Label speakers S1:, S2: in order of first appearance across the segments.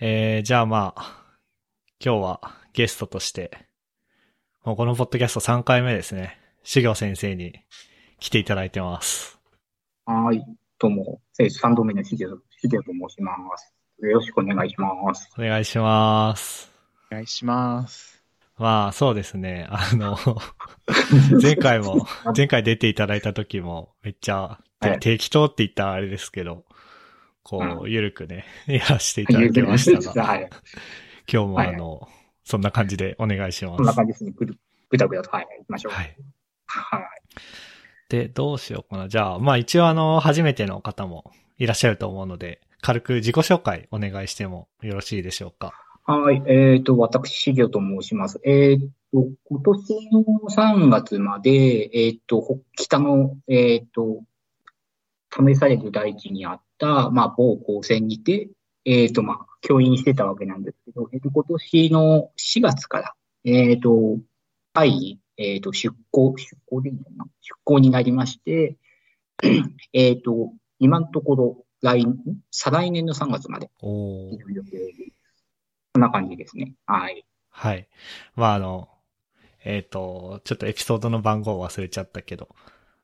S1: えー、じゃあまあ、今日はゲストとして、もうこのポッドキャスト3回目ですね。修行先生に来ていただいてます。
S2: はい、どうも、え三度目のヒデヒデと申します。よろしくお願いします。
S1: お願いします。
S3: お願い します。
S1: まあ、そうですね。あの、前回も、前回出ていただいた時も、めっちゃ、て
S2: はい
S1: 適当って言ったらあれですけど、こ
S2: う
S1: う、ゆるく ね、やらせていただきましたが、
S2: はい、
S1: 今日も
S2: はい
S1: あの、そんな感じでお願いしま
S2: こんな
S1: す。
S2: 感じですね。ぐるぐだぐだと、はい、行きましょう。
S1: はい。
S2: はい。
S1: で、どうしようかな。じゃあ、まあ一応あの、初めての方もいらっしゃると思うので、軽く自己紹介お願いしてもよろしいでしょうか。
S2: はい、えっと、私、しげと申します。えっと、今年の3月まで、えっと、ほ北の、えっと、試される大地にあった、まあ、某高専にて、えっと、まあ、教員してたわけなんですけど、えっと、今年の4月から、えっと、会議、えっと、出向、出向でいいのかな出向になりまして、えっと、今のところ、来、再来年の3月まで、
S1: おー
S2: いる予定ですこんな感じですね。はい。
S1: はい。まああの、えっ、と、ちょっとエピソードの番号忘れちゃったけど、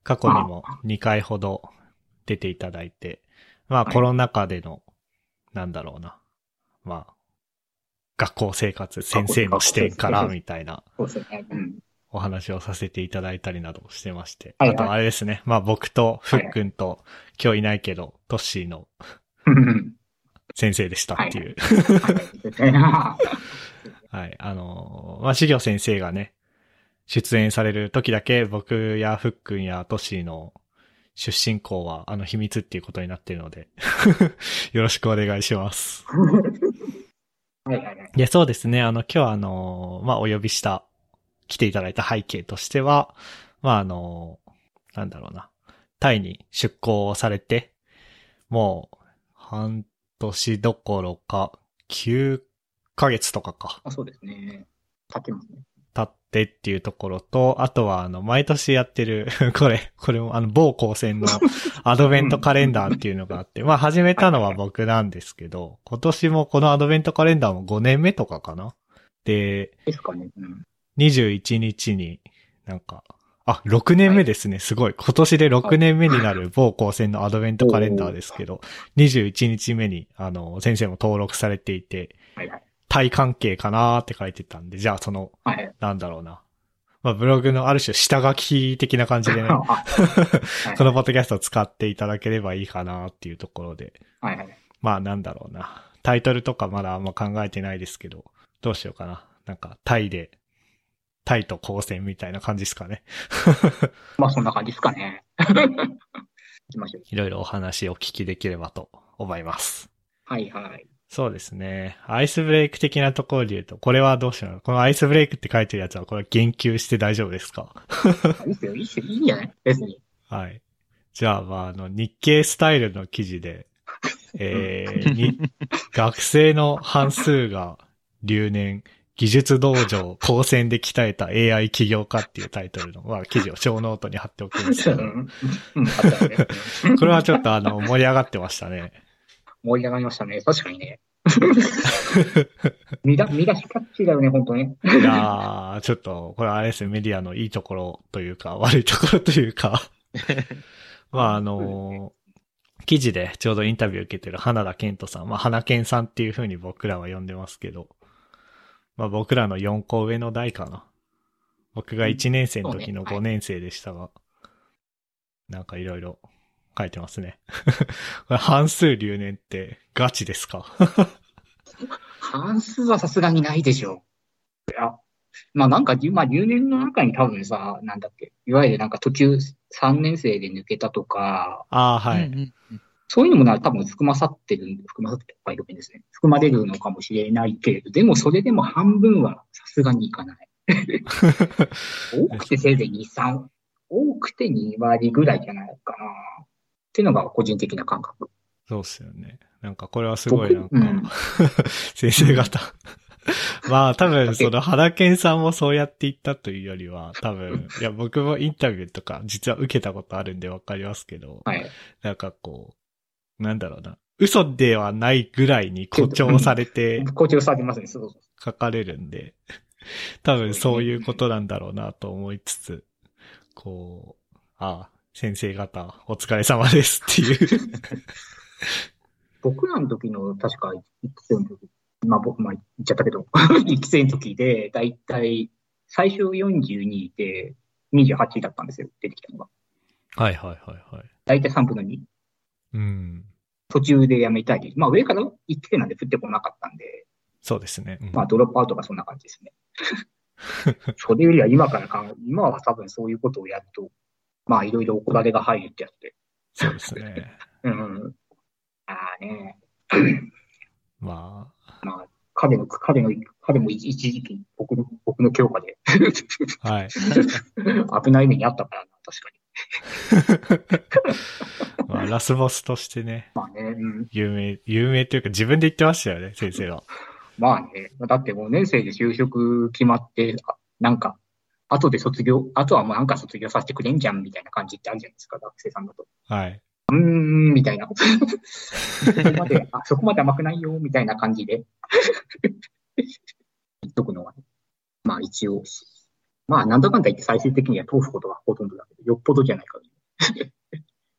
S1: 過去にも2回ほど出ていただいて、まあ
S2: はい
S1: コロナ禍での、なんだろうな、まあ、学校生活、先生の視点からみたいな
S2: そうですね。うん。
S1: お話をさせていただいたりなどしてまして。
S2: はいはい
S1: あとあれですね。まあ僕とふっくんと、今日いないけど、トッシーの先生でしたっていう。はい、あのーまあ、修行先生がね、出演される時だけ僕やふっくんやトッシーの出身校はあの秘密っていうことになっているので、 よろしくお願いします。
S2: はいはいはい。
S1: いや、そうですね。あの、今日あの、まあ、お呼びした、来ていただいた背景としては、まあ、あの、なんだろうな。タイに出向されて、もう、半年どころか、9ヶ月とかか、
S2: あそうですね。立ってますね。
S1: 経ってっていうところと、あとはあの、毎年やってる、 これ、これもあの、某高専のアドベントカレンダーっていうのがあって、まあ、始めたのは僕なんですけど、今年もこのアドベントカレンダーも5年目とかかな。で、
S2: ですかね。うん。
S1: 21日に、なんか、あ、6年目ですね。すごい。今年で6年目になる某高専のアドベントカレンダーですけど、21日目に、あの、先生も登録されていて、
S2: はいはい。
S1: タイ関係かなーって書いてたんで、じゃあその、
S2: はい。
S1: なんだろうな。まあ、ブログのある種下書き的な感じで ね、
S2: あ
S1: このポッドキャストを使っていただければいいかなっていうところで、
S2: はいはい。
S1: まあなんだろうな。タイトルとかまだあんま考えてないですけど、どうしようかな。なんか、タイで、タイと光線みたいな感じですかね。
S2: まあそんな感じですかね。行きましょう。
S1: いろいろお話をお聞きできればと思います。
S2: はいはい。
S1: そうですね。アイスブレイク的なところで言うと、これはどうしよう。このアイスブレイクって書いてるやつは、これは言及して大丈夫ですか
S2: いいっすよ、いいっすよ、いいんじゃない別に。
S1: はい。じゃあ、まあ、あの、日経スタイルの記事で、えー、に学生の半数が留年、技術道場、高専で鍛えた AI 起業家っていうタイトルの、まあ、記事を小ノートに貼っておくんです
S2: う
S1: け ど、
S2: ん。うん、あったよね。
S1: これはちょっとあの、盛り上がってましたね。
S2: 盛り上がりましたね。確かに ね。見出見出しキャッチだよね、本当ね。
S1: いやー、ちょっと、これあれですね、メディアのいいところというか、悪いところという か、まああのー記事でちょうどインタビュー受けてる花田健人さん、まあ花健さんっていう風に僕らは呼んでますけど、まあ僕らの4校上の代かな。僕が1年生の時の
S2: そうねは
S1: 5
S2: い
S1: 年生でしたが、なんかいろいろ書いてますね。 これ半数留年ってガチですか
S2: 半数はさすがにないでしょう。いや、まあなんか、まあ留年の中に多分さ、なんだっけ、いわゆるなんか途中3年生で抜けたとか、
S1: ああ、はい。
S3: うんうんうん
S2: そういうのもな多分含まさってる、含まさってる、はい、ごめんですね。含まれるのかもしれないけれど、でもそれでも半分はさすがにいかない。多くてせいぜい2、3、多くて2割ぐらいじゃないかな。っていうのが個人的な感覚。
S1: そうっすよね。なんかこれはすごいなんか、
S2: 僕うん
S1: 先生方。まあ多分その原健さんもそうやって言ったというよりは、多分、いや僕もインタビューとか実は受けたことあるんでわかりますけど、
S2: はい。
S1: なんかこう、なんだろうな。嘘ではないぐらいに誇張されて
S2: 誇張されますね、そうそう。
S1: 書かれるんで、多分そういうことなんだろうなと思いつつ、こう、ああ、先生方、お疲れ様ですっていう。
S2: 僕らの時の、確か1期生の時、まあ僕、まあ言っちゃったけど、1期 生の時で、だいたい最初42で28だったんですよ、出てきたのが。
S1: はいはいはいはい。
S2: だいたい3分の2。
S1: うん。
S2: 途中で辞めたり、まあ上から1期生なんで降ってこなかったんで、
S1: そうですね。うん
S2: まあドロップアウトがそんな感じですね。それよりは今から考え、今は多分そういうことをやると、まあいろいろ怒られが入るってやつで。
S1: そうですね。
S2: うん。ああね、
S1: ま
S2: まあ彼の、彼の、彼も一時期僕の、僕の強化で
S1: あ、はい。
S2: 危ない目にあったからな、確かに。
S1: まあ、ラスボスとしてね、
S2: まあね、うん。
S1: 有名、有名というか自分で言ってましたよね、先生は。
S2: まあね、だって5年生で就職決まって、あなんか、後で卒業、あとはもうなんか卒業させてくれんじゃんみたいな感じってあるじゃないですか、学生さんだと。
S1: はい。
S2: うーん、みたいな。そこまで、あ、そこまで甘くないよ、みたいな感じで。言っとくのはね。まあ一応。まあなんだかんだ言って最終的には通すことがほとんどだけど、よっぽどじゃないから、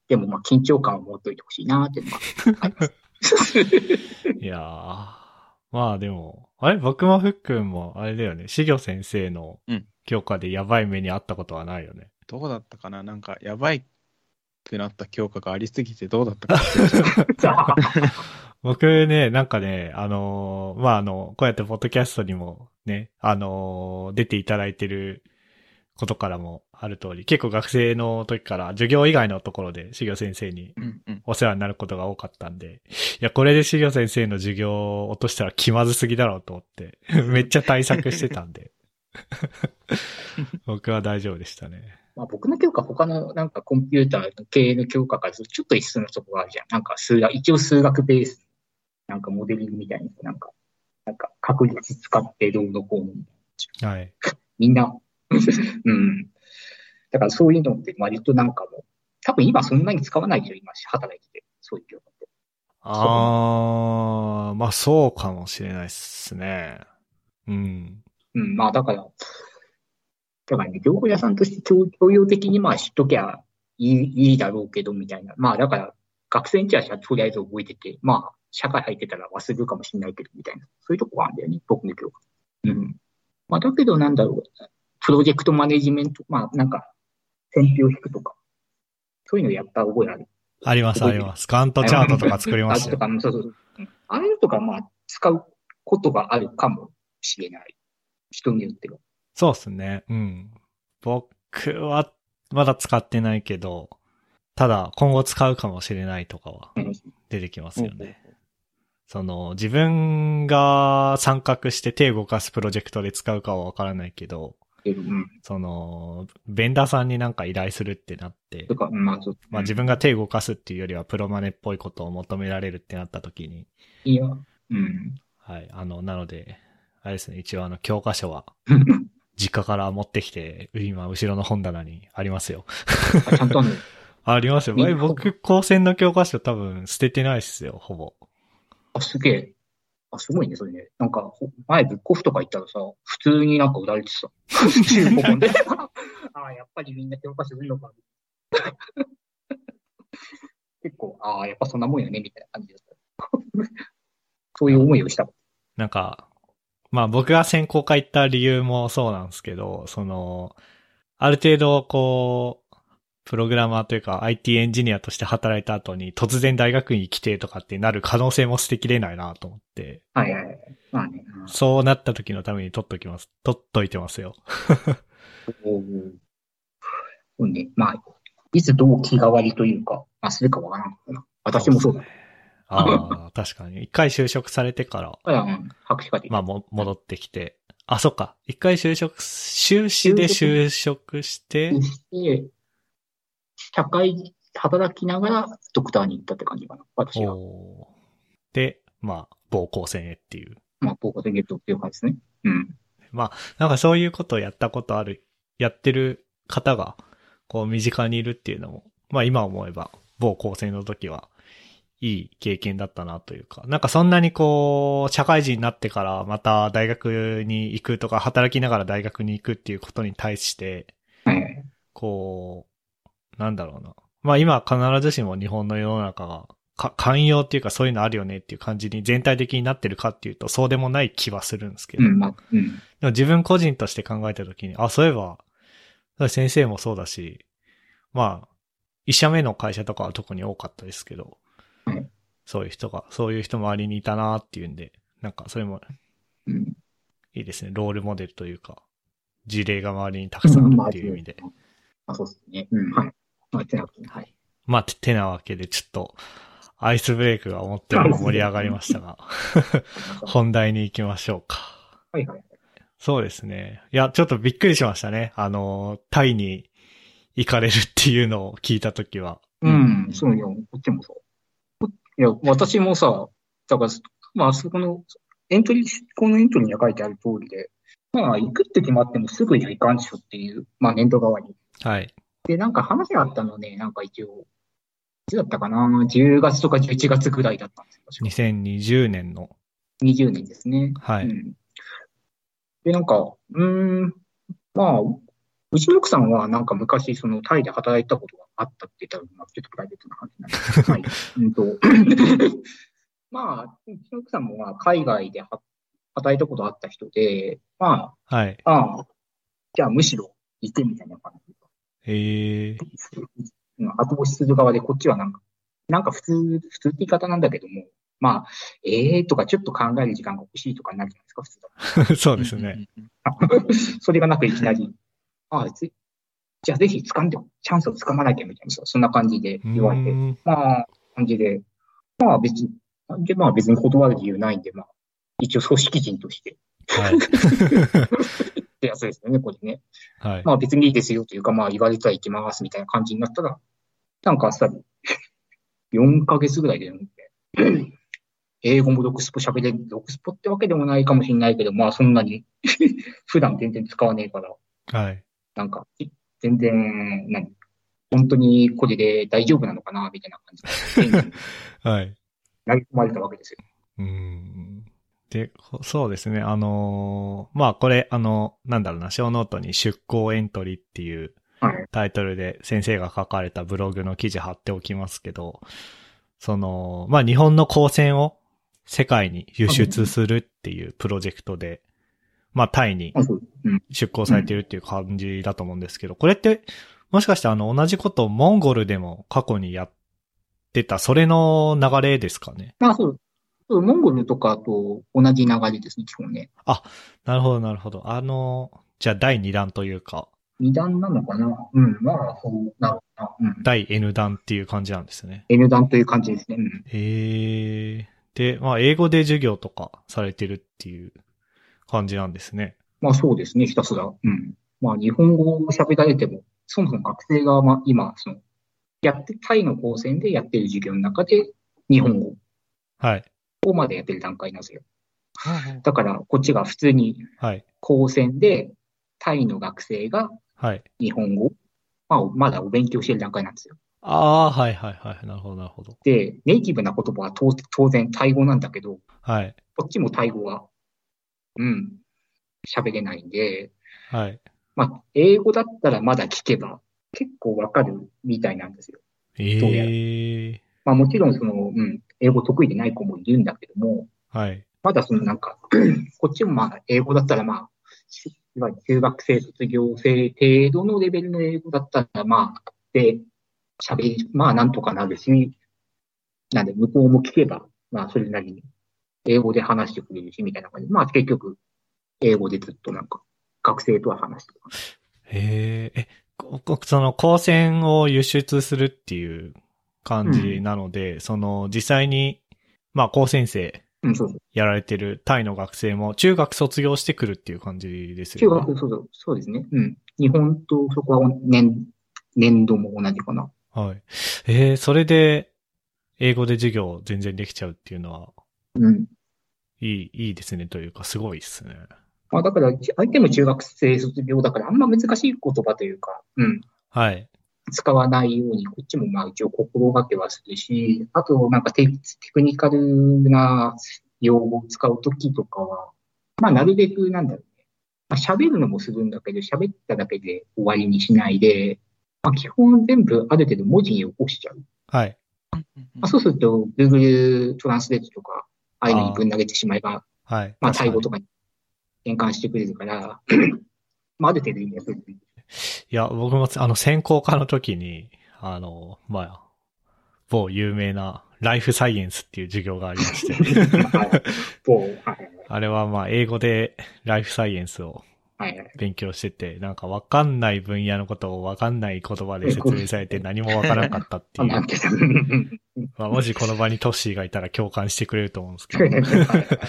S2: でもまあ緊張感を持っといてほしいなーっていうのがあります。
S1: いやー。まあでも、あれ僕もふっくんも、あれだよね、しぎょ先生の
S3: うん
S1: 教科でやばい目にあったことはないよね。
S3: どうだったかななんか、やばいくなった教科がありすぎてどうだったか忘れちゃった。
S2: さあ
S1: 僕ね、なんかね、あのーまああの、こうやってポッドキャストにもね、あのー出ていただいてることからもある通り、結構学生の時から授業以外のところで、しぎょ先生に
S3: うんうん。
S1: お世話になることが多かったんで、いや、これで修行先生の授業を落としたら気まずすぎだろうと思 って、めっちゃ対策してたんで。僕は大丈夫でしたね。
S2: まあ、僕の教科、他のなんかコンピューター系の教科からするとちょっと一緒のとこがあるじゃん。なんか数学、一応数学ベース、なんかモデリングみたいな、なんか、なんか確率使ってどうのこうの、
S1: はい。
S2: みんな、うん。だからそういうのって割となんかもう、多分今そんなに使わないよ、今、働いてて、そういう教科って。
S1: あー、まあそうかもしれないっすね。うん。
S2: うん、まあだから、だからね、情報屋さんとして教教養的にまあ知っときゃいいいいだろうけどみたいな。まあだから、学生にじゃあとりあえず覚えてて、まあ社会入ってたら忘れるかもしれないけどみたいな。そういうとこがあるんだよね、僕の教科。うん。まあだけどなんだろう、プロジェクトマネジメント、まあなんか、選票を引くとか、そういうのやった覚えある。
S1: ありますあります。カントチャートとか作りま
S2: あ
S1: し
S2: れ
S1: たよ。
S2: とか、うんそうそうそう。うんあれとかまあ使うことがあるかもしれない。人によっては。
S1: そうっすね。うん。僕はまだ使ってないけど、ただ今後使うかもしれないとかは
S2: うん
S1: 出てきますよね。その、自分が参画して手動かすプロジェクトで使うかはわからないけど、
S2: うん。
S1: その、ベンダーさんになんか依頼するってなって
S2: と、か、まあ、そう。
S1: まあ自分が手動かすっていうよりはプロマネっぽいことを求められるってなった時に、
S2: いや、うん。
S1: はい、あの、なので、あれですね、一応あの、教科書は実家から持ってきて、今後ろの本棚にありますよ。
S2: ちゃんとあるの
S1: ありますよ。
S2: いい
S1: え僕、高専の教科書多分捨ててないっすよ、ほぼ。
S2: あ、すげえ。あ、すごいね、それね。なんか、ほ前、ブックオフとか行ったらさ、普通になんか売られてた。 中古本 で。ああ、やっぱりみんな教科書売るのか。 結構、ああ、やっぱそんなもんよね、みたいな感じだった。 そういう思いをした。
S1: なんか、まあ僕が専攻科行った理由もそうなんですけど、その、ある程度こう、プログラマーというか IT エンジニアとして働いた後に突然大学院に来てとかってなる可能性も捨てきれないなと思って、
S2: はいはいはい。まあね。うん
S1: そうなった時のために取っときます。取っといてますよ。
S2: おーそうね。まあ、いつどう気代わりというか、まあ、するかわからんからな。私もそうだ。だ
S1: ああ、確かに。一回就職されてから、
S2: から、うん、博士課程。
S1: まあも、戻ってきて。あ、そっか。一回就職、修士で就職して、
S2: して、社会で働きながらドクターに行ったって感じかな、私は。
S1: おーで、まあ、暴行戦へっていう。
S2: まあ、高校でゲットっていう感じですね。うん。
S1: なんかそういうことをやったことある、やってる方が、こう身近にいるっていうのも、まあ今思えば、某高専の時は、いい経験だったなというか、なんかそんなにこう、社会人になってからまた大学に行くとか、働きながら大学に行くっていうことに対して、
S2: はい。
S1: こう、なんだろうな。まあ今必ずしも日本の世の中が、か、寛容っていうかそういうのあるよねっていう感じに全体的になってるかっていうと、そうでもない気はするんですけ
S2: う
S1: ど。
S2: ん、まあ、うん。
S1: でも自分個人として考えたときに、あ、そういえば、先生もそうだし、まあ、一社目の会社とかは特に多かったですけど、
S2: はい
S1: そういう人が、そういう人周りにいたなっていうんで、なんかそれも
S2: うん。
S1: いいですね。ロールモデルというか、事例が周りにたくさんあるっていう意味で。
S2: まあ、そうですね。うん、はい。まあ、てなくて、はい。
S1: まあ、ててなわけで、ちょっと、アイスブレイクが思ったよりも盛り上がりましたが、本題に行きましょうか。
S2: はいはい。
S1: そうですね。いや、ちょっとびっくりしましたね。あの、タイに行かれるっていうのを聞いたときは。
S2: うん、そうよ。こっちもそう。いや、私もさ、だから、まあ、そこの、エントリー、このエントリーには書いてある通りで、まあ、行くって決まってもすぐには行かんでしょっていう、まあ、年度側に。
S1: はい。
S2: で、なんか話があったのね、なんか一応、いつだったかな ?10 月とか11月ぐらいだったんですよ確か。
S1: 2020年の。
S2: 20年ですね。
S1: は
S2: う
S1: い。
S2: ん。で、なんか、うーん、まあ、うちの奥さんはなんか昔、そのタイで働いたことがあったって言ったら、まあ、ちょっとプライベートな話になるんですけどはい。うん と、 まあ、うちの奥さんもまあ海外では働いたことあった人で、ま
S1: はい。
S2: あ、ああ、じゃあむしろ行くみたいな感じで
S1: ええ
S2: うん後押しする側で、こっちはなんか、なんか普通、普通って言い方なんだけども、まあ、ええー、とかちょっと考える時間が欲しいとかになるじゃないですか、普通だと
S1: ー、 そう
S3: そ
S1: ですね。。
S2: それがなくいきなり、ああつじゃあぜひ掴んで、チャンスを掴まなきゃみたいな、そそんな感じで
S1: う
S2: 言われて、
S1: ーん
S2: まあ、感じで、まあ別に、で、まあ別に断る理由ないんで、まあ、一応組織人として、
S1: はい。
S2: ってやつですよね、これね。
S1: はい。
S2: まあ別にいいですよというか、まあ言われたら行きますみたいな感じになったら、なんかあっさり、4ヶ月ぐらいで読んで、英語もロックスポ喋れる、ロックスポってわけでもないかもしれないけど、まあそんなに 普段全然使わねえから、
S1: はい。
S2: なんか、い全然、何本当にこれで大丈夫なのかなみたいな感じで、
S1: はい。
S2: 投げ込まれたわけですよ。
S1: うーん。で、こそうですね。あのーまあこれ、あの、なんだろうな、小ノートに出向エントリーっていう
S2: はい。
S1: タイトルで先生が書かれたブログの記事貼っておきますけど、その、まあ、日本の高専を世界に輸出するっていうプロジェクトで、まあ、タイに
S2: あそううん。
S1: 出向されてるっていう感じだと思うんですけど、これって、もしかしてあの、同じことをモンゴルでも過去にやってた、それの流れですかね。
S2: まあそう。そうモンゴルとかと同じ流れですね、基本ね。
S1: なるほど、なるほど。あの、じゃあ第2弾というか、
S2: 二段なのかなうん、まあ、そうなるかな。うん。
S1: 第 N 弾っていう感じなんですね。
S2: N 段という感じですね。うん。
S1: へえ。で、まあ、英語で授業とかされてるっていう感じなんですね。
S2: まあそうですね、ひたすら。うん。まあ日本語を喋られても、そもそも学生が、まあ今、その、やって、タイの高専でやってる授業の中で、日本語
S1: はい。
S2: をまでやってる段階なんですよ。
S3: はい
S2: だから、こっちが普通に
S1: はい。
S2: 高専で、タイの学生が
S1: はい。
S2: 日本語、まあ、まだお勉強してる段階なんですよ。
S1: ああー、はいはいはい。なるほど、なるほど。
S2: で、ネイティブな言葉は当当然タイ語なんだけど、
S1: はい。
S2: こっちもタイ語は、うん、喋れないんで、
S1: はい。
S2: まあ、英語だったらまだ聞けば結構わかるみたいなんですよ。どうやら
S1: ええ。
S2: まあ、もちろんその、うん、英語得意でない子もいるんだけども、
S1: はい。
S2: まだそのなんか、 こっちもまあ、英語だったらまあ、しいわゆる中学生、卒業生程度のレベルの英語だったらまあ、で、喋り、まあなんとかなるし、なんで向こうも聞けば、まあそれなりに英語で話してくれるし、みたいな感じで、まあ結局、英語でずっとなんか、学生とは話してます。
S1: へえ。え、ここその、高専を輸出するっていう感じなので、その、実際に、まあ、高専生
S2: うん、そうそう。
S1: やられてるタイの学生も、中学卒業してくるっていう感じです
S2: 中
S1: よね。
S2: 学、そうそう、そうですね。うん。日本とそこは年、年度も同じかな。
S1: はい。えー、それで、英語で授業全然できちゃうっていうのは、
S2: うん。
S1: いい、いいですねというか、すごいですね。
S2: まあ、だから、相手も中学生卒業だから、あんま難しい言葉というか、うん。
S1: はい。
S2: 使わないように、こっちもまあ一応心がけはするし、あとなんかテテクニカルな用語を使うときとかは、まあなるべくなんだろうね。まあ喋るのもするんだけど、喋っただけで終わりにしないで、まあ基本全部ある程度文字に起こしちゃう。
S1: はい。
S2: まあ、そうすると Google トランスレートとか、ああいうのにぶん投げてしまえば、
S1: はい。
S2: ま
S1: 確
S2: あ、
S1: か
S2: タイ
S1: に
S2: 語とかに変換してくれるから、まあ、ある程度意味はする。
S1: いや、僕もつ、あの、専攻科の時に、あの、まあ、某有名なライフサイエンスっていう授業がありま して。
S2: こう、はい
S1: あれはまあ、英語でライフサイエンスを
S2: はいはい。
S1: 勉強してて、なんかわかんない分野のことをわかんない言葉で説明されて何もわからなかったって
S2: あ
S1: い
S2: なん
S1: う。
S2: て
S1: まあ、もしこの場にトッシーがいたら共感してくれると思うんですけど。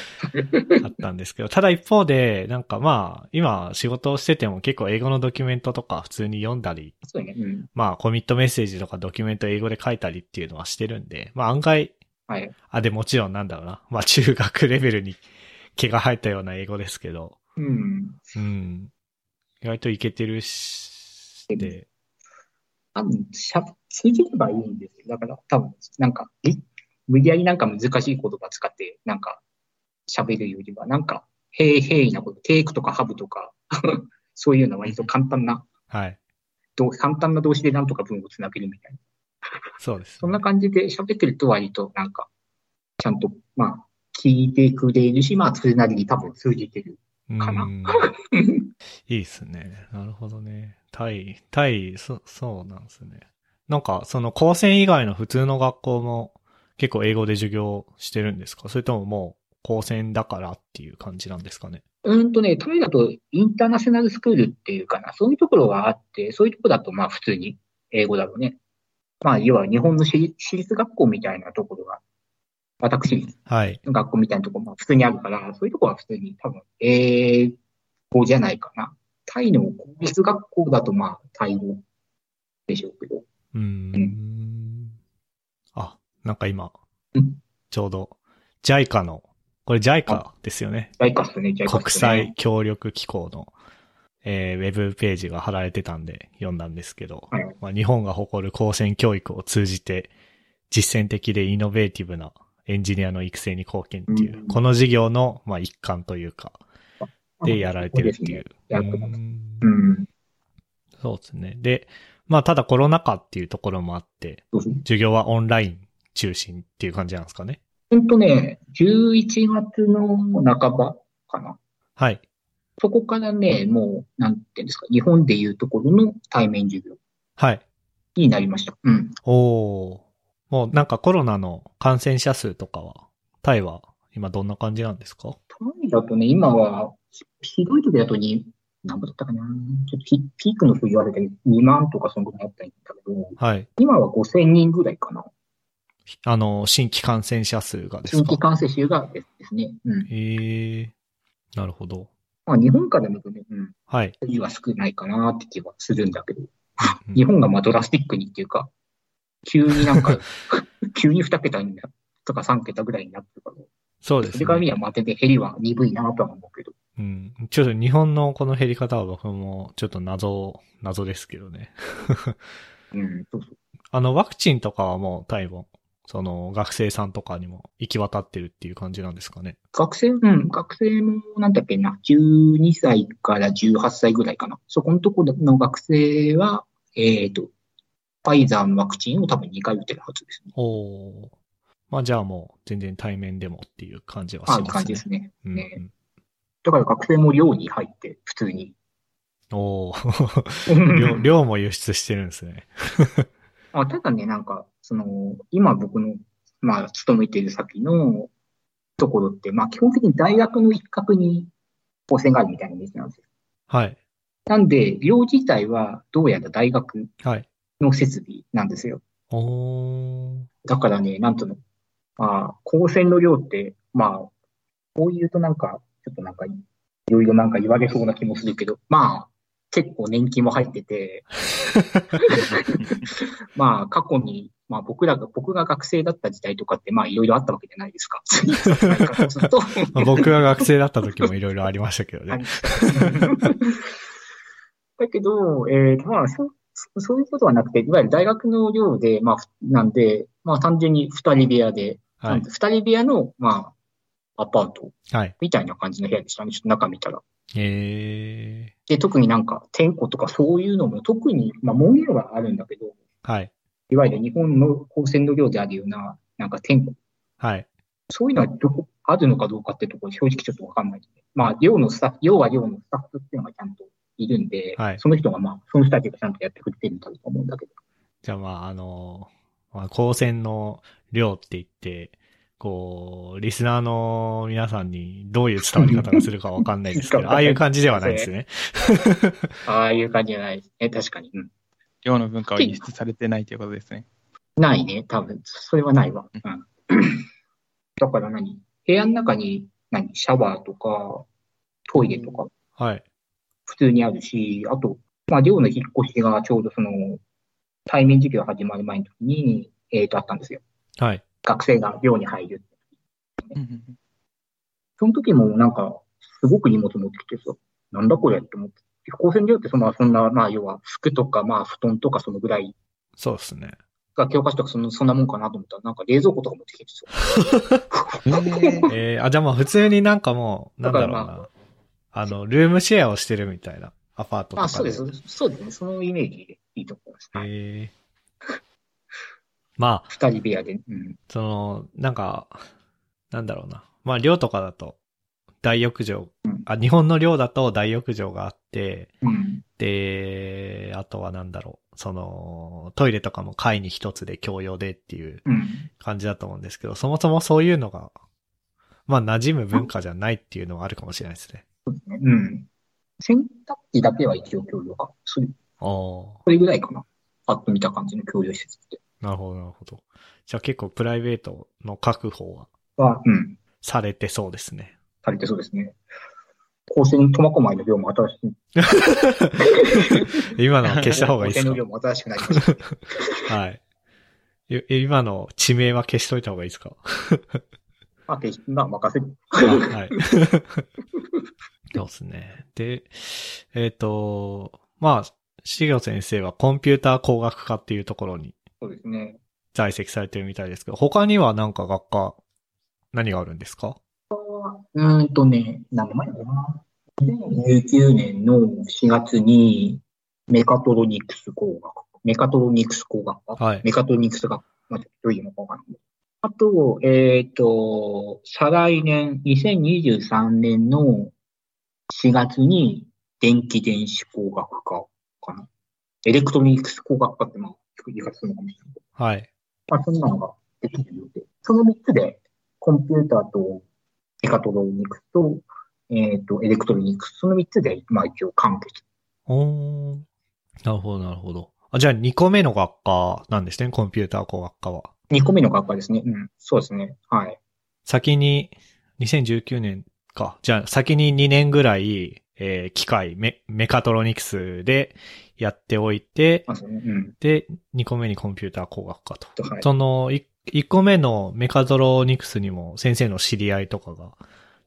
S1: あったんですけど、ただ一方で、なんかまあ、今仕事をしてても結構英語のドキュメントとか普通に読んだり、
S2: そうね。うん。
S1: まあコミットメッセージとかドキュメント英語で書いたりっていうのはしてるんで、まあ案外、
S2: はい。
S1: あ、でもちろんなんだろうな、まあ中学レベルに毛が生えたような英語ですけど、
S2: うん。
S1: うん。意外といけてるし、で、
S2: あの、しゃ、通じればいいんですよ。だから、多分、なんか、り無理やりなんか難しい言葉使って、なんか、喋るよりは、なんか、平平易なこと、テイクとかハブとか、 そういうのは割と簡単な、
S1: はい。
S2: どう簡単な動詞でなんとか文をつなげるみたいな。
S1: そうです。
S2: そんな感じで喋ってると割となんか、ちゃんと、まあ、聞いてくれるし、まあ、それなりに多分通じてる。かな
S1: うん。いいっすね。なるほどね。タイ、タイ、そ、そうなんですね。なんか、その高専以外の普通の学校も結構英語で授業してるんですかそれとももう高専だからっていう感じなんですかね
S2: うーんとね、タイだとインターナショナルスクールっていうかな、そういうところがあって、そういうところだとまあ普通に英語だろうね。まあ、要は日本の私立私立学校みたいなところが、私立
S1: はい。
S2: の学校みたいなところも普通にあるから、そういうところは普通に多分英語じゃないかな。タイの公立学校だとまあタイ語でしょうけど。
S1: うーん。あ、なんか今
S2: うん、
S1: ちょうど JICA の、これ JICA ですよね。
S2: ジャイカっすね、ジャイカっすね。
S1: 国際協力機構の、えーウェブページが貼られてたんで読んだんですけど、
S2: はい
S1: まあ、日本が誇る高専教育を通じて実践的でイノベーティブなエンジニアの育成に貢献っていう、
S2: うん
S1: この事業の、まあ、一環というか、でやられてるっていう。
S2: そうですね
S1: うーん
S2: うん。
S1: そうですね。で、まあただコロナ禍っていうところもあって、
S2: そうそう。
S1: 授業はオンライン中心っていう感じなんですかね。
S2: ほんとね、11月の半ばかな。
S1: はい。
S2: そこからね、もう、なんていうんですか、日本でいうところの対面授業
S1: はい。
S2: になりました。うん。
S1: おお。もうなんかコロナの感染者数とかは、タイは今どんな感じなんですか
S2: 単位だとね、今は、ひひどい時だとに、何ぼだったかな。ちょっとピピークの数字はあるけど、2万とかそのぐらいあったんだけど、
S1: はい。
S2: 今は5000人ぐらいかな。
S1: あの、新規感染者数がです
S2: 新
S1: か
S2: 規感染者がですですね。うん。
S1: ええー。なるほど。
S2: まあ日本から見るとね、うん。
S1: はい。
S2: 数字は少ないかなって気はするんだけど。
S1: うん
S2: 日本がまあドラスティックにっていうか、急になん か、急に2桁になとか3桁ぐらいになってるから、
S1: そうで
S2: そ
S1: す
S2: れから見
S1: ね。
S2: はまあ全然減りは鈍いなとは思うけど。
S1: うん。ちょっと日本のこの減り方は僕もちょっと謎、謎ですけどね。
S2: うん、そうそう。
S1: あの、ワクチンとかはもうタイも、その学生さんとかにも行き渡ってるっていう感じなんですかね。
S2: 学生、うん、学生もなんだっけな、12歳から18歳ぐらいかな。そこのとこの学生は、えっ、と、ファイザーのワクチンを多分2回打ってるはずですね。
S1: おお。まあじゃあもう全然対面でもっていう感じはし
S2: あ
S1: ます
S2: あ、
S1: ね。
S2: 感じですね。
S1: うんう
S2: ね
S1: ん。
S2: だから学生も寮に入って、普通に。
S1: おー 量量も輸出してるんですね。
S2: あ、ただね、なんか、その、今僕の、まあ、勤めてる先のところって、まあ、基本的に大学の一角に高専があるみたいな店なんですよ。
S1: はい。
S2: なんで、寮自体は、どうやら大学
S1: はい。
S2: の設備なんですよ。
S1: おー
S2: だからね、なんとの、まあ、高専の寮って、まあ、こう言うとなんか、ちょっとなんか、いろいろなんか言われそうな気もするけど、まあ、結構年金も入ってて、まあ、過去に、まあ僕らが、僕が学生だった時代とかって、まあいろいろあったわけじゃな いですか。なんかずっと。
S1: まあ僕が学生だった時もいろい ろありましたけど
S2: あ
S1: ね。
S2: のだけど、えーとまあ、そそそういうことはなくて、いわゆる大学の寮で、まあ、ふなんで、まあ、単純に二人部屋で、
S1: はい。
S2: 二人部屋の、まあ、アパート
S1: はい。
S2: みたいな感じの部屋でしたね。ちょっと中見たら。
S1: え
S2: で、特になんか、点呼とかそういうのも、特に、まあ、門限はあるんだけど、
S1: ー。はい。
S2: いわゆる日本の高専の寮であるような、なんか点呼、
S1: はい。
S2: そういうのはどこ、あるのかどうかってところ、正直ちょっとわかんないですね。まあ、寮のスタッフ、寮は寮のスタッフっていうのがちゃんといるんで、
S1: はい
S2: その人がまあ、その人たちがちゃんとやってくれてるんだと思うんだけど。
S1: じゃあまあ、あの、まあ、高専の量って言って、こう、リスナーの皆さんにどういう伝わり方がするかわかんないですけ
S2: いい
S1: ど、
S2: か
S1: ああいう感じではないですね。
S2: ああいう感じじゃないですね。確かに。うん。
S3: 寮の文化は輸出されてないということですね。
S2: ないね、多分。それはないわ。うん。 だから何部屋の中に、何シャワーとか、トイレとか、
S1: はい。
S2: 普通にあるし、あと、まあ、寮の引っ越しがちょうどその、対面授業始まる前の時に、えっ、と、あったんですよ。
S1: はい。
S2: 学生が寮に入る。
S3: うんうんうん
S2: その時もなんか、すごく荷物持ってきてさ、なんだこれって思って。高専寮ってその、そんな、まあ、要は、服とか、まあ、布団とかそのぐらい
S1: そうですね。
S2: が教科書とかそのそんなもんかなと思ったら、なんか冷蔵庫とか持ってきてさ。
S1: えー、あ、じゃあまあ普通になんかもう、なんだろうな。
S2: だからま
S1: あの、ルームシェアをしてるみたいな、アパートとか
S2: まあ、そうです。そうですね。そのイメージでいいと思います。はい
S1: えーまあ、
S2: 二人部屋で。うん。
S1: その、なんか、なんだろうな。まあ、寮とかだと、大浴場
S2: うん、
S1: あ、日本の寮だと大浴場があって、
S2: うん。
S1: で、あとはなんだろう。その、トイレとかも階に一つで共用でっていう
S2: うん。
S1: 感じだと思うんですけど、そもそもそういうのが、まあ、馴染む文化じゃないっていうのはあるかもしれないですね。
S2: うん。洗濯機だけは一応共用か。それ、
S1: おー。
S2: それぐらいかな。パッと見た感じの共用施設って。
S1: なるほど、なるほど。じゃあ結構プライベートの確保は
S2: は、うん。
S1: されてそうですね。
S2: されてそうですね。高専苫小牧の量も新しい。
S1: 今のは消した方がいいで
S2: 高専
S1: す
S2: の
S1: か
S2: 量も新しくなりま した。
S1: はい。い今の地名は消しといた方がいいですか
S2: まあ、決してまあ、任せる。
S1: はい。 そうですね。で、えっ、と、まあ、しげお先生はコンピューター工学科っていうところに
S2: そうですね。
S1: 在籍されてるみたいですけど、他にはなんか学科、何があるんですか
S2: うーんとね、何年前だろうな。2019年の4月に、メカトロニクス工学。メカトロニクス工学科。
S1: はい。
S2: メカトロニクス学。まあ、ちょっとどういうのかわかんない。あと、えっ、と、再来年、2023年の4月に、電気電子工学科かな。エレクトロニクス工学科って、まあ、言い方するのかもしれない。
S1: はい。
S2: まあ、そんなのができるようで、その3つで、コンピューターとメカトロニクスと、えっ、と、エレクトロニクス、その3つで、まあ一応完結。
S1: おー。なるほど、なるほど。あ、じゃあ2個目の学科なんですね、コンピューター工学科は。
S2: 2個目の学科ですね。うん、そうですね。はい。
S1: 先に、2019年か。じゃあ先に2年ぐらい、えー機械メ、メカトロニクスでやっておいて、
S2: まあ、そうね。うん。
S1: で、2個目にコンピューター工学科と。
S2: はい。
S1: その、1個目のメカトロニクスにも先生の知り合いとかが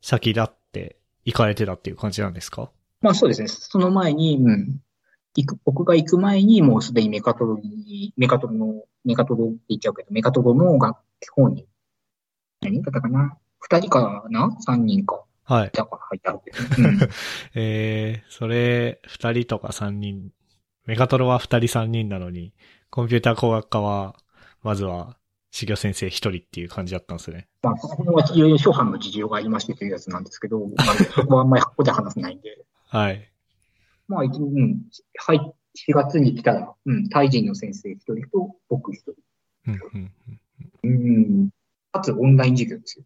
S1: 先立って行かれてたっていう感じなんですか
S2: まあそうですね。その前に、うん。行く、僕が行く前に、もうすでにメカトロに、メカトロの、メカトロって言っちゃうけど、メカトロの学校に、何人だったかな ?2 人かな ?3 人か。
S1: はい。
S2: だから入ったわけです ね。うん。
S1: えー、それ、二人とか三人、メガトロは二人三人なのに、コンピューター工学科は、まずは、修行先生一人っていう感じだったんですね。
S2: まあ、その辺はいろいろ諸般の事情がありましてというやつなんですけど、まあ、そこはあんまりここで話せないんで、
S1: はい。
S2: まあ、一応、うん、はい、4月に来たら、うん、タイ人の先生一人と僕一人。
S1: うんうんうん
S2: うん、かつオンライン授業ですよ。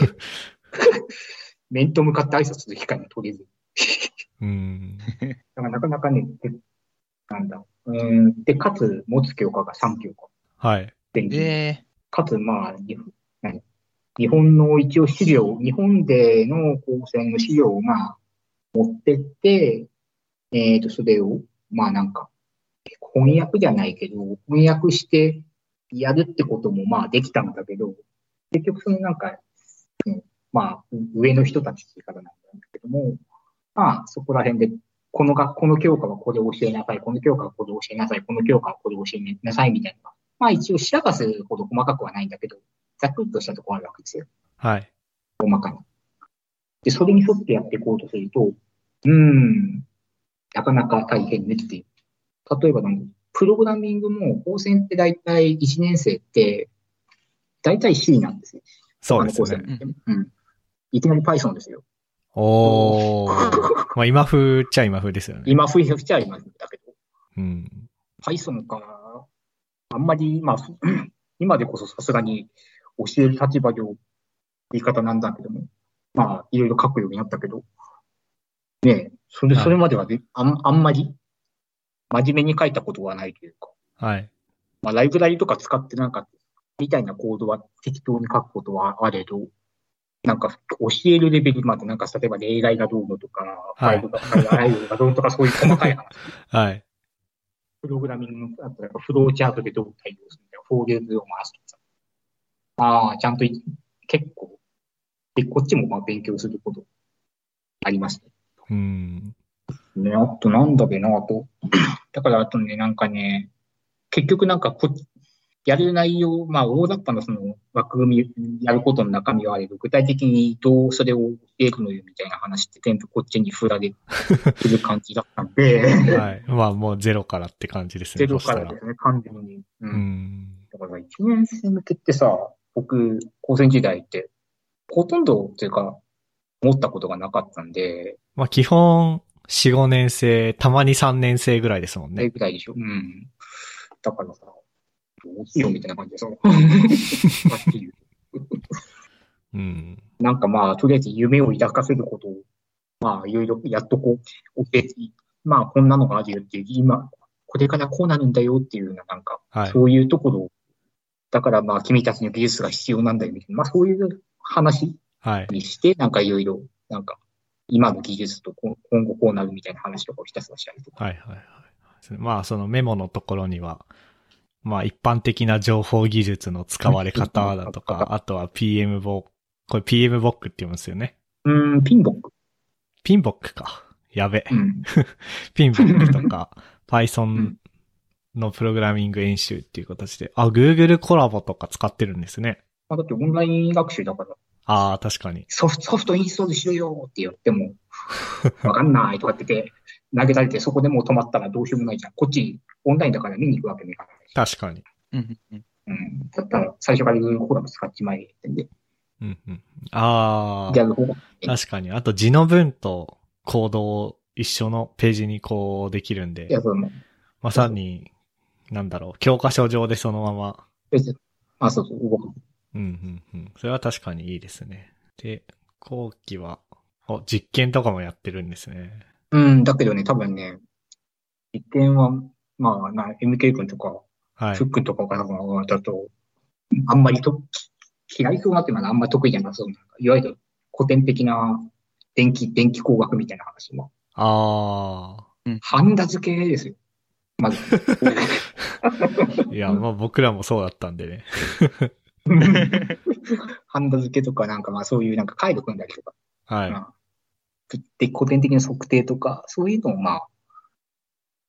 S2: で、面と向かって挨拶する機会も取れず。
S1: うーん。
S2: だからなかなかね、でなんだ。うん、で、かつ持つ教科が3教科。
S1: はい。
S2: で
S3: え
S2: かつ、まあ、日本何日本の一応資料、日本での高専の資料をまあ持ってって、えっ、と、それを、まあなんか、翻訳じゃないけど、翻訳してやるってこともまあできたんだけど、結局そのなんか、うんまあ、上の人たちって言い方なんだけども、まあ、そこら辺でこの学校の教科はこれを教えなさい、この教科はこれを教えなさい、この教科はこれを教えなさい、みたいなのが。まあ一応、調べすほど細かくはないんだけど、ざっくりとしたところあるわけですよ。
S1: はい。
S2: 大まかに。で、それに沿ってやっていこうとすると、うーん、なかなか大変ねっていう。例えばなんだプログラミングも、高専って大体1年生って、大体 C なんですよ。
S1: そうです
S2: あの
S1: ね。
S2: 高専ってうん。いきなり Python ですよ。
S1: おー。まあ今風っちゃ今風ですよね。
S2: 今、冬来ちゃいますだけど、
S1: うん。
S2: Python か、あんまり今、そ 今でこそさすがに教える立場上、言い方なんだけども、まあ、いろいろ書くようになったけど、ねえ、それ、
S1: はい
S2: それまではで、あん、あんまり、真面目に書いたことはないというか、
S1: はい。
S2: まあ、ライブラリとか使ってなんか、みたいなコードは適当に書くことはあれど、なんか、教えるレベルまで、なんか、例えば例外がどうのとか、フ
S1: はい
S2: ァイルが、ファイルがどうのとか、そういう細かい話
S1: はい。
S2: プログラミングの、あとなんかフローチャートでどう対応するんだよ。フォーリューズを回すとか。ああ、ちゃんとい結構、で、こっちもまあ勉強することありました
S1: うん。
S2: ね。あとなんだべな、あと。 だからあとね、なんかね、結局なんかこっち、やる内容、まあ大雑把なその枠組み、やることの中身はあれど、具体的にどうそれを得るのよみたいな話って全部こっちに振られてる感じだったん で、
S1: はい。まあもうゼロからって感じですね。
S2: ゼロから
S1: そし
S2: ですね、完全に。う
S1: たら。うん。
S2: だから一年生向けってさ、僕、高専時代って、ほとんどというか、持ったことがなかったんで、
S1: まあ基本、4、5年生、たまに3年生ぐらいですもん
S2: それ
S1: ね。
S2: ぐらいでしょ。うん。だからさ、どうしようみたいな感じ でさ、はっきり言う
S1: うん。
S2: なんかまあ、とりあえず夢を抱かせることを、まあ、いろいろやっとこう、おけまあ、こんなのがあるよっていう、今、これからこうなるんだよっていうような、なんか、
S1: はい。
S2: そういうところを、だからまあ、君たちの技術が必要なんだよみたいな、まあ、そういう話
S1: はい。
S2: にして、なんかいろいろ、なんか、今の技術とこ今後こうなるみたいな話とかをひたすらしたりとか。
S1: はいはいはい。まあそのメモのところには、まあ一般的な情報技術の使われ方だと か、あとは PM ボ、これ PM ボックって言うんですよね。
S2: うーん、ピンボック。
S1: ピンボックか。やべ。
S2: うん。
S1: ピンボックと か、Python
S2: ん
S1: のプログラミング演習っていう形で、あ、Google コラボとか使ってるんですね。
S2: まあ、だってオンライン学習だから、
S1: ああ、確かに。
S2: ソフト、ソフトインストールしろよって言っても、わかんないとかって言って、投げられてそこでもう止まったらどうしようもないじゃん。こっち、オンラインだから見に行くわけにいかないし。
S1: 確かに。
S3: うんうん
S2: うん。だったら最初から Google コラボ使っちまえってんで、
S1: うんうん。あ
S2: やる方が。
S1: あ、確かに。あと字の文と行動を一緒のページにこうできるんで。
S2: いや、その、
S1: まさに、なんだろう、教科書上でそのまま。
S2: 別に、まあそうそう、動く。
S1: うんうんうん。それは確かにいいですね。で、後期は、お、実験とかもやってるんですね。
S2: うん、だけどね、多分ね、実験は、まあ、な MK 君とか、
S1: はい
S2: フ。ックとかが多分だと、あんまりと嫌いそうなってまだあんまり得意じゃなそうな、いわゆる古典的な電気、電気工学みたいな話も、
S1: あ
S2: ハンダ付けですよ。まず。
S1: ー。いや、まあ僕らもそうだったんでね。
S2: ハンダ付けとか、なんかまあそういうなんか回路組んだりとか、
S1: はい。
S2: まあで古典的な測定とか、そういうのをまあ、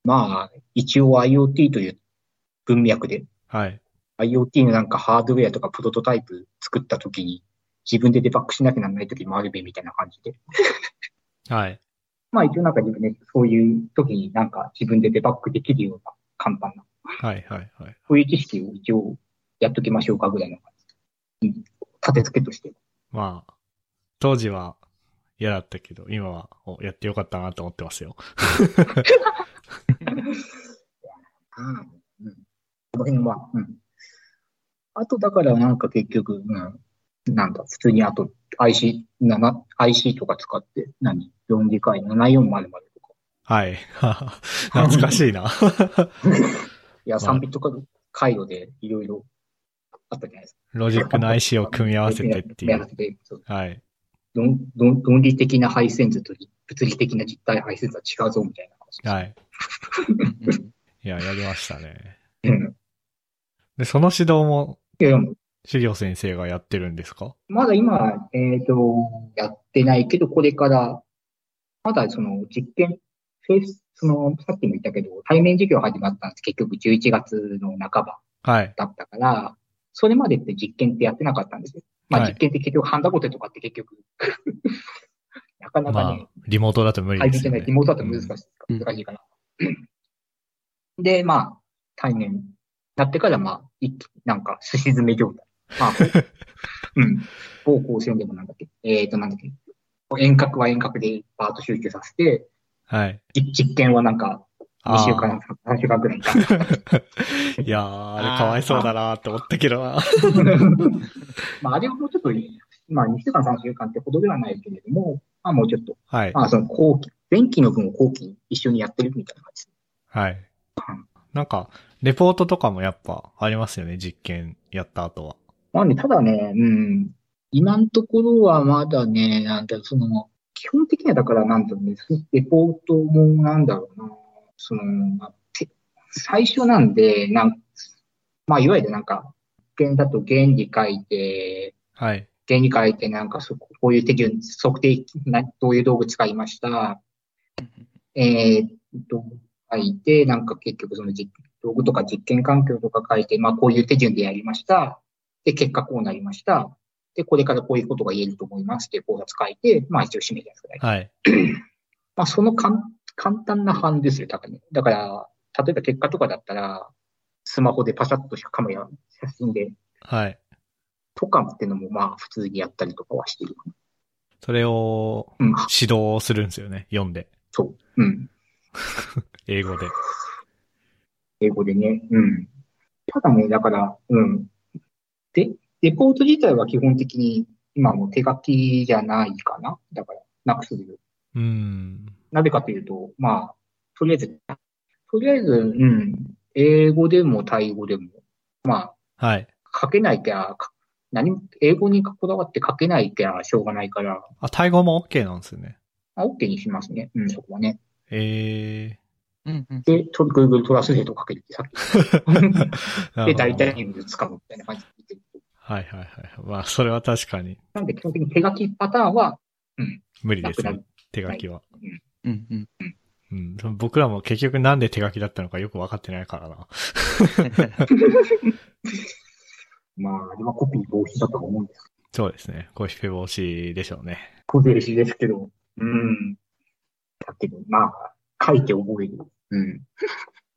S2: まあ、一応 IoT という文脈で、
S1: はい。
S2: IoT のなんかハードウェアとかプロトタイプ作ったときに、自分でデバッグしなきゃならないときもあるべみたいな感じで。
S1: はい。
S2: まあ一応なんか自分で、そういうときになんか自分でデバッグできるような簡単な、
S1: はい、はい、はい。
S2: そういう知識を一応やっときましょうかぐらいの感じ。うん立て付けとして。
S1: まあ、当時は嫌だったけど、今はおやってよかったなと思ってますよ。
S2: うん。うん。この辺は、うん。あとだからなんか結局、うん。なんだ、普通にあと IC、7 IC とか使って、何 ?4 次回、74までまでとか。
S1: はい。 懐かしい な。
S2: いや、
S1: まあ
S2: 3ビット回路でいろいろあったじゃないですか。
S1: ロジックの IC を組み合わせてってい
S2: 組み合わ
S1: う。
S2: せてそう
S1: はい。
S2: 論論論理的な配線図と物理的な実体配線図は違うぞみたいな話。
S1: はい。
S3: うんうん
S1: いや、やりましたね。
S2: うん
S1: で、その指導も、
S2: いやでも
S1: 修行先生がやってるんですか
S2: まだ今、えっ、と、やってないけど、これから、まだその実験、フェイス、その、さっきも言ったけど、対面授業始まったんです。結局11月の半ば
S1: はい。
S2: だったから、それまでって実験ってやってなかったんですよ。まあ
S1: はい
S2: 実験って結局ハンダゴテとかって結局、 なかなか
S1: ま
S2: ね
S1: あ、、リモートだと無理
S2: 対
S1: で
S2: 面
S1: す
S2: じ
S1: よ
S2: ゃな
S1: ね。
S2: い、リモートだと難しい
S1: うん。
S3: うん
S2: 難しいかな。で、まあ、対面になってから、まあ、一気になんか、すし詰め状態。 まあ、うん。高校生でもなんだっけ、えっ、と、なんだっけ、遠隔は遠隔でパート集中させて、
S1: はい。
S2: 実実験はなんか、2週間、3週間くらい か。
S1: あーいやー、あれかわいそうだなーって思ったけどな。
S2: まあ、あれはもうちょっと、まあ、2週間、3週間ってほどではないけれども、まあ、もうちょっと、
S1: はい。
S2: まあ、その後期、前期の分を後期に一緒にやってるみたいな感じです。
S1: はい。なんか、レポートとかもやっぱありますよね、実験やった後は。
S2: まあね、ただね、うん、今のところはまだね、なんだろう、その、基本的にはだから、なんだろうね、そレポートもなんだろうな、その、まあて最初なんで、なん、まあ、いわゆるなんか、原だと原理書いて、
S1: はい。
S2: 原理書いて、なんかそこ、こういう手順、測定、などういう道具使いました。えーっと、書いて、なんか結局その実道具とか実験環境とか書いて、まあこういう手順でやりました。で、結果こうなりました。で、これからこういうことが言えると思いますっていう考察書いて、まあ一応締めるやつぐらい。
S1: はい。
S2: まあその簡簡単な版ですよ、多分。だから、例えば結果とかだったら、スマホでパシャッとカメラ、写真で、
S1: はい。
S2: とかっていうのもまあ普通にやったりとかはしてる。
S1: それを
S2: うん、
S1: 指導するんですよね、読んで。
S2: そう。うん。
S1: 英語で。
S2: 英語でね。うん。ただね、だから、うん。で、レポート自体は基本的に今もう手書きじゃないかな。だから、なくするよ。
S1: うーん。
S2: なぜかというと、まあ、とりあえず、とりあえず、うん。英語でもタイ語でも、ま
S1: はい。
S2: あ、書けないきゃ、か何も、英語にこだわって書けないきゃしょうがないから、
S1: あ、タイ語も OK なんですよね。
S2: まあ、OK にしますね。うん、そこはね。
S1: え
S3: うんうん。
S2: で、と Google トランスレートかけるってさっき。
S1: ー。
S2: で、大体
S1: なるほど
S2: 英語で使うみたいな感じで言ってる。
S1: はいはいはい。まあ、それは確かに
S2: なんで基本的に手書きパターンは
S1: 無理
S2: な
S1: で
S2: く
S1: す
S2: な
S1: ね
S2: る。。
S1: 手書きは。
S3: うん うん。
S1: うん。でも僕らも結局なんで手書きだったのかよくわかってないからな。
S2: まあ、あれはコピー防止だとは思うんですけ
S1: そうですね。コーヒーペ防止でしょうね。
S2: ど。コピー防止ですけど。うん。だけど、まあ、書いて覚える。うん。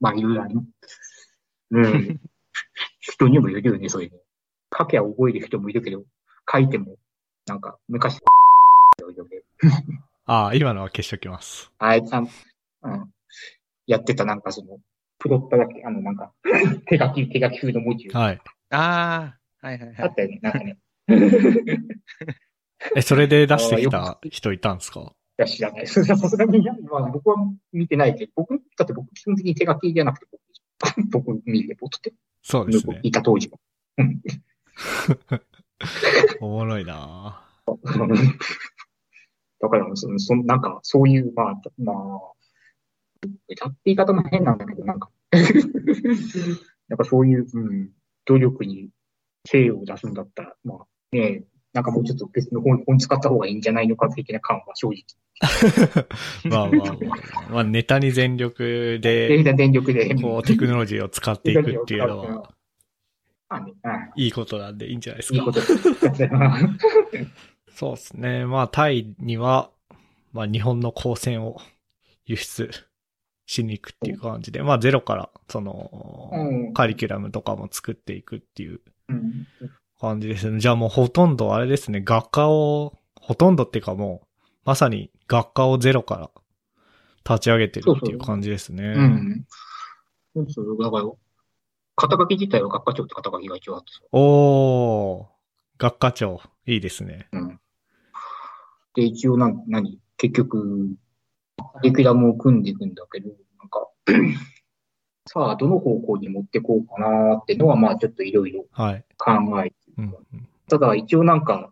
S2: まあ、いろいろあります。うん。人にもよるよね、それね。書けば覚える人もいるけど、書いても、なんか、昔、
S1: ああ、今のは消しときます。
S2: あいつさん、うん、やってたなんかその、プロットだっけ、あの、なんか、手書き、手書き風の文字。あ
S1: はい。
S3: ああ、はいはいは
S2: っ
S3: い。
S2: たよね、なんかね。
S1: え、それで出してき
S2: あーよ
S1: た人いたんですか
S2: いや、知らない。 それはさすがに、まあ、僕は見てないけど、僕、だって僕、基本的に手書きじゃなくて、僕、 僕見るレポートって、
S1: そうですね
S2: 僕。いた当時は。うん。
S1: おもろいな ぁ
S2: だから、その、そのなんか、そういう、まあ、まあ、歌って言い方も変なんだけど、なんか、 なんかそういう、うん、努力に精を出すんだったら、まあ、ねえ、なんかもうちょっと別の本本使った方がいいんじゃないのか的な感は正直。
S1: まあまあまあ、まあ、ネタに全力
S2: で、
S1: で、
S2: 電力で、
S1: こう、テクノロジーを使っていくっていうのは、
S2: まあね、う
S1: いいことなんでいいんじゃないです
S2: ん、いい
S1: か
S2: こ。とです。
S1: そうですね。まあ、タイには、まあ、日本の光線を輸出しに行くっていう感じで、まあ、ゼロから、その、
S2: うん
S1: カリキュラムとかも作っていくっていう
S2: うん
S1: 感じですね。じゃあもうほとんどあれですね、学科を、ほとんどっていうかもう、まさに学科をゼロから立ち上げてるっていう感じですね。
S2: うん。そうそう、だから、肩書き自体は学科長って肩書きが一応あってさ
S1: おー、学科長、いいですね。
S2: で、一応なん、何結局、カリキュラムを組んでいくんだけど、なんか、 さあ、どの方向に持ってこうかなーってのは、まあ、ちょっといろいろ
S1: はい。
S2: 考えて。
S1: うん、
S2: ただ、一応なんか、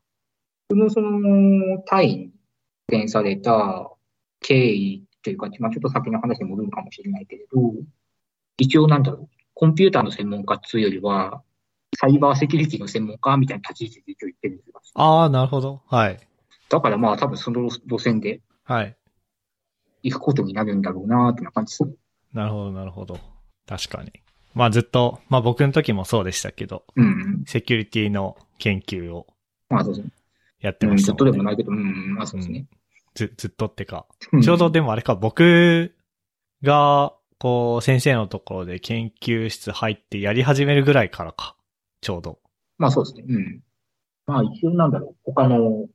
S2: その、その、タイに転された経緯というか、まあ、ちょっと先の話に戻るかもしれないけれど、一応なんだろう、コンピューターの専門家っつうよりは、サイバーセキュリティの専門家みたいな立ち位置で一応言ってるんですよ。
S1: あー、なるほど。はい。
S2: だからまあ、多分その路線で
S1: はい。
S2: 行くことになるんだろうな、ってな感じです。
S1: なるほど、なるほど。確かに。まあずっと、まあ僕の時もそうでしたけど、
S2: うん。
S1: セキュリティの研究を
S2: まあ、そうですね。
S1: やって
S2: う
S1: ま
S2: ん、
S1: し
S2: ち
S1: た
S2: ょっと
S1: もん
S2: で
S1: ね。
S2: もないけど、うん、まあそうですね。
S1: ず、ずっとってか。
S2: ん
S1: ちょうどでもあれか、僕が、こう、先生のところで研究室入ってやり始めるぐらいからか。ちょうど。
S2: まあそうですね。うん。まあ一応なんだろう、他の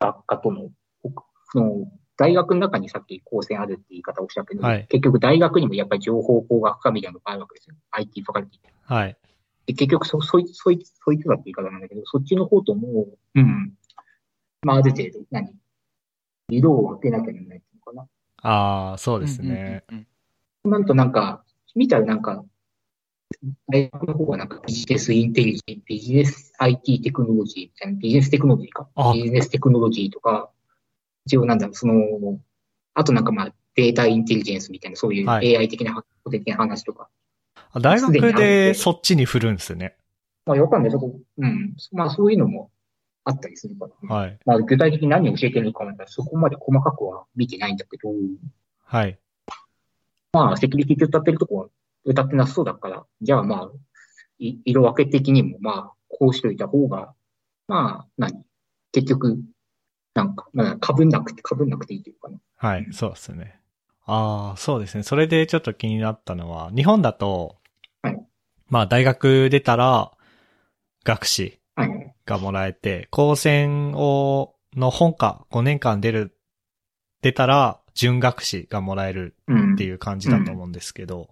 S2: 学科との、ほその、大学の中にさっき高専あるって言い方をおっしゃったけど、
S1: はい
S2: 結局大学にもやっぱり情報工学科みたいなのがあるわけですよ。IT とかって。
S1: はい。
S2: で、結局そ、そいつ、そいつ、そいつだって言い方なんだけど、そっちの方とも、うん。まあある程度、何色を分けなきゃならないっていうのかな。
S1: ああ、そうですね。
S3: うんうん
S2: なんとなんか、見たらなんか、大学の方はなんかビジネスインテリジェン、ビジネス IT テクノロジーみたいな、ビジネステクノロジーか
S1: あ。
S2: ビジネステクノロジーとか、一応なんだろう、その、あとなんかまあ、データインテリジェンスみたいな、そういう
S1: はい
S2: AI 的な、発想的な話とか。
S1: あ大
S2: すでにあ
S1: 学
S2: るけ
S1: で
S2: ど
S1: そっちに振るんですね。
S2: まあ、わかんない。そこ、うん。まあ、そういうのもあったりするから、
S1: はい。
S2: まあ、具体的に何を教えてるのかも、そこまで細かくは見てないんだけど、
S1: はい。
S2: まあ、セキュリティって歌ってるとこは歌ってなさそうだから、じゃあまあ、い色分け的にもまあ、こうしといた方が、まあ、何結局、なんか、まあ、被んなくて、被んなくていいというかな。
S1: はい。そうですね。ああ、そうですね。それでちょっと気になったのは、日本だと、
S2: はい
S1: まあ大学出たら、学士
S2: はいはい。
S1: がもらえて、高専を、の本科5年間出る、出たら、準学士がもらえる
S2: うん。
S1: っていう感じだと思うんですけど、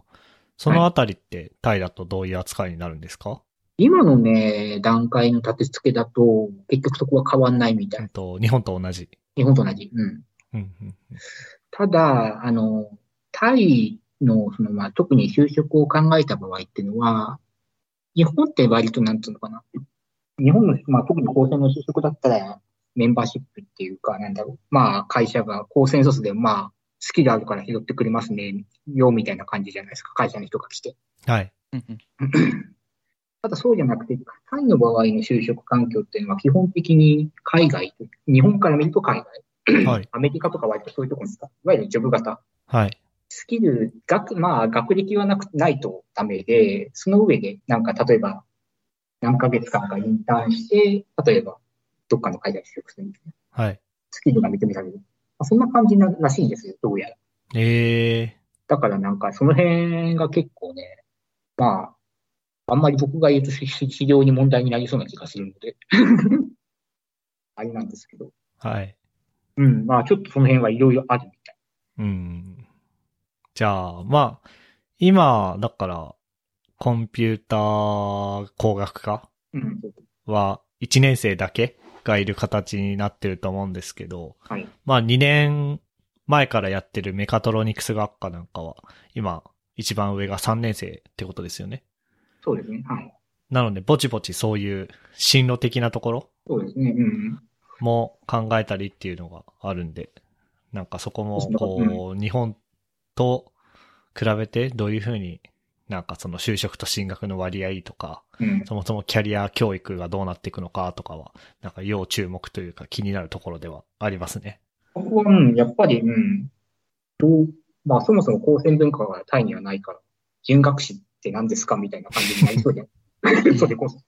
S1: そのあたりってタイだとどういう扱いになるんですか、
S2: 今のね、段階の立て付けだと、結局そこは変わんないみた
S1: えっ
S2: い。
S1: と、日本と同じ。
S2: 日本と同じ。うん。
S1: うんうんうん
S2: ただ、あの、タイの、その、まあ、特に就職を考えた場合っていうのは、日本って割と、なんつうのかな。日本の、まあ、特に高専の就職だったら、メンバーシップっていうか、なんだろう。まあ、会社が高専卒で、まあ、好きがあるから拾ってくれますね、よ、みたいな感じじゃないですか。会社の人が来て。
S1: はい。
S3: うんうん
S2: ただそうじゃなくて、タイの場合の就職環境っていうのは基本的に海外、日本から見ると海外、
S1: はい
S2: アメリカとか割とそういうところに使う、いわゆるジョブ型
S1: はい。
S2: スキル、学、まあ、学歴はなく、ないとダメで、その上で、なんか、例えば、何ヶ月間かインターンして、例えば、どっかの会社に就職するみたいな。
S1: はい。
S2: スキルが認められる。まあ、そんな感じならしいんですよ、どうやら。
S1: ええ
S2: だからなんか、その辺が結構ね、まあ、あんまり僕が言うと、しし非常に問題になりそうな気がするので。 あれなんですけど。
S1: はい。
S2: うん、まあ、ちょっとその辺はいろいろあるみたい。
S1: うん。じゃあ、まあ、今、だから、コンピューター工学科
S2: うん、
S1: は1年生だけがいる形になってると思うんですけど、
S2: はい。
S1: まあ2年前からやってるメカトロニクス学科なんかは、今一番上が3年生ってことですよね。
S2: そうですね。はい。
S1: なので、ぼちぼちそういう進路的なところ
S2: そうですね。うん。
S1: も考えたりっていうのがあるんで、なんかそこも、こう、日本と比べてどういうふうになんかその就職と進学の割合とか、
S2: うん。
S1: そもそもキャリア教育がどうなっていくのかとかは、なんか要注目というか気になるところではありますね。
S2: ここは、うん、やっぱり、うん、どう、まあ、そもそも高専文化がタイにはないから、人学士って何ですかみたいな感じになりそうじゃん。それこそ。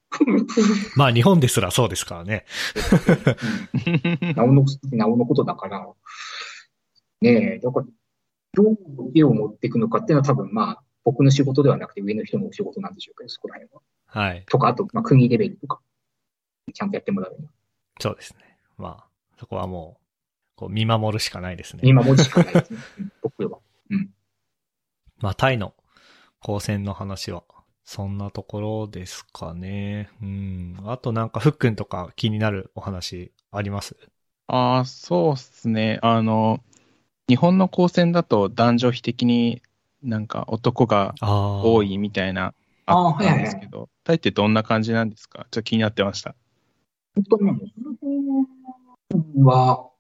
S1: まあ日本ですらそうですからね。
S2: なおの、なおのことだから、ねえ、だから、どう家を持っていくのかっていうのは多分、まあ、僕の仕事ではなくて上の人のお仕事なんでしょうけど、そこら辺は。
S1: はい。
S2: とか、あと、まあ、国レベルとか、ちゃんとやってもらうような。
S1: そうですね。まあ、そこはもう、こう見守るしかないですね。
S2: 今文字しかないですね。うん僕は。
S1: まあ、タイの高専の話は、そんなところですかね。うん。あとなんか、ふっくんとか気になるお話あります
S3: ああ、そうっすね。あの、日本の高専だと男女比的になんか男が
S1: ああ。
S3: 多。いみたいな
S2: あー
S3: あったんですけど、タイってどんな感じなんですかちょっと気になってました。
S2: 本当ね、その辺は、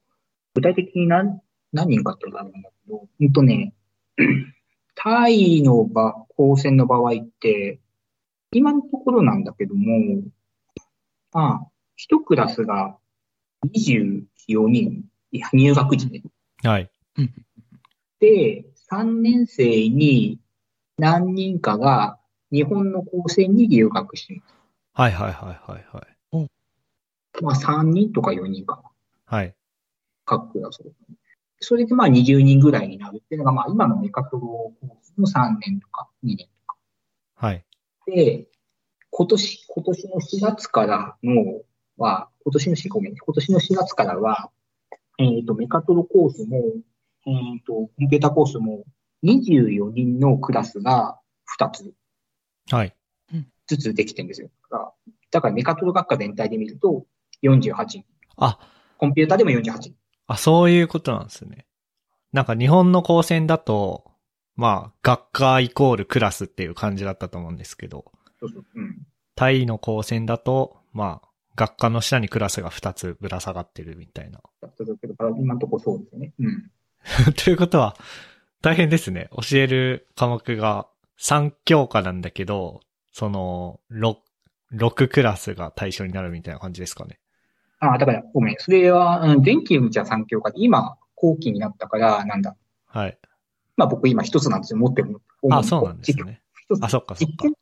S2: 具体的に何何人かってことなんだけど、本当ね、タイの場、高専の場合って、今のところなんだけども、まあ、一クラスが24人、いや入学時で、
S1: はい。
S2: で、3年生に何人かが日本の高専に留学してま
S1: はいはいはいはいはい。
S2: す。まあ3人とか4人かな。
S1: はい。
S2: 各区だそうですね。それでまあ20人ぐらいになるっていうのが、まあ今の目覚悟の3年とか2年
S1: はい。
S2: で、今年、今年の4月からのは、今年の4、ごめん、今年の4月からは、えっ、と、メカトロコースも、えっ、と、コンピュータコースも、24人のクラスが2つ
S1: はい。
S2: ずつできてるんですよ。だから、だからメカトロ学科全体で見ると、48人。
S1: あ、
S2: コンピュータでも48人。
S1: あ、そういうことなんですね。なんか日本の高専だと、まあ、学科イコールクラスっていう感じだったと思うんですけど、
S2: そうそう。うん。
S1: タイの高専だと、まあ、学科の下にクラスが2つぶら下がってるみたいな。
S2: だったけど、今のところそうですね。うん。
S1: ということは、大変ですね。教える科目が3教科なんだけど、その、6、6クラスが対象になるみたいな感じですかね。
S2: あ、だから、ごめん。それは、うん、前期のじゃ3教科で、今、後期になったから、なんだ。
S1: はい。
S2: まあ僕今一つなんですよ、持ってるの。
S1: あ、そうなんですね。
S2: 一つ。
S1: あ、そっかそっ
S2: 実
S1: か
S2: 験。、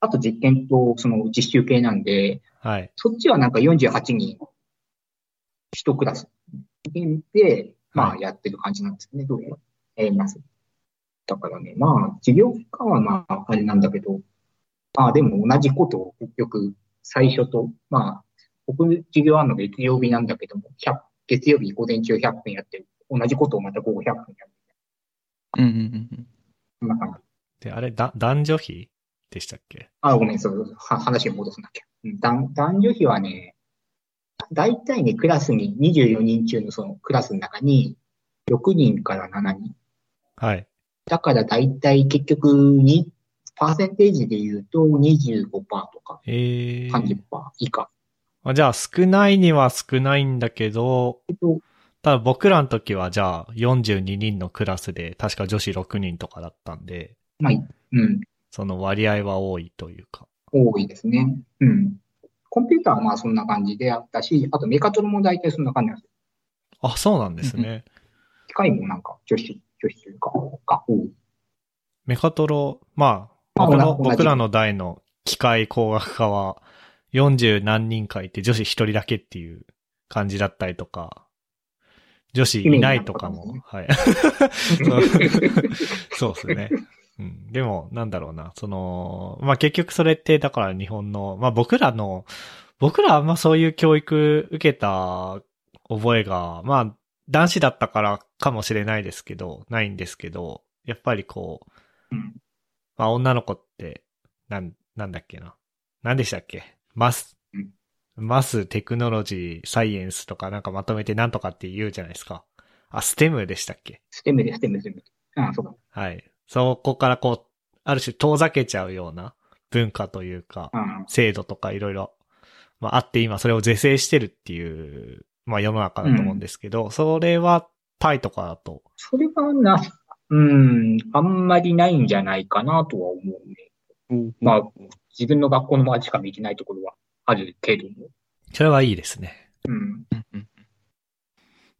S2: あと実験とその実習系なんで、
S1: はい。
S2: そっちはなんか48人、一クラスで、ま
S1: は
S2: あやってる感じなんですね、どうやら。えー、ます。だからね、まあ、授業期間はまあ、あれなんだけど、まあでも同じことを結局、最初と、まあ、僕授業あるの月曜日なんだけども、100月曜日午前中100分やってる。同じことをまた午後100分やる。
S3: うんうんうんうん。
S2: そんな感じ。
S1: で、あれ、だ、男女比でしたっけ
S2: あ、ごめん、そうそうそう、は話を戻すんだっけ。うん男男女比はね、大体ね、クラスに、24人中のそのクラスの中に、6人から7人。
S1: はい。
S2: だから大体結局に、パーセンテージで言うと25%とか
S1: えー。
S2: 30%以下。
S1: まあ、じゃあ少ないには少ないんだけど、
S2: えっと、
S1: ただ僕らの時はじゃあ42人のクラスで確か女子6人とかだったんで、
S2: うん、
S1: その割合は多いというか。
S2: 多いですね。うん。コンピューターはまあそんな感じであったし、あとメカトロも大体そんな感じなんですよ。
S1: あ、そうなんですね。
S2: 機械もなんか女子、女子というか、が多い。
S1: メカトロ、まあ、
S2: あ
S1: 僕の、
S2: 同じ
S1: 僕らの代の機械工学科は40何人かいて女子1人だけっていう感じだったりとか、女子いないとかも、はい。 そうですね。うん、でも、なんだろうな。その、まあ、結局それって、だから日本の、まあ、僕らの、僕らはあんまそういう教育受けた覚えが、まあ、男子だったからかもしれないですけど、ないんですけど、やっぱりこう、
S2: うん
S1: まあ、女の子って、なん、なんだっけな。なんでしたっけマス
S2: うん、
S1: マス、テクノロジー、サイエンスとかなんかまとめてなんとかって言うじゃないですか。あ、ステムでしたっけ
S2: ステムで、ステム、ステム。うん、そうだ。
S1: はい。そこからこう、ある種遠ざけちゃうような文化というか、
S2: うん。
S1: 制度とかいろいろ、まああって今それを是正してるっていう、まあ世の中だと思うんですけど、それはタイとかだと、
S2: それはな、うん、あんまりないんじゃないかなとは思うね。まあ、自分の学校の周りしか見てないところはあるけども。
S1: それはいいですね。
S2: うん。
S3: うんうん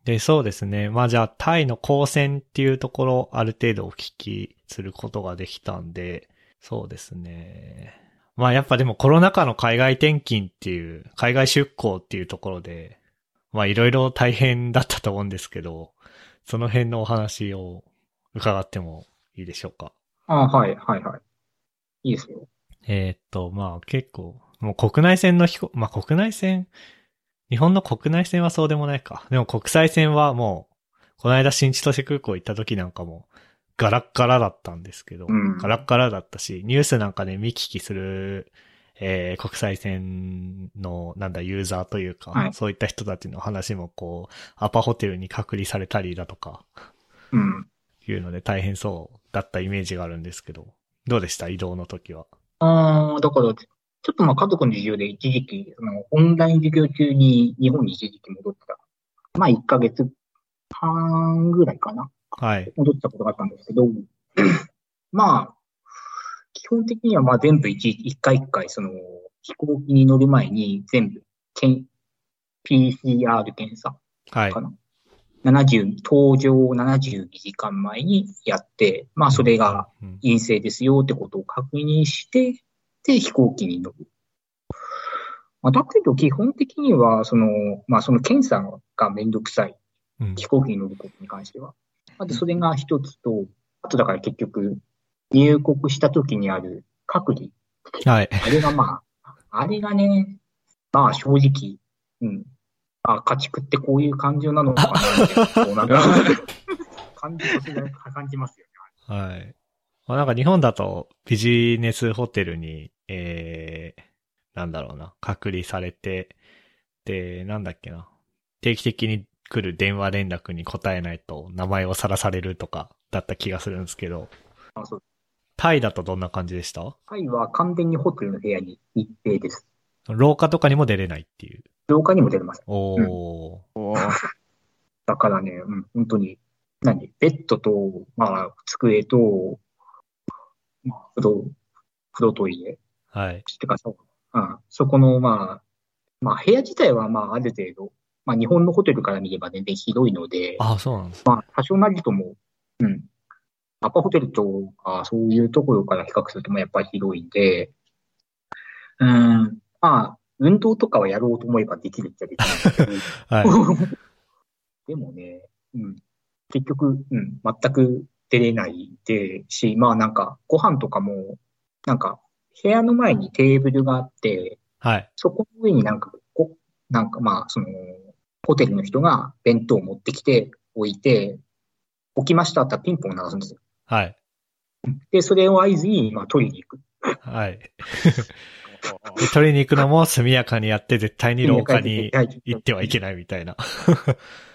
S1: で、そうですね。まあじゃあ、タイの高専っていうところ、ある程度お聞きすることができたんで、そうですね。まあやっぱでもコロナ禍の海外転勤っていう、海外出向っていうところで、まあいろいろ大変だったと思うんですけど、その辺のお話を伺ってもいいでしょうか。
S2: あはい、はい、はい。いいですよ。
S1: えーっと、まあ結構、もう国内線の飛行、まあ国内線、日本の国内線はそうでもないか。でも国際線はもう、この間新千歳空港行った時なんかも、ガラッガラだったんですけど、
S2: うん
S1: ガラッガラだったし、ニュースなんかね、見聞きする、えー国際線の、なんだ、ユーザーというか、
S2: はい
S1: そういった人たちの話もこう、アパホテルに隔離されたりだとか、
S2: うん。
S1: いうので大変そうだったイメージがあるんですけど、どうでした移動の時は。
S2: ああ、だから、ちょっとまあ家族の事情で一時期、そのオンライン授業中に日本に一時期戻ってた。まあ1ヶ月半ぐらいかな。
S1: はい。
S2: 戻ってたことがあったんですけど、 まあ、基本的にはまあ全部一、一回一回、その、飛行機に乗る前に全部、検 PCR 検査
S1: はい
S2: か。な、 70、登場72時間前にやって、まあそれが
S1: うん、
S2: 陰性ですよってことを確認して、で、飛行機に乗る。まあ、だけど基本的には、その、まあその検査がめんどくさい。
S1: うん。
S2: 飛行機に乗ることに関しては。あと、それが一つと、あとだから結局、入国した時にある隔離。
S1: はい。
S2: あれがまあ、あれがね、まあ正直、うん。あ、家畜ってこういう感情なのかなって、こうなんか感じとすごい感じますよね。
S1: はい。まあなんか日本だとビジネスホテルに、えー、なんだろうな、隔離されて、で、なんだっけな、定期的に来る電話連絡に答えないと名前をさらされるとかだった気がするんですけど、
S2: あそう
S1: タイだとどんな感じでした
S2: タイは完全にホテルの部屋に一定です。
S1: 廊下とかにも出れないっていう。
S2: 廊下にも出れます。
S1: おー。
S3: おー
S2: だからね、うん、本当に、何ベッドと、まあ、机と、まあ、風呂、風呂トイレ。
S1: はい。
S2: てかそう、うん、そこの、まあ、まあ、部屋自体は、まあ、ある程度、まあ、日本のホテルから見れば全然広いので、
S1: あ、そうなんです。
S2: まあ、多少なりとも、うん、アパホテルとか、そういうところから比較すると、まあ、やっぱり広いんで、うん、まあ、運動とかはやろうと思えばできるっちゃできるんですけど、
S1: はい。
S2: でもね、うん、結局、うん、全く出れないでし、まあなんか、ご飯とかも、なんか、部屋の前にテーブルがあって、
S1: はい。
S2: そこの上になんか、こなんかまあ、その、ホテルの人が弁当を持ってきて、置いて、置きましたってピンポン鳴らすんですよ。
S1: はい。
S2: で、それを合図に、まあ、取りに行く。
S1: はい。で取りに行くのも速やかにやって、絶対に廊下に行ってはいけないみたいな。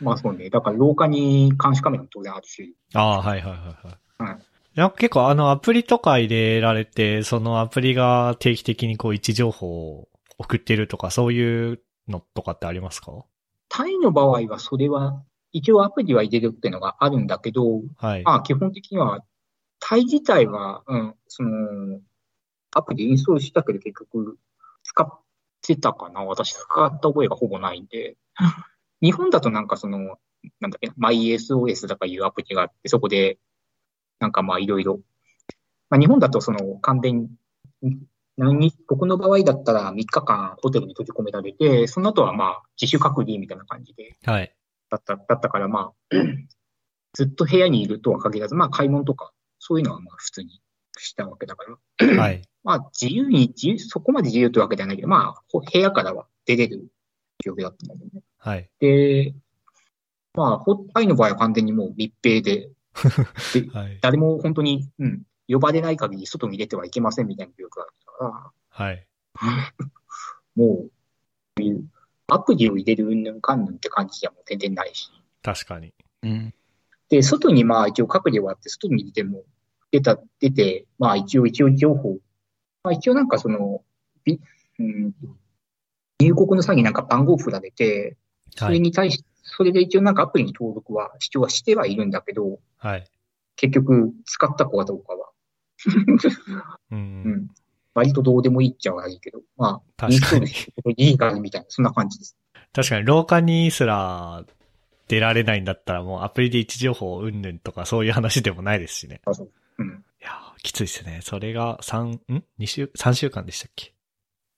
S2: まあそうね。だから廊下に監視カメラも当然あるし、
S1: ああ、はいはいはいはい。
S2: うん
S1: なんか結構あのアプリとか入れられて、そのアプリが定期的にこう位置情報を送ってるとか、そういうのとかってありますか
S2: タイの場合はそれは、一応アプリは入れるっていうのがあるんだけど、
S1: はい。
S2: まあ、基本的には、タイ自体は、うん、その、アプリインストールしたけど結局使ってたかな私使った覚えがほぼない んで。日本だとなんかその、なんだっけな、MySOS だかいうアプリがあって、そこで、なんかまあいろいろ。まあ、日本だとその完全に、何日、僕の場合だったら3日間ホテルに閉じ込められて、その後はまあ自主隔離みたいな感じで。
S1: はい。
S2: だった、だったから、まあ、ずっと部屋にいるとは限らず、まあ、買い物とか、そういうのはまあ、普通にしたわけだから、
S1: はい。
S2: まあ、自由に、自由、そこまで自由というわけではないけど、まあ、ほ部屋からは出れる状況だったんだけどね。
S1: はい。
S2: で、まあ、ホタイの場合は完全にもう密閉で、
S1: はい。
S2: 誰も本当に、うん、呼ばれない限り外に出てはいけませんみたいな状況だったから、
S1: はい。
S2: もう、こういうアプリを入れるうんぬんかんぬんって感じじゃもう全然ないし。
S1: 確かに。
S3: うん
S2: で、外にまあ一応隔離はあって、外に出ても、出た、出て、まあ一応一応情報、まあ一応なんかその、びうん、入国の際になんか番号振られて、そ
S1: は
S2: れ
S1: い。
S2: に対し、それで一応なんかアプリに登録は、主張はしてはいるんだけど、
S1: はい。
S2: 結局使った子かどうかは、
S1: う。
S2: うんん、割とどうでもいいっちゃ悪いけど、まあ、
S1: 確かに。
S2: いいからみたいな、そんな感じです。
S1: 確かに廊下にすら出られないんだったらもうアプリで位置情報うんぬんとかそういう話でもないですしね。
S2: うん。
S1: いやーきついですね。それが3、ん ?2 週、3週間でしたっけ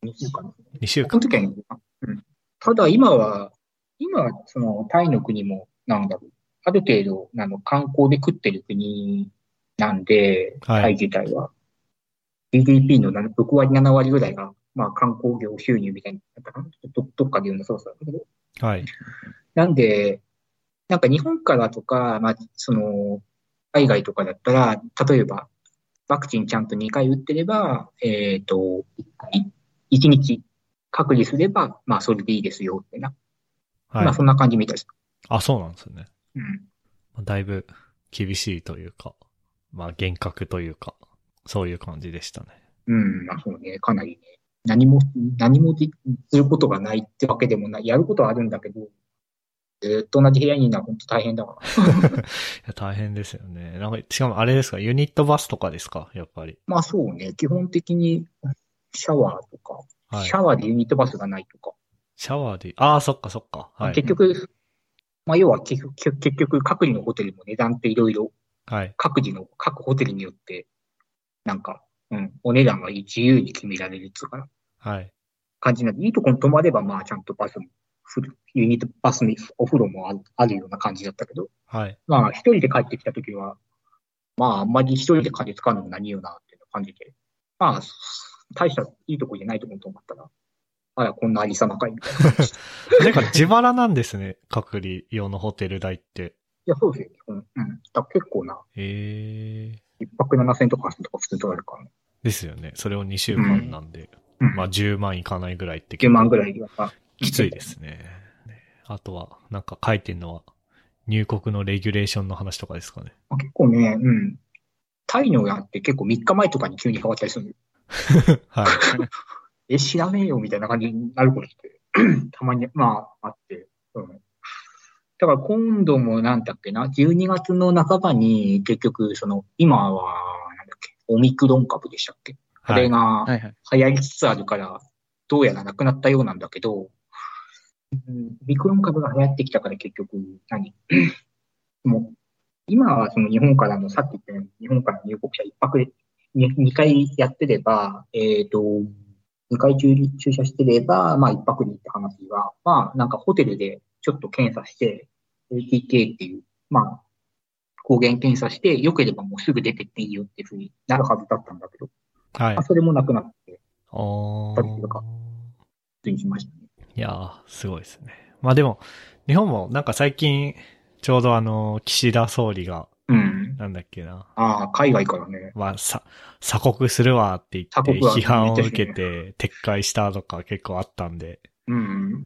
S2: 2週間
S1: ?2 週
S2: こ
S1: 間。
S2: の時は、うん、ただ今は、今はそのタイの国も、なんだろう、ある程度、あの観光で食ってる国なんで、
S1: はい
S2: タイ自体は。GDP の7 6割、7割ぐらいが、まあ観光業収入みたいになったかなどどっかで言うのそうそうだけど。
S1: はい。
S2: なんで、なんか日本からとか、まあ、その、海外とかだったら、例えば、ワクチンちゃんと2回打ってれば、えっ、と、い1日隔離すれば、まあ、それでいいですよってな。ま
S1: は
S2: あ、
S1: い
S2: そ。んな感じみたいです。
S1: あ、そうなんですね。
S2: うん。
S1: だいぶ厳しいというか、まあ厳格というか、そういう感じで したね。
S2: うん、まあ、そうね、かなりね。何も、何もですることがないってわけでもない。やることはあるんだけど、ずっと同じ部屋にいるのは本当大変だから。
S1: いや大変ですよね。なんか、しかもあれですか、ユニットバスとかですか、やっぱり。
S2: まあ、そうね、基本的に、シャワーとか、
S1: はい
S2: シャ。ワーでユニットバスがないとか、
S1: シャワーで、ああ、そっかそっか。はい。
S2: 結局、まあ、要は結局、結局各自のホテルも値段っていろいろ、
S1: はい。
S2: 各自の、各ホテルによって、なんか、うん、お値段が自由に決められるっていうかな
S1: はい。
S2: 感じなんで、いいとこに泊まれば、まあ、ちゃんとバスも、フルユニットバスにお風呂もあるあるような感じだったけど、
S1: はい。
S2: まあ、一人で帰ってきたときは、まあ、あんまり一人で金使うのも何よな、っていう感じで、まあ、大したいいとこじゃないとこに泊まったら、あら、こんなありさまかい、みたいな感じ。い
S1: なんか自腹なんですね。 隔離用のホテル代って。
S2: や、そうですよ、ね。うん。うん、だから結構な、
S1: ええ
S2: 一泊7000とか8000とか普通に取られるからね。
S1: ですよね。それを2週間なんで。
S2: うん
S1: まあ10万いかないぐらいって
S2: 9万ぐら
S1: い。
S2: いは。
S1: きついで。すね。 あとは、なんか書いてんのは、入国のレギュレーションの話とかですかね。
S2: まあ結構ね、うん。タイの親って結構3日前とかに急に変わったりするのよ
S1: はい。
S2: え、知らねえよみたいな感じになることって、 たまに、まあ、あって。うん。だから今度もなんだっけな、12月の半ばに結局、その、今は、なんだっけ、オミクロン株でしたっけあ
S1: は
S2: れ
S1: い。
S2: が
S3: はいはい。
S2: 流行りつつあるから、どうやらなくなったようなんだけど、うんオミクロン株が流行ってきたから結局何、 もう、今はその日本からの、さっき言ったように、日本からの入国者一泊でに2回やってれば、えっ、と、2回駐駐車してれば、まあ一泊でって話は、まあなんかホテルでちょっと検査して、ATK っていう、まあ、抗原検査して、良ければもうすぐ出てっていいよっていうふうになるはずだったんだけど、
S1: はい
S2: まあ。それもなくなって、
S1: あー
S2: たりするかついしましたね。
S1: いやー、すごいですね。まあでも、日本もなんか最近、ちょうどあの、岸田総理が、
S2: うん。
S1: なんだっけな、
S2: ああ、海外からね。
S1: まあ、さ、鎖国するわって言って、
S2: 鎖国は
S1: 批判を受
S2: め
S1: け
S2: っち
S1: て撤回したとか結構あったんで。
S2: うん。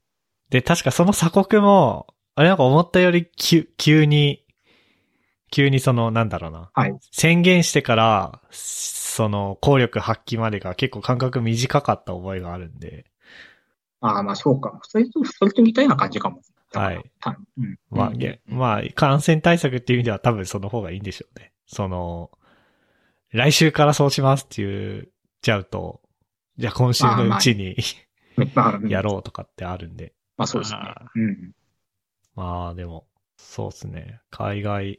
S1: で、確かその鎖国も、あれなんか思ったより急、急に、急にその、なんだろうな。
S2: はい
S1: 宣言してから、その、効力発揮までが結構間隔短かった覚えがあるんで。
S2: ああ、まあそうか。それと、それと似たような感じかも。
S1: はい。
S2: たうん。
S1: まあ、
S2: うん
S1: げまあ、感染対策っていう意味では多分その方がいいんでしょうね。その、来週からそうしますって言っちゃうと、じゃあ今週のうちに
S2: まあ、う ん
S1: やろうとかってあるんで。
S2: まあそうですね
S3: あ。
S2: うん。
S1: まあでも、そうですね。海外、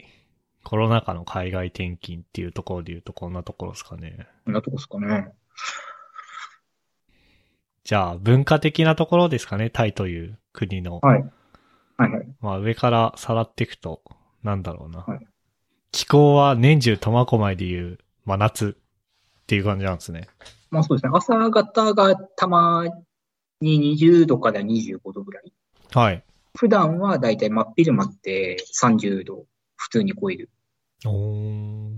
S1: コロナ禍の海外転勤っていうところで言うとこんなところですかね。
S2: こんなとこですかね。
S1: じゃあ文化的なところですかね。タイという国の。
S2: はい。はいはい。
S1: まあ上からさらっていくと、なんだろうな。
S2: はい
S1: 気候は年中苫小牧でいう真夏っていう感じなんですね。
S2: まあそうですね。朝方がたまに20度から25度ぐらい。
S1: はい。
S2: 普段はだいたい真っ昼間って30度普通に超える。
S1: おー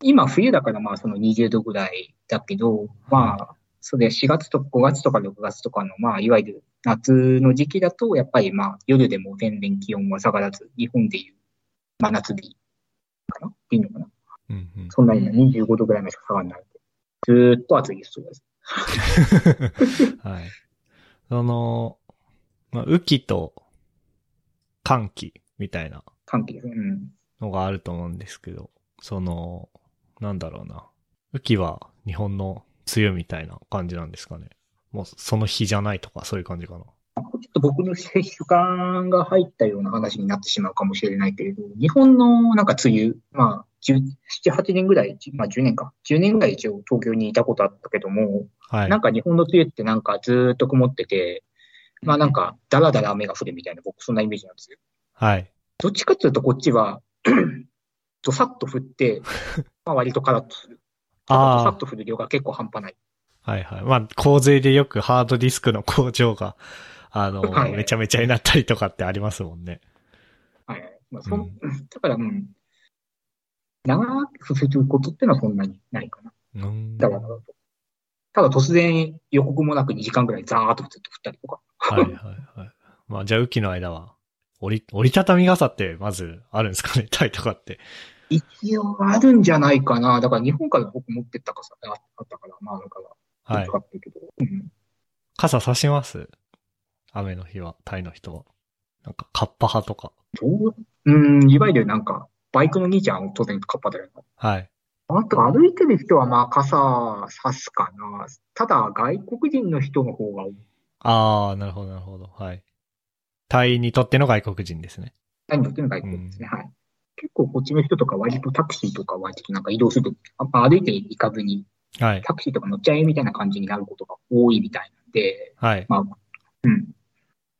S2: 今冬だからまあその20度ぐらいだけど、まあ、それ4月と5月とか6月とかのまあ、いわゆる夏の時期だと、やっぱりまあ夜でも全然気温は下がらず、日本でいう真夏日かなっていうのかな
S1: うん うん、
S2: そんなに25度ぐらいまでしか下がらない。ずーっと暑いです。そうです。
S1: はい。その、まあ、雨季と寒季みたいな
S2: 寒気ですね。うん。
S1: のがあると思うんですけど、その、なんだろうな。雨季は日本の梅雨みたいな感じなんですかね。もうその日じゃないとかそういう感じかな。
S2: ちょっと僕の主観が入ったような話になってしまうかもしれないけれど、日本のなんか梅雨、まあ、10 7、8年ぐらい、まあ10年か、10年ぐらい一応東京にいたことあったけども、
S1: はい
S2: なん。か日本の梅雨ってなんかずーっと曇ってて、まあなんかダラダラ雨が降るみたいな、僕そんなイメージなんですよ。
S1: はい。
S2: どっちかっていうとこっちは、 どさっと降って、 まあ割とカラッとする。ただどさ
S1: あ
S2: っと降る量が結構半端ない。
S1: あ、はいはい。まあ、洪水でよくハードディスクの工場が、あの、
S2: はい
S1: めちゃめちゃになったりとかってありますもんね。
S2: はいはい。まあその
S1: うん
S2: だから、うん。長く降ることってのはそんなにないかな。
S1: うん
S2: だから、ただ突然予告もなく2時間ぐらいザーッとずっと降ったりとか。
S1: はいはいはい。まあ、じゃあ、雨季の間は、折り、折りたたみ傘って、まず、あるんですかね タイとかって。
S2: 一応あるんじゃないかな。だから日本から僕持ってったかさ、ああったから、まあなんか、
S1: はい
S2: 使。ってるけど。うん
S1: 傘差します雨の日は、タイの人は。なんか、カッパ派とか。
S2: どううん、いわゆるなんか、バイクの兄ちゃんは当然カッパだよな。
S1: はい。
S2: あと歩いてる人はまあ傘差すかな。ただ外国人の人の方が多い、
S1: ああ、なるほど、なるほど。はい。タイにとっての外国人ですね。
S2: タイムっていうのが一個ですね。はい。結構こっちの人とか割とタクシーとかはちょっとなんか移動すると、あんま歩いて行かずに、
S1: はい。
S2: タクシーとか乗っちゃえみたいな感じになることが多いみたいなんで、
S1: はい。
S2: まあ、うん。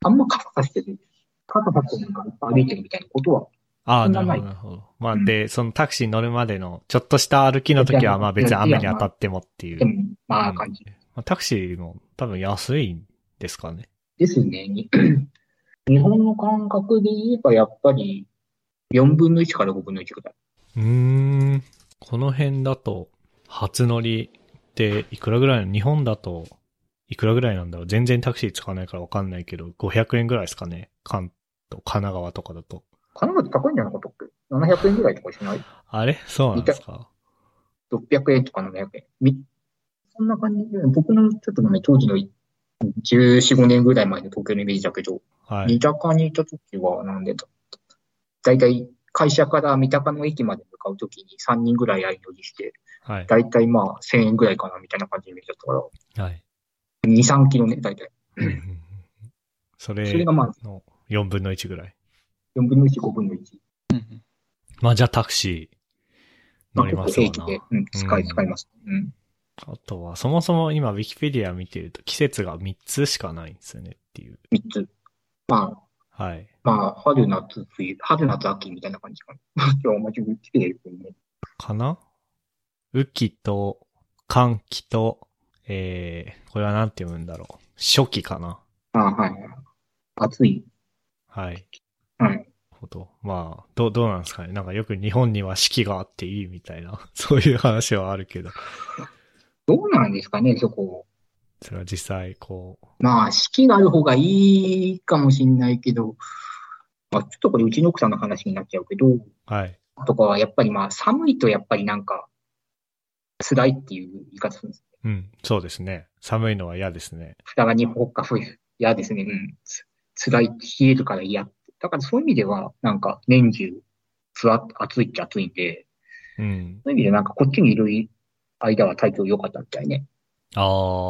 S2: あんま傘さしてる。傘さしてなんか歩いてるみたいなことは、
S1: ああ、
S2: そん
S1: な
S2: な
S1: るほ
S2: な
S1: ど、
S2: い
S1: なるほど。まあ、
S2: うん
S1: で、そのタクシー乗るまでの、ちょっとした歩きの時は、まあ別に雨に当たってもってい
S2: で
S1: う。
S2: も、まあ感じ
S1: まあ、タクシーも多分安いんですかね。
S2: ですね。に 日本の感覚で言えばやっぱり4分の1から5分の1ぐらい。
S1: うーん。この辺だと、初乗りっていくらぐらいの、日本だといくらぐらいなんだろう。全然タクシー使わないからわかんないけど、500円ぐらいですかね。関東、神奈川とかだと。
S2: 神奈川って高いんじゃなかったっけ ?700 円ぐらいとかしない
S1: あれそうなんですか
S2: ?600 円とか700円。みそんな感じで、僕のちょっとね、当時の14、15年ぐらい前の東京のイメージだけど、
S1: は
S2: 三
S1: い。
S2: 鷹にいた時は、なんでだ、だいたい会社から三鷹の駅まで向かう時に3人ぐらい相乗りして、
S1: はい。
S2: だいたいまあ1000円ぐらいかなみたいな感じのイメージだったから、
S1: はい。
S2: 2、3キロね、だいたい。
S1: うんうんうんそ
S2: それ
S1: れ
S2: がまあ
S1: の4分の1ぐらい。
S2: 4分の1、5分の1。
S3: うん
S1: まあじゃあタクシー乗りますわ
S2: 結
S1: な
S2: 構。平気で、うん、使
S1: う
S2: い、
S1: ん
S2: 使います。うん。
S1: あとは、そもそも今ウィキペディア見てると季節が3つしかないんですよねっていう。
S2: 三つ。まあ、
S1: はい。
S2: まあ、春、夏、冬、春、夏、秋みたいな感じかな。 今日同じぐ来てるよね。
S1: かな雨季と寒季と、えー、これはなんて読むんだろう。初期かな
S2: ああ、はい。暑い。
S1: はい。
S2: はい。
S1: ほど。まあ、どう、どうなんですかね。なんかよく日本には四季があっていいみたいな、 そういう話はあるけど、
S2: どうなんですかね、そこ。
S1: それは実際、こう、
S2: まあ、四季がある方がいいかもしんないけど、まあ、ちょっとこれ、うちの奥さんの話になっちゃうけど、
S1: はい。
S2: とかはやっぱりまあ、寒いとやっぱりなんか、辛いっていう言い方するんです。
S1: うん、そうですね。寒いのは嫌ですね。
S2: さらにほっかふい。嫌ですね。うん。つ辛い、冷えるから嫌。だからそういう意味では、なんか年中、つわ、暑いっちゃ暑いんで、
S1: うん。
S2: そういう意味でなんかこっちにいる間は体調良かったみたいね。
S1: あ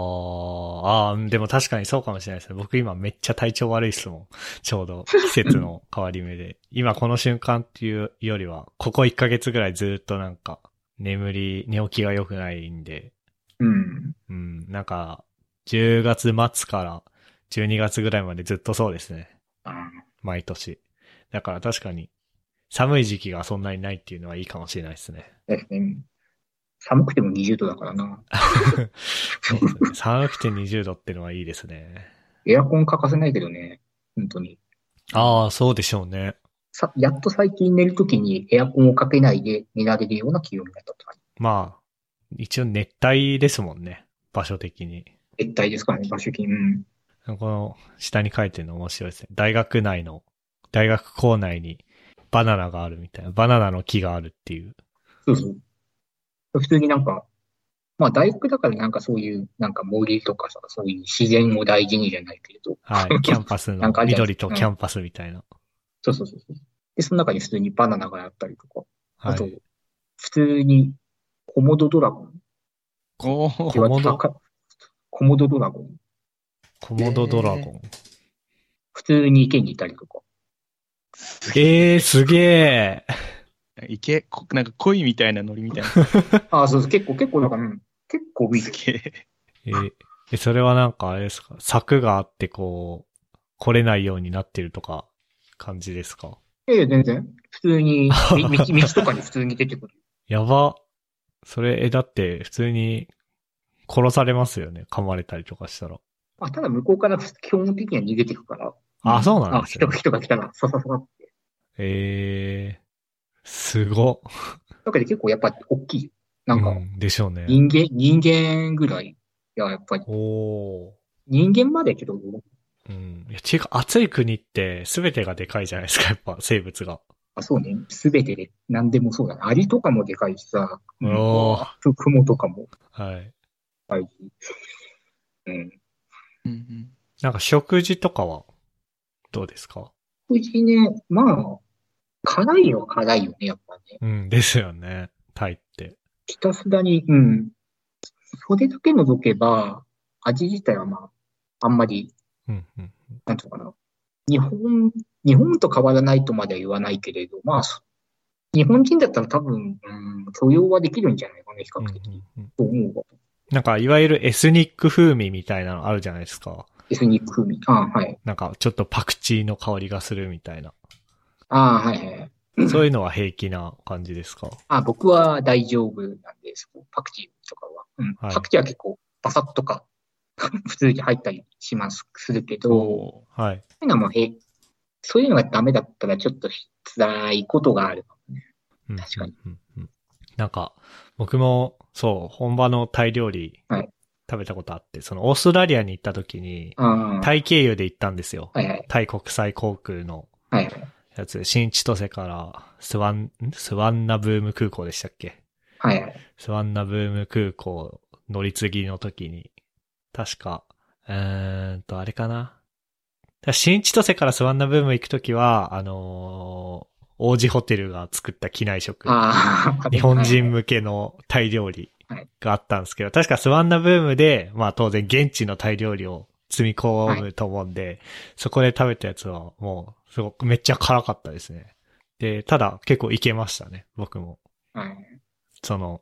S1: ーあー、でも確かにそうかもしれないですね。僕今めっちゃ体調悪いっすもん。ちょうど季節の変わり目で。 今この瞬間っていうよりは、ここ1ヶ月ぐらいずっとなんか、眠り、寝起きが良くないんで、
S2: うん。
S1: うん、なんか、10月末から12月ぐらいまでずっとそうですね。
S2: あ
S1: 毎年。だから確かに、寒い時期がそんなにないっていうのはいいかもしれないですね。
S2: ーですね。寒くても20度だからな。
S1: そうですね寒くて20度ってのはいいですね。
S2: エアコン欠かせないけどね。本当に。
S1: ああ、そうでしょうね。
S2: さ、やっと最近寝るときにエアコンをかけないで寝られるような気温になったって感じ。
S1: まあ、一応熱帯ですもんね。場所的に。
S2: 絶対ですからね、場所金。うん。
S1: この下に書いてるの面白いですね。大学内の、大学校内にバナナがあるみたいな。バナナの木があるっていう。
S2: そうそう。普通になんか、まあ大学だからなんかそういう、なんか森とかさ、そういう自然を大事にじゃないけれど、
S1: はい。キャンパス
S2: な
S1: の
S2: んかあるじゃない
S1: 緑とキャンパスみたいな。
S2: そうそうそうそう。で、その中に普通にバナナがあったりとか、あ
S1: は
S2: と
S1: い。、
S2: 普通にコモドドラゴン。
S3: おー
S1: コモド
S2: かコモドドラゴン。
S1: コモドドラゴン。
S2: 普通に池にいたりとか。
S1: ええー、すげえ。
S3: 池、こなんか鯉みたいなノリみたいな。
S2: ああ、そうそう、結構、結構なんか、うん、結構見
S3: す
S2: る。
S3: げえ。
S1: ええ、それはなんかあれですか柵があってこう、来れないようになってるとか、感じですか
S2: ええ、全然。普 通に、み道、道とかに普通に出てくる。
S1: やば。それ、え、だって、普通に殺されますよね。噛まれたりとかしたら。
S2: まあ、ただ向こうから基本的には逃げていくから。
S1: あ、そうなん
S2: あ、
S1: です
S2: 人
S1: ね
S2: が、。人が来たら、ささささって。
S1: ええー、すご。
S2: だけど結構やっぱ大きい。なん
S1: う
S2: か、
S1: んでしょうね。
S2: 人間、人間ぐらい。いや、やっぱり、
S1: おー。
S2: 人間までけど、
S1: うん。いや、ていうか、暑い国って全てがでかいじゃないですか、やっぱ、生物が。
S2: あそうね、すべてで、何でもそうだね。アリとかもでかいしさ、うん、
S1: おー。
S2: 雲とかも
S1: はい。
S2: でかいし。うん。
S3: うんうん
S1: なんか、食事とかは、どうですか
S2: 食事ね、まあ、辛いは辛いよね、やっぱね。
S1: うん、ですよね。タイって。
S2: ひたすらに、うん。それだけ除けば、味自体はまあ、あんまり、
S1: うん、うん。
S2: なんていうのかな。日本、日本と変わらないとまでは言わないけれど、まあ、そ日本人だったら多分、うん、許容はできるんじゃないかな、比較的。と思うわ。
S1: なんか、いわゆるエスニック風味みたいなのあるじゃないですか。
S2: エスニック風味。ああ、はい。
S1: なんか、ちょっとパクチーの香りがするみたいな。
S2: ああ、はい、はい。
S1: そういうのは平気な感じですか
S2: あ僕は大丈夫なんで、そこ、パクチーとかは。うん。
S1: はい
S2: パクチーは結構、バサッとか、 普通に入ったりします、するけど、そ
S1: はい。
S2: ういうのもへい、そういうのがダメだったらちょっと辛いことがあるかもね。
S1: うん
S2: 確かに。
S1: うんうんなんか、僕も、そう、本場のタイ料理
S2: はい、
S1: 食べたことあって、その、オーストラリアに行った時に、
S2: ああ、
S1: タイ経由で行ったんですよ。
S2: はいはい。
S1: タイ国際航空の
S2: はいはい。
S1: やつ、新千歳から、スワン、んスワンナブーム空港でしたっけ
S2: はいはい。
S1: スワンナブーム空港乗り継ぎの時に、確か、うーんと、あれかな。だから新千歳からスワンナブーム行くときは、あのー王子ホテルが作った機内食。
S2: ああ、
S1: 日本人向けのタイ料理があったんですけど、確かスワンナブームで、まあ当然現地のタイ料理を積み込むと思うんで、そこで食べたやつはもう、すごくめっちゃ辛かったですね。で、ただ結構いけましたね、僕も。
S2: はい。
S1: その、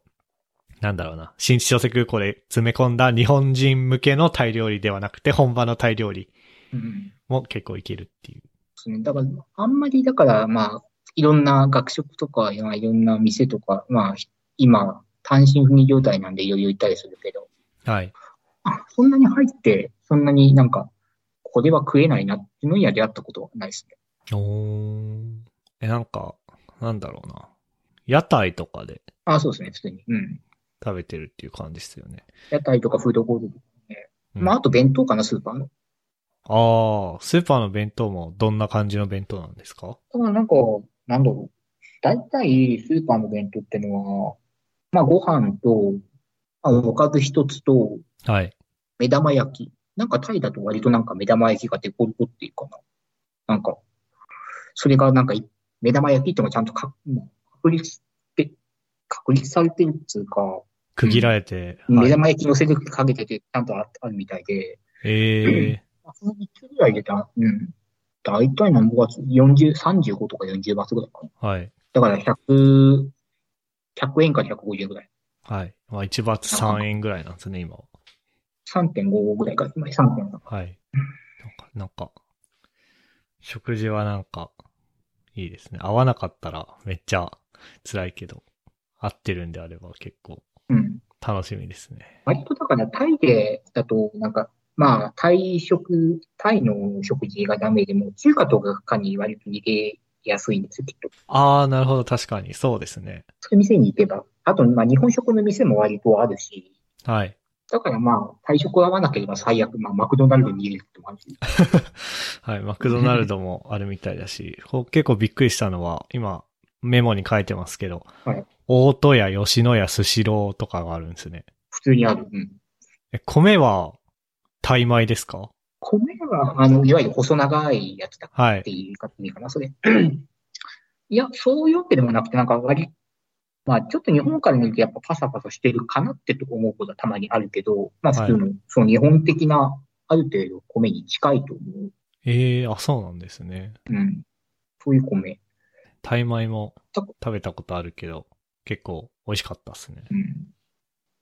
S1: なんだろうな、新千歳空港で詰め込んだ日本人向けのタイ料理ではなくて、本場のタイ料理
S2: うん
S1: も結構いけるっていう。
S2: そうですね。だから、あんまり、だから、まあ、いろんな学食とか、いろんな店とか、まあ、今、単身赴任状態なんで余裕いたりするけど、
S1: はい。
S2: あ、そんなに入って、そんなになんか、ここでは食えないなっていうのには出会ったことはないですね。
S1: おー。え、なんか、なんだろうな。屋台とかで
S2: あ、そうですね、普通に。うん。
S1: 食べてるっていう感じですよね。
S2: 屋台とかフードコートとか。
S1: うん
S2: まあ、あと弁当かな、スーパーの。
S1: ああ、スーパーの弁当もどんな感じの弁当なんですか
S2: だからなんか、なんだろう。大体、スーパーの弁当ってのは、まあ、ご飯と、まあ、おかず一つと、
S1: はい。
S2: 目玉焼き。なんかタイだと割となんか目玉焼きがデコルトっていうかな。なんか、それがなんかい目玉焼きってのがちゃんとか確立って、確立されてるっていうか、
S1: 区切られて。は
S2: 目
S1: い、
S2: 玉焼き乗せてかけててちゃんとああるみたいで、
S1: ええ
S2: まあその3つぐらいでた、うん。大体何ぼが40、35とか40バスぐらいかな。
S1: はい。
S2: だから100、100円から150円ぐらい。
S1: はい。まあ、1バツ3円ぐらいなんですね、今は。
S2: 3.5ぐらいか、今3.5。
S1: はい。なんか、なんか、食事はなんか、いいですね。合わなかったらめっちゃ辛いけど、合ってるんであれば結構
S2: うん。
S1: 楽しみですね。
S2: 割とだからタイでだと、なんか、まあ、タイ食、タイの食事がダメでも、中華とかに割と逃げやすいんですよ、きっと。
S1: あー、なるほど。確かに。そうですね。
S2: そういう店に行けば。あと、まあ、日本食の店も割とあるし、
S1: はい。
S2: だからまあ、タイ食が合わなければ最悪、まあ、マクドナルドに逃げることもあるし。
S1: はい。マクドナルド もあるみたいだし、こう結構びっくりしたのは、今、メモに書いてますけど、
S2: はい
S1: 大戸屋、吉野家、スシローとかがあるんですね。
S2: 普通にある。うん。
S1: え、米は、タイ米ですか
S2: 米は、あの、いわゆる細長いやつだ
S1: は
S2: っ
S1: い。
S2: ていうかいいかな、それ。 いや、そういうわけでもなくて、なんか割り、まあちょっと日本から見るとやっぱパサパサしてるかなってと思うことはたまにあるけど、まあ普通の、その日本的な、ある程度米に近いと思う。
S1: ええー、あ、そうなんですね。
S2: うん。そういう米。
S1: タイ米も食べたことあるけど、結構美味しかったですね。
S2: うん。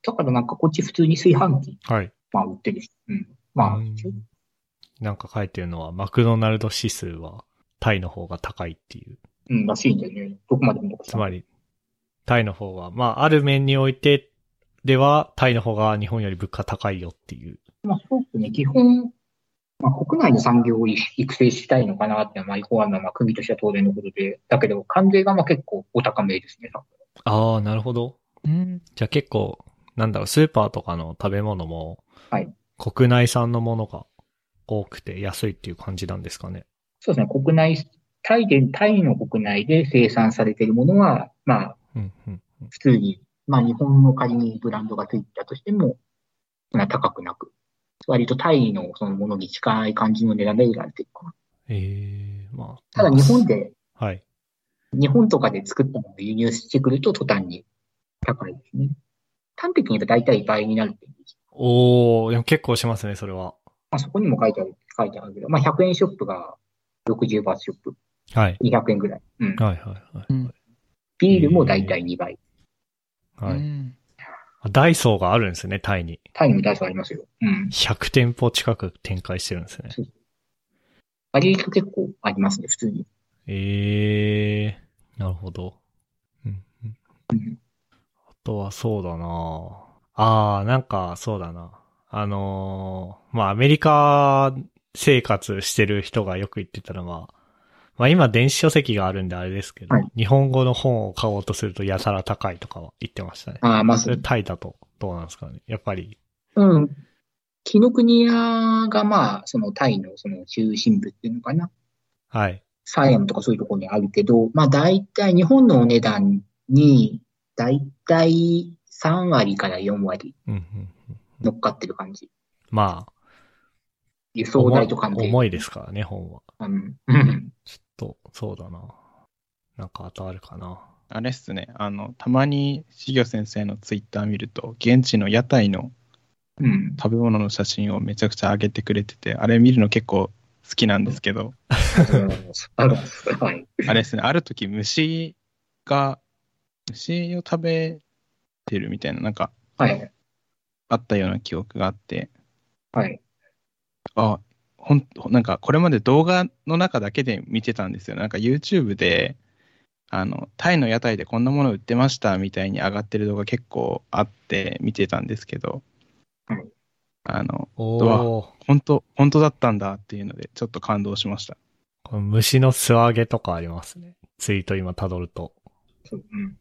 S2: だからなんかこっち普通に炊飯器、
S1: はい。
S2: まあ売ってるし、うん。まあ、
S1: うんなんか書いてるのは、マクドナルド指数はタイの方が高いっていう。
S2: うん、らしいんだよね。どこまでもどこ
S1: つまり、タイの方は、まあ、ある面においてでは、タイの方が日本より物価高いよっていう。
S2: まあ、そうですね。基本、まあ、国内の産業を育成したいのかなって、まあ、法案のまあ国としては当然のことで、だけど、関税がまあ結構お高めですね。
S1: ああ、なるほど。
S3: うん。
S1: じゃあ結構、なんだろう、スーパーとかの食べ物も、
S2: はい
S1: 国内産のものが多くて安いっていう感じなんですかね。
S2: そうですね。国内、タイで、タイの国内で生産されているものは、まあ、
S1: うん、うん。
S2: 普通に、まあ、日本の仮にブランドがついたとしても、そんな高くなく、割とタイのそのものに近い感じの値段で売られているかな。
S1: ええまあ。
S2: ただ、日本で、
S1: はい。
S2: 日本とかで作ったものを輸入してくると途端に高いですね。端的に言えば大体倍になるっていう
S1: おー、でも結構しますね、それは。
S2: まあ、そこにも書いてある、書いてあるけど、まあ、100円ショップが60バーツショップ。
S1: はい。
S2: 200円ぐらい。うん。
S1: はいはいはい。
S2: ビールもだいたい2倍。
S1: は
S3: う
S1: い、
S3: ん
S1: ダイソーがあるんですね、タイに。
S2: タイに大差ありますよ。うん。
S1: 100店舗近く展開してるんですね。
S2: 割と結構ありますね、普通に。
S1: ええー、なるほど。うんうん
S2: うん
S1: あとはそうだなああ、なんかそうだな。あのーまあアメリカ生活してる人がよく言ってたのは、まあ今電子書籍があるんであれですけど、
S2: はい
S1: 日本語の本を買おうとするとやたら高いとかは言ってましたね。
S2: ああ、ま
S1: そ
S2: ず
S1: れ、タイだとどうなんですかね。やっぱり。
S2: うん。紀ノ国屋がまあ、そのタイのその中心部っていうのかな。
S1: はい。
S2: サイアムとかそういうところにあるけど、まあ大体日本のお値段に、大体3割から4割
S1: うんうんうん、
S2: 乗っかってる感じ。
S1: まあ、
S2: 輸送代とか
S1: 重い
S2: で。
S1: 重いですからね、本は。
S2: うん。うん。
S1: と、そうだな。なんかあとあるかな。
S3: あれっすね、あの、たまに、しぎょ先生のツイッター見ると、現地の屋台の
S2: うん。
S3: 食べ物の写真をめちゃくちゃ上げてくれてて、あれ見るの結構好きなんですけど、
S2: あのはい。
S3: あれですね、ある時虫が、虫を食べてるみたいな、なんか
S2: はい。
S3: あったような記憶があって、
S2: はい。
S3: あ、ほん、なんかこれまで動画の中だけで見てたんですよ。なんか YouTube で、あの、タイの屋台でこんなもの売ってましたみたいに上がってる動画結構あって見てたんですけど
S2: はい、
S3: あの、
S1: お
S3: う
S1: ー。
S3: 本当本当だったんだっていうので、ちょっと感動しました。
S1: この虫の素揚げとかありますね。ツイート今辿ると。
S2: そううん。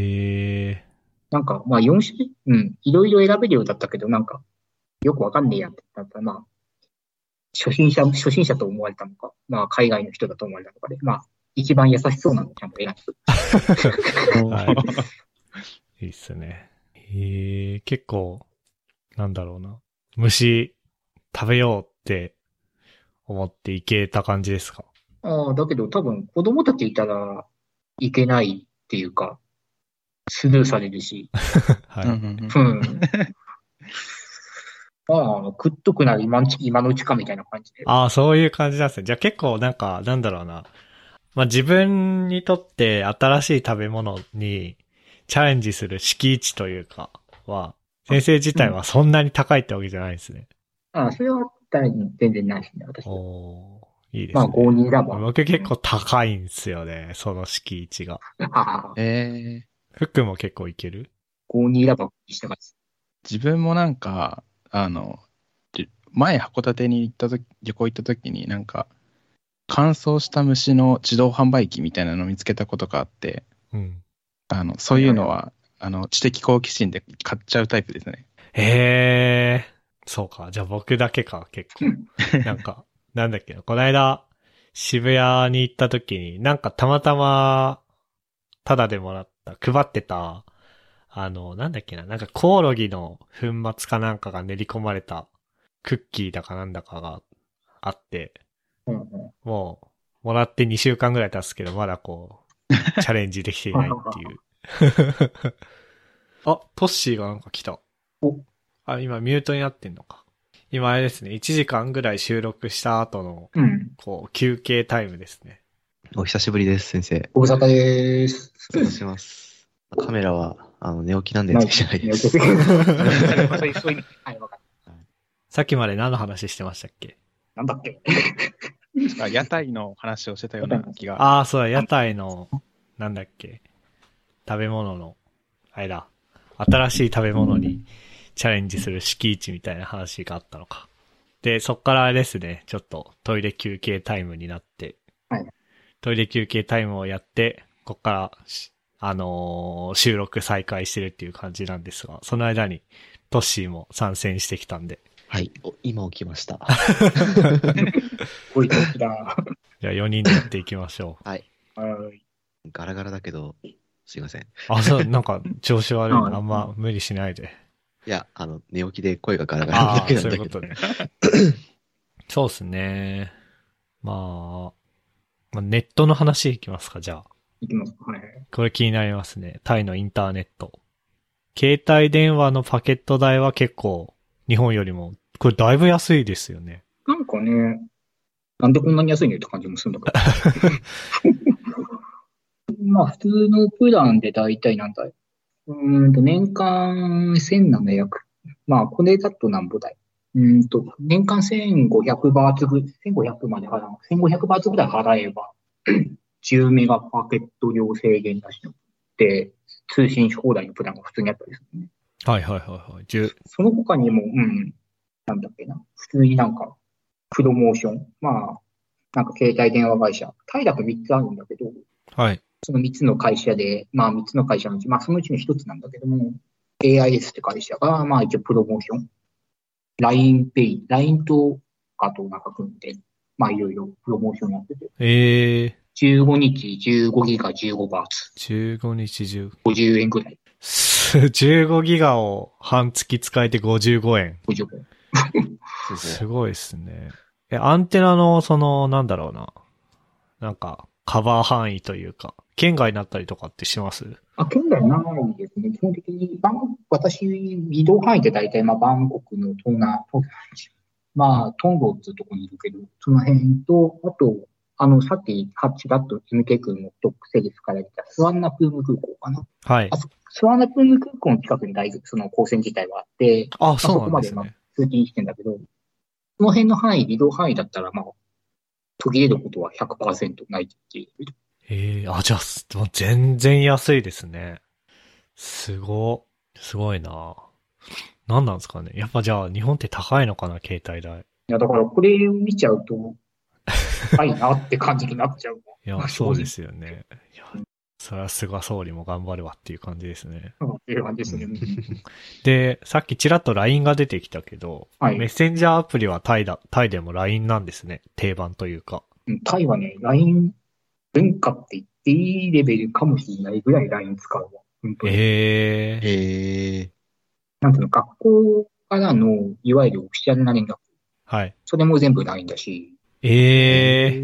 S1: へ
S2: なんか、まあ4種類、うん、いろいろ選べるようだったけど、なんか、よくわかんねえやってなったら、まあ、初心者、初心者と思われたのか、まあ、海外の人だと思われたのかで、まあ、一番優しそうなのをちゃんと選ぶ。
S1: ー。 はい。いいっすね。へー。結構、なんだろうな。虫、食べようって思っていけた感じですか
S2: ああ、だけど多分子供たちいたらいけないっていうか、スルーされる し、
S1: はい。
S3: うんうんうん
S2: うん。 まあ、食っとくなら今んち今のうちかみたいな感じで。
S1: ああ、そういう感じなんですね。じゃあ結構なんか、なんだろうな。まあ自分にとって新しい食べ物にチャレンジする敷地というかは、先生自体はそんなに高いってわけじゃないですね。
S2: ああ、それは大全然ないしね、私。
S1: おー、いいです
S2: ま
S1: ね。
S2: あ、購入だもん。
S1: 僕結構高いんですよね、その敷地が。
S2: ああ、
S3: えー
S1: 服も結構いける
S2: 購入だばっしたかった。
S3: 自分もなんか、あの、り前函館に行った時旅行行った時になんか、乾燥した虫の自動販売機みたいなのを見つけたことがあって、
S1: うん。
S3: あの、そういうのは、あの、知的好奇心で買っちゃうタイプです ね。
S1: へえ、そうか。じゃあ僕だけか、結構。なんか、なんだっけな、この間、渋谷に行った時に、なんかたまたま、ただでもらった、配ってた、あの、なんだっけな、なんかコオロギの粉末かなんかが練り込まれたクッキーだかなんだかがあって、
S2: うんうん
S1: もう、もらって2週間ぐらい経つけど、まだこ う、チャレンジできていないっていう。 あ、トッシーがなんか来た。
S2: お
S1: あ、今ミュートになってんのか。今あれですね、1時間ぐらい収録した後の、
S2: うん。
S1: こう、休憩タイムですね。
S4: お久しぶりです、先生。
S2: ご無沙汰です。
S4: お願いします。カメラは、あの、寝起きなんでつけじゃないで す。
S2: そういうそういう意味はい、わかった。
S1: さっきまで何の話してましたっけ
S2: なんだっけ。
S3: あ 屋台の話をしてたような気が。
S1: ああ、そうだ、屋台の、なんだっけ。食べ物の、あれだ。新しい食べ物にチャレンジする敷地みたいな話があったのか。で、そっからあれですね、ちょっとトイレ休憩タイムになって、
S2: はい
S1: トイレ休憩タイムをやって、こっからし、あのー収録再開してるっていう感じなんですが、その間にトッシーも参戦してきたんで、
S4: はい。お今起きました。
S2: ごい動機だ。は
S1: じゃあ4人でやっていきましょう。
S2: ー い。
S4: ガラガラだけど、すいません。い
S1: あ、そう、なんか調子悪い
S2: は い
S1: な。あんま無理しないで。
S4: や、あの、寝起きで声がガラガラ
S1: あ
S4: だ
S1: あ
S4: け
S1: ー、
S4: なん
S1: そうい
S4: だ
S1: う
S4: け
S1: こ
S4: ど
S1: と。ね。 そうですね。まあ、まあ、ネットの話いきますか、じゃあ。
S2: いきます。はい。
S1: これ気になりますね。タイのインターネット。携帯電話のパケット代は結構、日本よりも、これだいぶ安いですよね。
S2: なんかね、なんでこんなに安いのよって感じもするんだけど。まあ、普通のプランで大体なんだうーんと、年間1700。まあ、これだとなんぼだいうーんと、年間1500バーツぐ、1500まで払う。1500バーツぐらい払えば、10メガパケット量制限なしの。で、通信し放題のプランが普通にあったりするね。
S1: はいはいはいはい。10。
S2: その他にも、うん、なんだっけな、普通になんか、プロモーション、まあ、なんか携帯電話会社、大楽3つあるんだけど、
S1: はい。
S2: その3つの会社で、まあ3つの会社のうち、まあそのうちの1つなんだけども、AIS って会社が、まあ一応プロモーション、LINEPay、LINE とかとなんか組んで、まあいろいろプロモーションやってて、
S1: ええ
S2: 15日15ギガ15バーツ、
S1: ー、15日10。
S2: 50円ぐらい、
S1: す15ギガを半月使えて55円。
S2: 50円。
S1: すごいですね。え、アンテナの、その、なんだろうな。なんか、カバー範囲というか、県外になったりとかってします
S2: あ、県外ないですね。基本的に、バン私、移動範囲で大体、まあ、バンコクの東南、東南アジアまあ、トンボっていうとこにいるけど、その辺と、あと、あの、さっき、ハッチラット、MK 君のトックセリスから出た、スワンナプーム空港かな。
S1: はい
S2: あ。そスワンナプーム空港の近くに大その高専自体はあって、
S1: あ、
S2: あそ
S1: そう
S2: こ
S1: なん
S2: ま
S1: で
S2: ですまあ
S1: ね。
S2: 通勤してんだけど、その辺の範囲、移動範囲だったら、まあ、途切れることは100%ないっていう。
S1: ええあ、じゃあ、すもう全然安いですね。すご。すごいな。なんなんですかね。やっぱじゃあ、日本って高いのかな、携帯代。
S2: いや、だからこれを見ちゃうと、高いなって感じになっちゃう。
S1: いや、そうですよね。いや、それは菅総理も頑張るわっていう感じですね。
S2: っていう感じですね。
S1: で、さっきちらっと LINE が出てきたけど、
S2: はい
S1: メッセンジャーアプリはタイだ、タイでも LINE なんですね。定番というか。
S2: うんタイはね、LINE 文化って言っていいレベルかもしれないぐらい LINE 使うわ。本当に
S1: ええ
S4: へえ。
S2: なんていうの、学校からの、いわゆるオフィシャルな連絡、
S1: はい。
S2: それも全部 LINE だし、
S1: ええ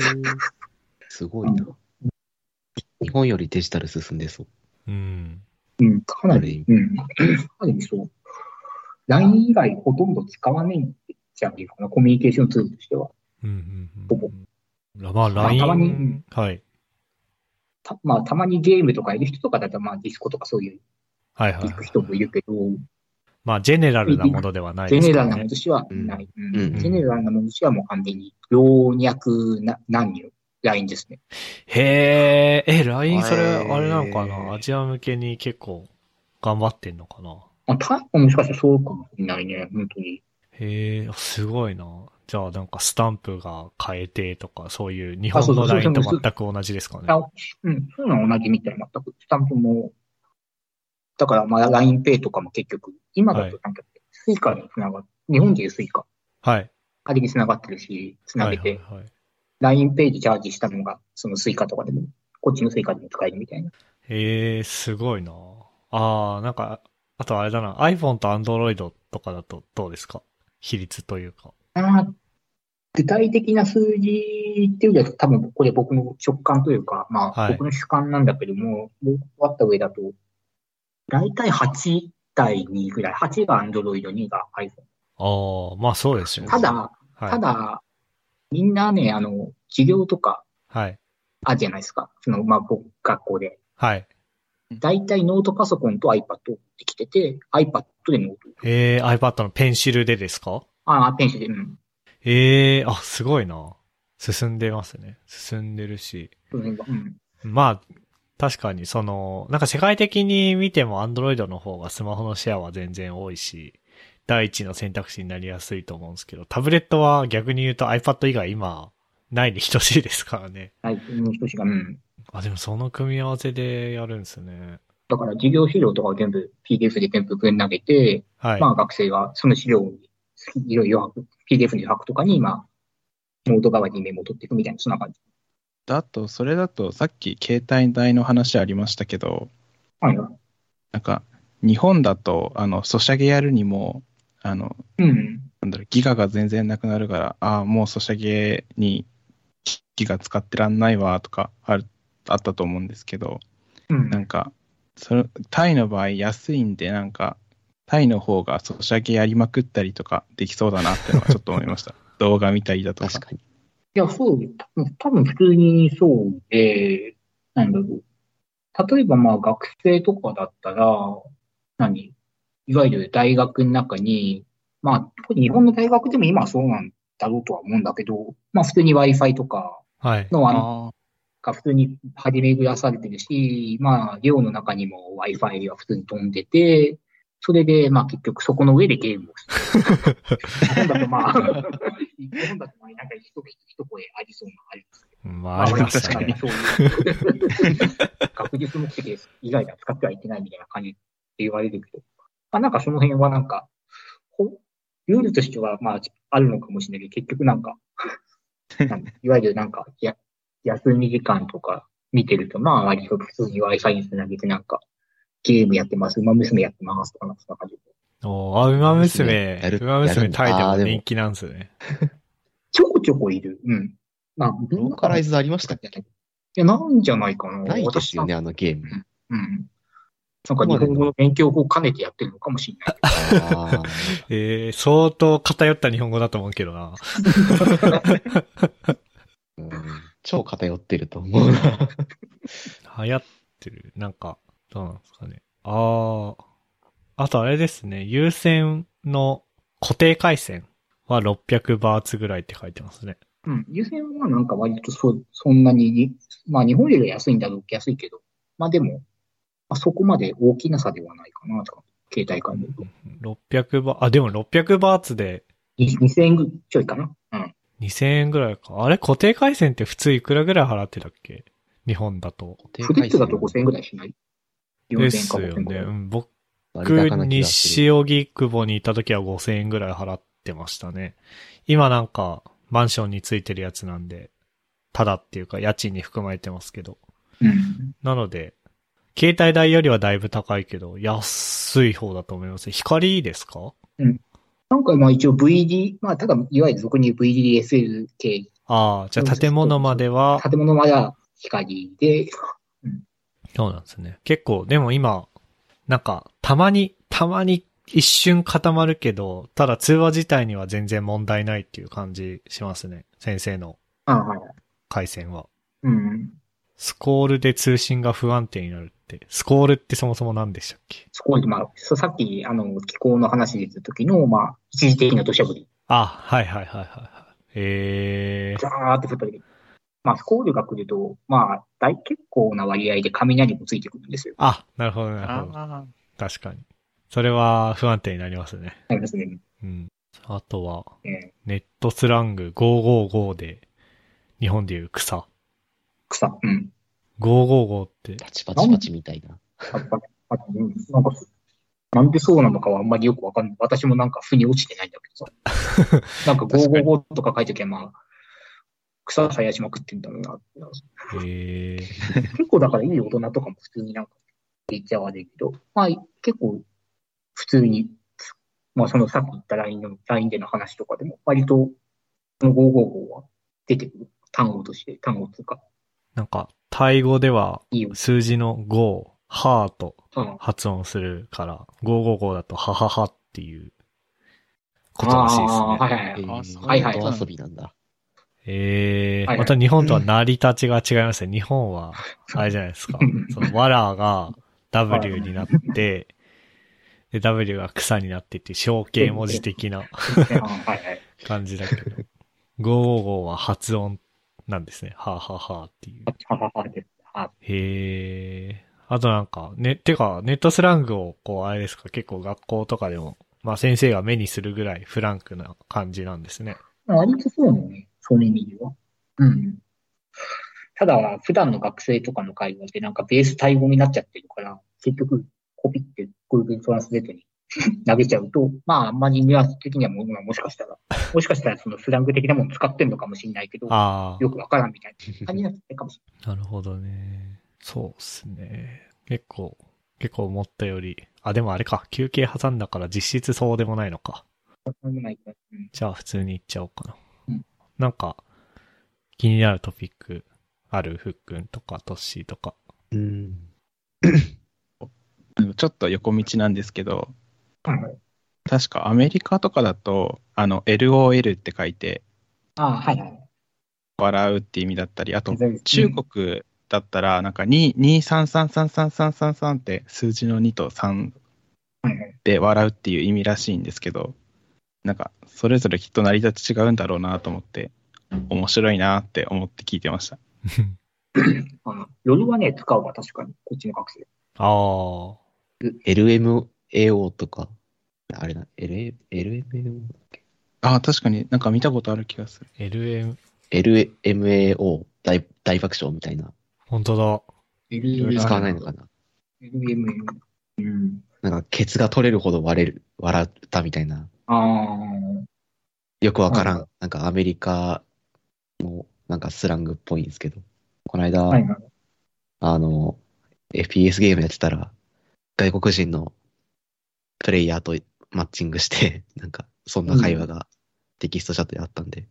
S4: すごいな。日本よりデジタル進んでそう。
S1: うん。
S2: うん、かなり、うん、かなりそう。LINE 以外ほとんど使わないって言っちゃうかな、コミュニケーションツールとしては。
S1: うんうんうん。まあ、
S2: まあたまに
S1: LINE
S2: うん、
S1: はい。
S2: たまあ、たまにゲームとかいる人とかだと、まあ、ディスコとかそういう、
S1: はいはい
S2: 行
S1: は
S2: く
S1: い。
S2: 人もいるけど、
S1: まあ、ジェネラルなものではない
S2: ジ
S1: で
S2: ェ
S1: す
S2: ネ
S1: か
S2: ラ
S1: らね。
S2: ルなものとしてはない。
S4: ん
S2: うんジェネラルなものとしてはもう完全に老若な男女、ラインですね。
S1: へえ、え、LINE それ、
S4: へー
S1: あれなのかなアジア向けに結構頑張ってんのかな
S2: あ、タイももしかしたらそうかもしれないね、本当に。
S1: へえ、すごいな。じゃあなんかスタンプが変えてとか、そういう日
S2: あそ
S1: 本
S2: うそ
S1: の
S2: うそう
S1: LINE と全く同じですかね。
S2: あうん、そういうのは同じみたい、全く。スタンプも。だから、まあ、LINEPay とかも結局、今だとなんか、スイカにつながっ日本でいうスイカ、
S1: はい。
S2: あれにつながってるし、つな
S1: は
S2: げ
S1: いはい
S2: て、
S1: はい。
S2: LINEPay でチャージしたのが、そのスイカとかでも、こっちのスイカでも使えるみたいな。
S1: へえ、すごいな。ああ、なんか、あとあれだな。iPhone と Android とかだとどうですか比率というか。
S2: あー具体的な数字っていうよりは、多分これ僕の直感というか、ま
S1: は
S2: あ
S1: い
S2: 僕の主観なんだけども、僕あった上だと、大体8対2ぐらい、8が Android、2が iPhone。
S1: ああ、まあそうですよね。
S2: ただ、
S1: はい、
S2: ただ、みんなね、あの、授業とか、
S1: はい。
S2: あるじゃないですか。その、まあ僕、学校で。
S1: はい。
S2: 大体ノートパソコンと iPad ってきてて、iPad でノート。
S1: ええ、iPad のペンシルでですか
S2: ああ、ペンシルで、うん。
S1: ええあ、すごいな。進んでますね。進んでるし。
S2: その辺はうん。
S1: まあ、確かにその、なんか世界的に見ても Android の方がスマホのシェアは全然多いし、第一の選択肢になりやすいと思うんですけど、タブレットは逆に言うと iPad 以外今、ないに等しいですからね。
S2: はい、もう一つが、うん。
S1: あ、でもその組み合わせでやるんですね。
S2: だから授業資料とかを全部 PDF で全部ぶん投げて、
S1: はい。
S2: まあ学生がその資料をいろいろ PDF の余白とかに、まあ、ノート代わりにメモを取っていくみたいな、そんな感じ。
S3: だと、それだと、さっき携帯代の話ありましたけど、
S2: はいはい。
S3: なんか、日本だと、あの、ソシャゲやるにも、あの、
S2: うん。
S3: なんだろう、ギガが全然なくなるから、ああ、もうソシャゲにギガ使ってらんないわ、とか、ある、あったと思うんですけど、
S2: うん
S3: なんか、それタイの場合安いんで、なんか、タイの方がソシャゲやりまくったりとかできそうだなってのはちょっと思いました。動画見たりだとか。
S4: 確かに。
S2: や、そう、多分普通にそうで、なんだろう。例えばまあ学生とかだったら、何いわゆる大学の中に、まあ、特に日本の大学でも今はそうなんだろうとは思うんだけど、まあ普通に Wi-Fi とか
S1: はい。
S2: のあの
S3: あ
S2: が普通に張り巡らされてるし、まあ、寮の中にも Wi-Fi は普通に飛んでて、それで、まあ結局そこの上でゲームをしてる。日本だとまあ、日本だとまあ、なんか一声一声ありそうなあれですけど。
S1: まあ、ありました
S2: 俺
S1: ね
S2: は。そういう。学術目的です以外では使ってはいけないみたいな感じって言われるけど。まあなんかその辺はなんか、ほルールとしてはまああるのかもしれないけど、結局なんか、 なんかいわゆるなんか、や、休み時間とか見てると、まあ割と普通に Wi-Fi につなげてなんか、ゲームやってます、馬娘やってますとかなんかそんな感じで。
S1: おーあ、馬娘
S4: やる、
S1: 馬娘タイで
S4: やるんだあ
S1: も
S4: ーでも
S1: 人気なんですね。
S2: ちょこちょこいる。うん。まあ、
S4: ローカライズありましたっ
S2: い
S4: け
S2: や、なんじゃないかな。
S4: ないですよね、あのゲーム。
S2: うん。なんか日本語の勉強法を兼ねてやってるのかもしれない。
S4: あ
S1: えー、相当偏った日本語だと思うけどな。
S4: ー うん超偏ってると思うな。
S1: 流行ってる。なんか、どうなんですかね。ああ。あとあれですね。優先の固定回線は600バーツぐらいって書いてますね。
S2: うん。優先はなんか割とそそんなに、まあ日本よりは安いんだろう、安いけど、まあでも、まあ、そこまで大きな差ではないかなとか、携帯感で言うと。
S1: 600バー、あ、でも600バーツで
S2: に2000円ぐちょいかな。うん。
S1: 2000円ぐらいか。あれ固定回線って普通いくらぐらい払ってたっけ日本だと。
S2: フリッツだと5000円ぐらいしない
S1: で
S2: ?4000 円
S1: す
S2: か
S1: よ
S2: 5000円か
S1: ね。うん、僕、
S4: 割高な気がする
S1: 西荻窪にいた時は5000円ぐらい払ってましたね。今なんか、マンションについてるやつなんで、ただっていうか家賃に含まれてますけど。
S2: うん。
S1: なので、携帯代よりはだいぶ高いけど、安い方だと思います。光ですか
S2: なんかまあ一応 VD、まあただ、いわゆる俗に言う VDSL 系、
S1: ああ、じゃあ建物までは、
S2: 建物までは光で、
S1: そうなんですね。結構、でも今、なんか、たまに、たまに一瞬固まるけど、ただ通話自体には全然問題ないっていう感じしますね。先生の
S2: ああ、はい。
S1: 回線は。
S2: うん。
S1: スコールで通信が不安定になるって。スコールってそもそも何でしたっけ
S2: そこで、まあ、そうさっき、あの、気候の話で言った時の、まあ、一時的な土砂降り、
S1: あ、はいはいはいはいはい。えー
S2: ザーって降った時まあ、スコールが来ると、まあ、大、結構な割合で雷もついてくるんですよ。
S1: あ、なるほど
S3: ー
S1: なるほど。
S3: あ
S1: 確かに。それは不安定になりますね。
S2: なりますね。
S1: うん。あとは、
S2: えー
S1: ネットスラング555で、日本でいう草。
S2: 草。うん。
S1: 555って、
S4: パチパチパチみたいな。
S2: あああうんなんか、なんでそうなのかはあんまりよくわかんない。私もなんか、腑に落ちてないんだけ どさ。なんか、
S4: 確かに
S2: 555とか書いときは、まあ、草生やしまくってんだろうなって。
S1: えー、
S2: 結構だからいい大人とかも普通になんか言っちゃ悪いけど、まあ結構普通に、まあそのさっき言った LINE の、LINE での話とかでも割と、この555は出てくる。単語として、単語とか、
S1: なんか、タイ語では、
S2: いいよ。
S1: 数字の5、ハーと
S2: うん
S1: 発音するから、555だと、はははっていうことらしいですね。
S2: あーはいはいは
S4: え
S2: い。
S4: ー
S3: あそう
S2: はいはい
S4: 本当遊びなんだ。
S1: ええ
S2: はいはい
S1: また日本とは成り立ちが違いますね。日本は、あれじゃないですか
S2: うん。
S1: その、わらが W になって、で、W が草になってっていう象形文字的な
S2: うんはいはい。
S1: 感じだけ ど、555は発音なんですね。はあ、はあはあっていう。
S2: ははははです。あ
S1: へえ。あとなんか、ね、てか、ネットスラングを、こう、あれですか、結構学校とかでも、まあ先生が目にするぐらいフランクな感じなんですね。
S2: 割とそうね、そういう意味では。うん。ただ、普段の学生とかの会話でなんかベースタイ語になっちゃってるから、結局コピって Google トランスレートに 投げちゃうと、まああんまりニュアンス的にはもう、まあもしかしたら、もしかしたらそのスラング的なもの使ってんのかもしれないけど、
S1: ああ。
S2: よくわからんみたいな感じになってるかもし
S1: なるほどね。そうっすね。結構、結構思ったより、あ、でもあれか、休憩挟んだから実質そうでもないのか。
S2: れない。うん
S1: じゃあ普通に行っちゃおうかな。
S2: うん
S1: なんか、気になるトピックあるふっくんとか、トッシーと か。
S4: うん。
S3: ーちょっと横道なんですけど、
S2: はいはい
S3: 確かアメリカとかだと、あの、LOL って書いて、
S2: ああ、はいはい。
S3: 笑うって意味だったり、あと
S2: デザイン
S3: 中国だったら、なんか2、2、3、3、3、3、3、3って数字の2と3
S2: はいはい
S3: で笑うっていう意味らしいんですけど、なんかそれぞれきっと成り立ち違うんだろうなと思って、面白いなって思って聞いてました。
S2: あの夜はね、使うわ、確かに。こっちの学生。
S1: ああ。
S4: LMAO とか、あれな、LA LMAO だっけ
S3: ああ、確かになんか見たことある気がする。
S1: LM、
S4: ?LMAO 大大爆笑みたいな。
S1: 本当だ。
S2: LMA
S4: 使わないのかな
S2: LMA。うん。
S4: なんか、ケツが取れるほど割れる、笑ったみたいな。
S2: あ
S4: よくわから
S2: は
S4: ん。なんかアメリカのなんかスラングっぽいんですけど。この間、
S2: あ、はいはい。
S4: あの、FPS ゲームやってたら、外国人のプレイヤーとマッチングして、 なんか、そんな会話がテキストチャットであったんで、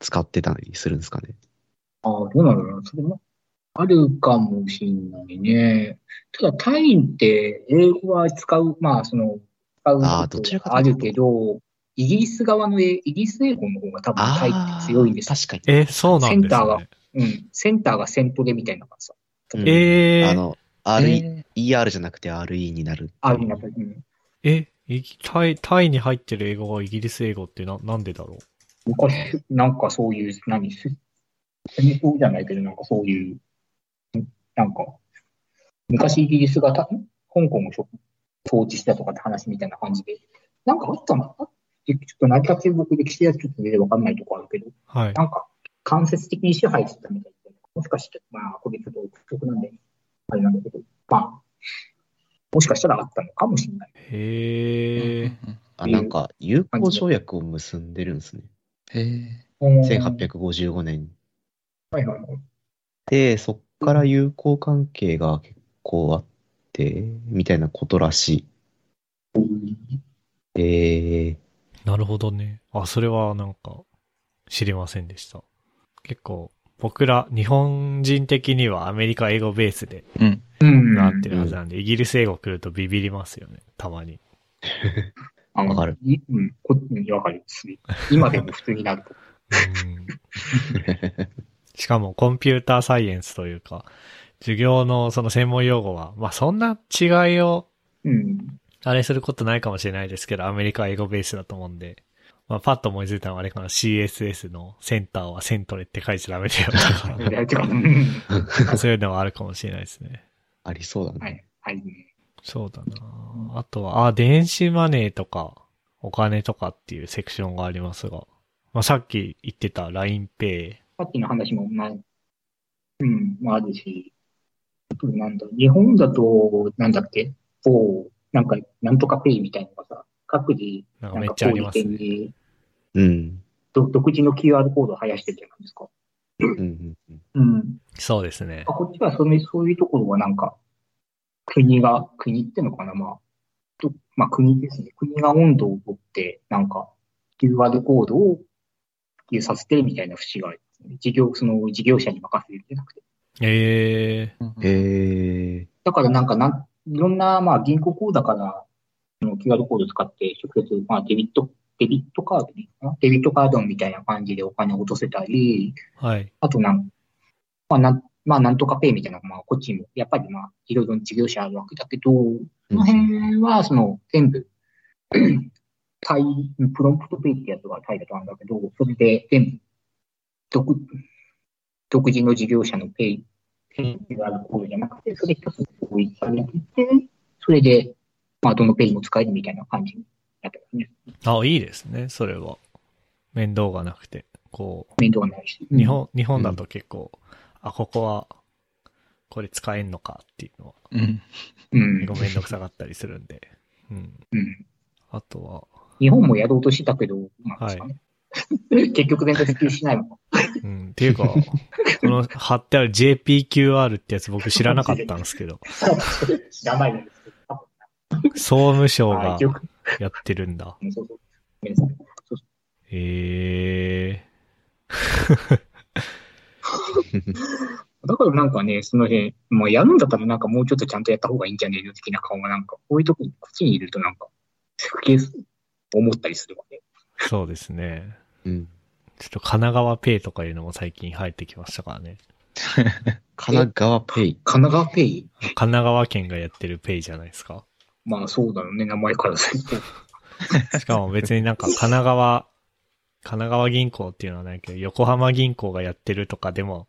S4: 使ってたりするんですかね。
S2: ああ、どうなんだろうな。それもあるかもしんないね。ただ、タイって英語は使う、まあ、その、使うこと
S4: ああどちらかと
S2: あ
S4: いうと
S2: るけど、イギリス側の英、イギリス英語の方が多分タイっ
S4: あ
S2: て
S4: あ、
S2: 強いんですよ。
S4: 確かに。
S1: え、そうなんです
S2: センターが
S1: ね。
S2: うん。センターがセントでみたいな感じさ。
S4: うん
S1: えー
S4: あの、RE、
S3: えー
S4: ER じゃなくて RE になる。
S2: あるんだけど、うん。
S1: え、いタイ、タイに入ってる英語がイギリス英語ってな、なんでだろ
S2: 昔、なんかそういう、何、戦争じゃないけど、なんかそういう、なんか、昔イギリスがた香港を統治したとかって話みたいな感じで、なんかあったな。ちょっと成り立ち僕歴史やちょっと全然わかんないとこあるけど、
S1: うはい。
S2: なんか間接的に支配してたみたいで、もしかして、まあ、これちょっと憶測なんで、あれなんだけど、まあ、もしかしたらあったのかもしれない。
S1: へえ。
S4: あなんか、友好条約を結んでるんですね。
S3: え
S4: 1855年に。
S2: はいはいはい。
S4: で、そっから友好関係が結構あって、みたいなことらしい。え
S1: なるほどね。あ、それはなんか、知りませんでした。結構、僕ら、日本人的にはアメリカ英語ベースで
S3: うん。
S2: うん
S1: なってるはずなんで、イギリス英語来るとビビりますよね。たまに。
S2: あの
S4: わかる。
S2: いうん、こうんわかります。今でも普通になると。
S1: うん しかもコンピューターサイエンスというか、授業のその専門用語は、まあそんな違いを
S2: うん。
S1: あれすることないかもしれないですけど、アメリカは英語ベースだと思うんで、まあパッと思いついたのはあれかな、CSS のセンターはセントレって書いちゃダメだよ
S2: い
S1: と
S2: やてか、うん。
S1: か、そういうのはあるかもしれないですね。
S4: ありそうだ
S2: は
S4: ね。
S2: い。はい。
S1: そうだなあとは、あ、電子マネーとか、お金とかっていうセクションがありますが、まあさっき言ってた LINEPay、
S2: さっきの話も、まあ、うん、まああるし、あとなんだ、日本だと、なんだっけ、こう、なんか、なんとかペイみたいなのがさ、各自、
S1: なんか
S2: なん
S1: めっ
S2: か
S1: ちゃあ
S2: こ
S1: り
S2: ういう
S1: ます
S2: 点
S1: ね。
S2: に、
S4: うん。
S2: ど独自の QR コードを生やしてるじゃないですか。
S4: うんうんうん。
S2: うん。
S1: そうですね。
S2: あこっちはそのそういうところはなんか、国が、国ってのかな、まあ、とまあ国ですね。国が温度を取って、なんか、QR コードを普及させてるみたいな節がある、事業、その事業者に任せるんじゃなくて。
S1: ええ
S4: え
S2: だからなんかなん、いろんな、まあ銀行口座から、その QR コードを使って、直接、まあデビット、デビットカードでいいかなデビットカードみたいな感じでお金を落とせたり、
S1: はい。
S2: あとなん、まあなん、まあなんとかペイみたいな、まあこっちも、やっぱりまあいろいろ事業者あるわけだけど、
S4: ー。
S2: この辺は、その、全部、 タイ、プロンプトペイってやつがタイだとあるんだけど、それで全部、独、独自の事業者のペイ、ペイがあるコードじゃなくて、それ一つ統一されてて、それで、まあ、どのペイも使えるみたいな感じになってますね。
S1: あ、いいですね、それは。面倒がなくて。こ
S2: 面倒はないし。
S1: う、日本、日本だと結構、あ、ここは、これ使えんのかっていうのは、
S3: うん。
S2: うん。
S1: 結構面倒くさかったりするんで。うん。
S2: うん。
S1: あとは、
S2: 日本もやろうとしたけど、なんですかね。 結局全然普及しないもん。
S1: うん。っていうか、この貼ってある JPQR ってやつ僕知らなかったんですけど、
S2: 知らないんですけど、多分
S1: 総務省
S2: あ
S1: が
S2: よく
S1: やってるんだ。
S2: うんそうそう。ごめんなさい
S1: ええ
S2: だからなんかね、その辺、もうやるんだったらなんかもうちょっとちゃんとやった方がいいんじゃねえの的な顔がなんか、こういうとこ、こっちにいるとなんか、すげえ思ったりするわね。
S1: そうですね。
S4: うん。
S1: ちょっと神奈川ペイとかいうのも最近入ってきましたからね。
S4: 神奈川ペイ。
S2: 神奈川ペイ
S1: 神奈川県がやってるペイじゃないですか。
S2: まあそうだよね、名前からすると。
S1: しかも別になんか神奈川、神奈川銀行っていうのはないけど、横浜銀行がやってるとかでも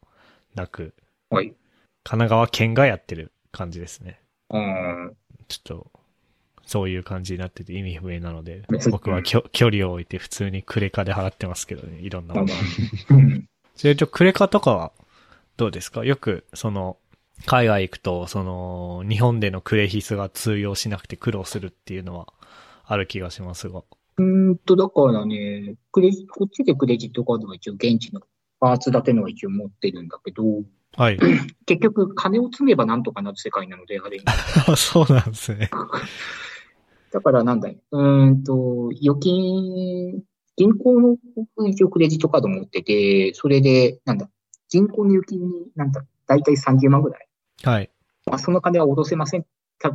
S1: なく、
S2: はい。
S1: 神奈川県がやってる感じですね。
S2: うん。
S1: ちょっと、そういう感じになってて意味不明なので
S2: 別、に
S1: 僕はきょ距離を置いて普通にクレカで払ってますけどね、いろんな
S2: まあ
S1: も
S2: ま
S1: の。
S2: あ。うん。
S1: それとクレカとかはどうですかよく、その、海外行くと、その、日本でのクレヒスが通用しなくて苦労するっていうのはある気がしますが。
S2: うーんと、だからね、クレジ、こっちでクレジットカードは一応現地のパーツだけのは一応持ってるんだけど、
S1: はい。
S2: 結局金を積めばなんとかなる世界なので、あれ。
S1: あ そうなんですね。
S2: だからなんだいうん。うーんと、預金、銀行の僕一応クレジットカード持ってて、それで、なんだ、銀行の預金に、なんだ、だいたい30万ぐらい。
S1: はい。
S2: まあ、その金は下ろせません。た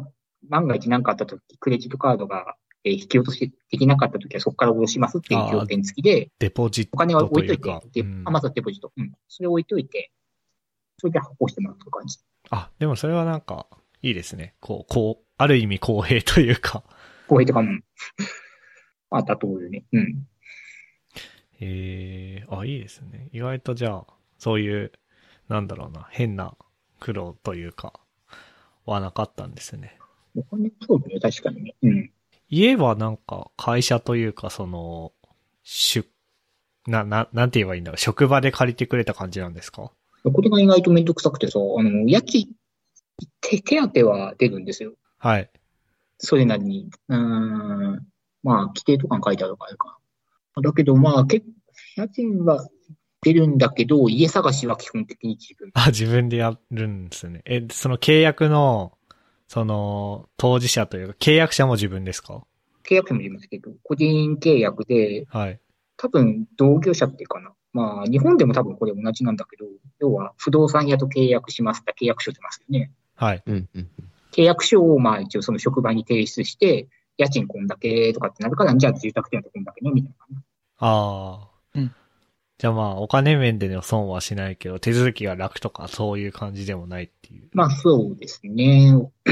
S2: 万が一何かあったとき、クレジットカードが、えー引き落としできなかったときは、そこから下ろしますっていう条件付きで、
S1: デポジッ
S2: お金は
S1: ト
S2: 置
S1: という
S2: いといて
S1: か。、
S2: で
S1: うん
S2: あ、まずはデポジット。うん。それを置いといて、それで発行してもらうという感じ。
S1: あ、でもそれはなんか、いいですね。こう、こう、ある意味公平というか。
S2: 公平とかも、うん まあ、妥当よね。うん。
S1: ええあ、いいですね。意外とじゃあ、そういう、なんだろうな、変な苦労というか、はなかったんですね。
S2: お金、そうだね、確かにね。うん。
S1: 言えばなんか、会社というか、その、出、な、な、なんて言えばいいんだろう、職場で借りてくれた感じなんですか
S2: これが意外とめんどくさくてさ、あの、家賃、手、手当は出るんですよ。
S1: はい。
S2: それなりに。うーん。まあ、規定とかに書いてあるからか。だけど、まあ、結構、家賃は出るんだけど、家探しは基本的に自分。
S1: あ、自分でやるんですね。え、その契約の、その、当事者というか、契約者も自分ですか
S2: 契約者もいますけど、個人契約で、
S1: はい。
S2: 多分同業者っていうかな。まあ、日本でも多分これ同じなんだけど、要は不動産屋と契約しますって契約書出ますよね。
S1: はい。
S4: うんうんうん。
S2: 契約書をまあ一応その職場に提出して、家賃こんだけとかってなるから、じゃあ住宅店はこんだけね、みたいな。
S1: ああ。
S3: うん
S1: じゃあまあ、お金面での損はしないけど、手続きが楽とか、そういう感じでもないっていう。
S2: まあそうですね。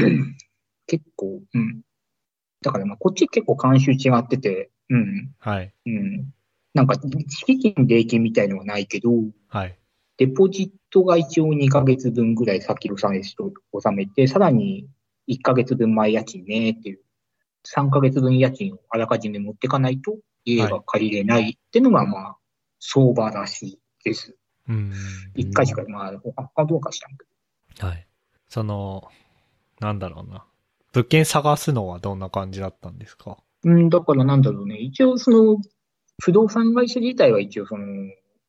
S2: 結構、うん。だからまあこっち結構慣習違ってて、うん、
S1: はい。
S2: うん。なんか、敷金、礼金みたいのはないけど、
S1: はい。
S2: デポジットが一応2ヶ月分ぐらい先納めしと、納めて、さらに1ヶ月分前家賃ねっていう、3ヶ月分家賃をあらかじめ持ってかないと、家が借りれないってのがまあ、相場らしいです。
S1: うん。
S2: 1回しか、まあ、他他どうかしたんけど。
S1: はい。その、なんだろうな。物件探すのはどんな感じだったんですか
S2: うん、だからなんだろうね。一応その、不動産会社自体は一応その、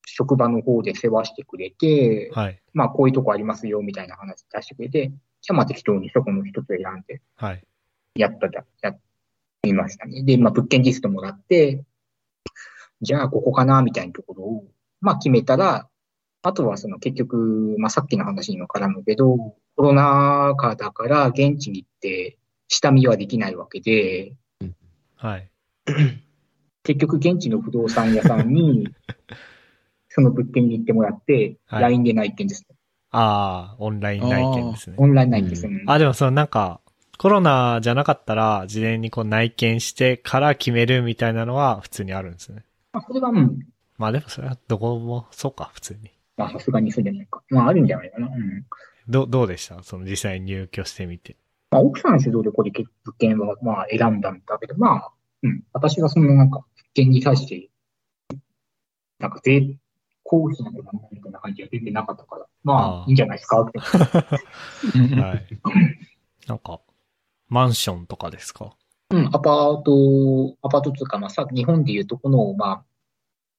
S2: 職場の方で世話してくれて、
S1: はい。
S2: まあこういうとこありますよみたいな話出してくれて、じゃあまあ適当にそこの一つ選んで
S1: はい。
S2: やっただ、やりましたね。で、まあ物件リストもらって、じゃあここかなみたいなところを、まあ決めたら、あとはその結局、まあさっきの話にも絡むけど、コロナ禍だから現地に行って下見はできないわけで、
S1: はい。
S2: 結局現地の不動産屋さんに、その物件に行ってもらって、
S1: はい
S2: LINE で内見です。
S1: ああ、オンライン内見ですね
S2: オ。ンライン内見です。
S4: う
S2: うん
S1: あ、でもそのなんか、コロナじゃなかったら、事前にこう内見してから決めるみたいなのは普通にあるんですね。
S2: まあ、それはうん、
S1: まあでもそれはどこも、そうか、普通に。
S2: まあさすがにそうじゃないか。まああるんじゃないかな。うん。
S1: ど、どうでしたその実際に入居してみて。
S2: まあ奥さんの主導でこれ物件はまあ選んだんだけど、まあ、うん。私がそのなんか、物件に対して、なんか税、公費なんてなんだみたいな感じが出てなかったから、ま
S1: ああ
S2: あ、いいんじゃないですかって。
S1: はい。 なんか、マンションとかですか
S2: うん、アパート、アパートというか、まあ、さ、日本でいうとこの、まあ、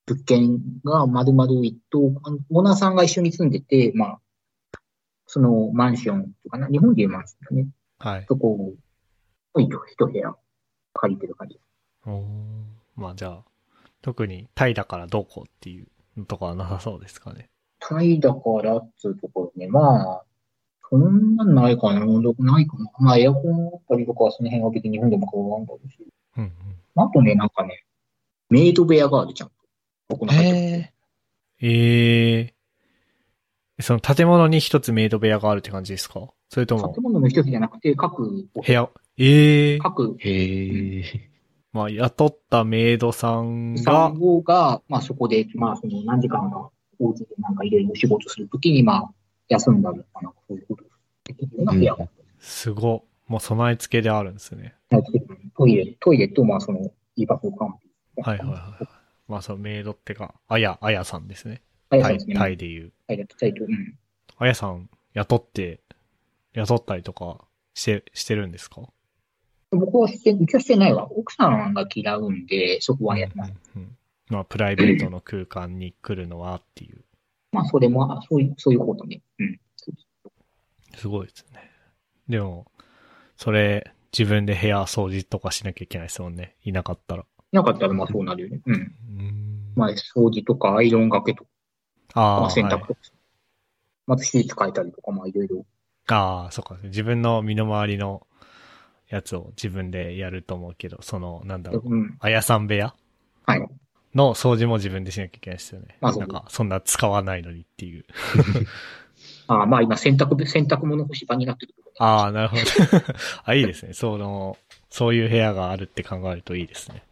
S2: 物件が丸々一棟、あのオーナーさんが一緒に住んでて、まあ、そのマンションとかな、日本でいうマンションだね、
S1: はい。
S2: そこを一一部屋借りてる感じ。
S1: おーまあじゃあ、特にタイだからどうこうっていうのとかはなさそうですかね。
S2: タイだからっつうところね、まあ、そんなんないかな、どこないかな。まあ、エアコンだったりとかはその辺は別に日本でも変わらんだろうし。
S1: うんうん。
S2: あとね、なんかね、メイド部屋があるじゃん。ここの会
S3: へえ。
S1: ええその建物に一つメイド部屋があるって感じですかそれと
S2: 社。
S1: も
S2: 建、物の一つじゃなくて、各、
S1: 部屋、ええ
S2: 各
S4: へえ。
S1: まあ、雇ったメイドさんが
S2: 産、後が、まあそこで、まあその何時間かお家でなんかいろいろ仕事するときに、まあ休んだりとか、なんかそういうことできるような部屋があったり
S1: すごい。もう備え付けであるんですね。
S2: トイレ、トイレと、まあその、居場所完備。
S1: はいはいはい。まあ、そのメイドってか、あや、あやさんですね。
S2: はい。
S1: タ
S2: はい、
S1: イ
S2: ですね。
S1: タイで言う。
S2: はい、やってたいと。うん。
S1: あやさん、雇って、雇ったりとかして、してるんですか
S2: 僕はして、うちはしてないわ。奥さんが嫌うんで、そこはやってない。
S1: うんうんまあ、プライベートの空間に来るのはっていう。
S2: まあ、それも、あそういう、そういうことね。うん。
S1: すごいですね。でも、それ、自分で部屋掃除とかしなきゃいけないですもんね。いなかったら。
S2: なかったら、まあ、そうなるよね。うん。
S1: うん
S2: まあ、掃除とか、アイロン掛けとか、ま
S1: あ
S2: あ、
S1: ー
S2: 洗
S1: はい
S2: 濯とか、まずシーツ変えたりとか、まあ、いろいろ。
S1: ああ、そっか。自分の身の回りのやつを自分でやると思うけど、その、なんだろう。
S2: うん。
S1: あやさん部屋
S2: はい。
S1: の掃除も自分でしなきゃいけないですよね。
S2: まあそう
S1: なんか、そんな使わないのにっていう。
S2: あまあ、今、洗濯、洗濯物干し場になってるけどね。
S1: ああ、なるほど。 あ、いいですね。その、そういう部屋があるって考えるといいですね。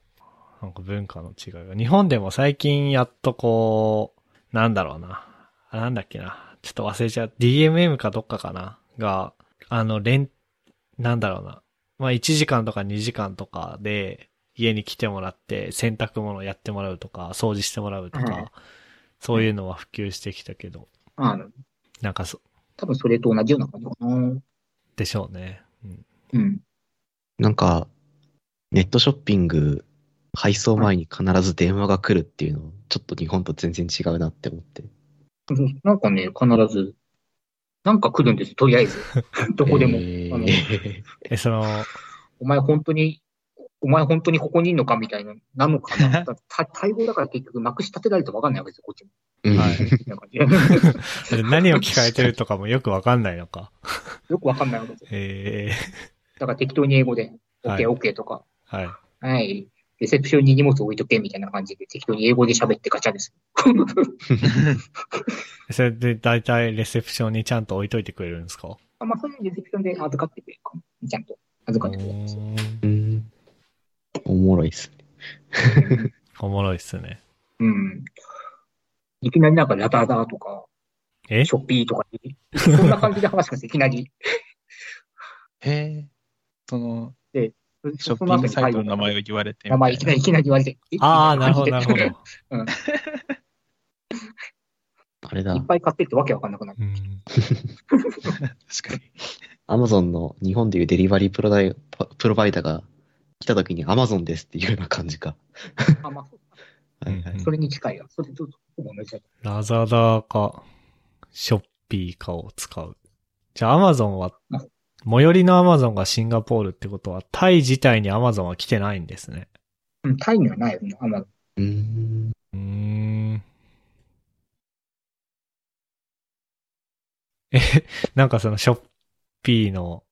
S1: なんか文化の違いが。日本でも最近やっとこう、なんだろうな。あなんだっけな。ちょっと忘れちゃう。DMM かどっかかな。が、あの、レン、なんだろうな。まあ、1時間とか2時間とかで、家に来てもらって、洗濯物やってもらうとか、掃除してもらうとか、
S2: うん
S1: そういうのは普及してきたけど、
S2: あの、
S1: なんかそ、
S2: 多分それと同じような感じかな。
S1: でしょうね。うん
S2: うん。
S4: なんか、ネットショッピング、配送前に必ず電話が来るっていうの、ちょっと日本と全然違うなって思って。
S2: そうなんかね、必ず、なんか来るんですよ、とりあ えず。どこでも。
S4: へー
S2: あの
S1: え、その、
S2: お前本当に、お前本当にここにいんのかみたいな、なの かな。だた対応だから結局、まくし立てられると分かんないわけですよ、こっ ちも。
S4: うん
S1: はい
S2: なん かね
S1: 何を聞かれてるとかもよくわかんないのか。
S2: よく分かんないわけですよ。
S1: ええ
S2: だから適当に英語で、
S1: はい
S2: OK、OK とか、
S1: はい。
S2: はい、レセプションに荷物置いとけみたいな感じで、適当に英語で喋ってガチャです。
S1: それで大体レセプションにちゃんと置いといてくれるんですか
S2: あまあ、そういうレセプションで預かってくれるかもちゃんと預かってくれます。
S4: うんおもろいっすね。
S1: おもろいっすね。
S2: うん。いきなりなんか、ラダダとか、
S1: え
S2: ショッピーとか、そんな感じで話がいきな り。
S3: へえ。その、シ
S2: シ
S3: ョッピングサイトの名前を言われてみたいな。
S2: 名前いきなり、いきなり言われて。え
S1: ああ、なるほど、なるほど。。
S4: あれ
S2: いっ
S4: だ、
S2: ぱい買ってってわけわかんなくなる。
S1: うん、
S3: 確かに。
S4: アマゾンの日本でいうデリバリープロダイプロバイダーが来た時にアマゾンですっていうような感じか。
S2: あ、まあ、そう
S4: はいはい
S1: うん
S2: それに近いわ。それと、ほぼ同じだと。
S1: ラザダーか、ショッピーかを使う。じゃあ、アマゾンは、最寄りのアマゾンがシンガポールってことは、タイ自体にアマゾンは来てないんですね。
S2: うん、タイにはないよね。あ、まあ、
S4: うーん。
S1: うーん。 え、なんかそのショッピーの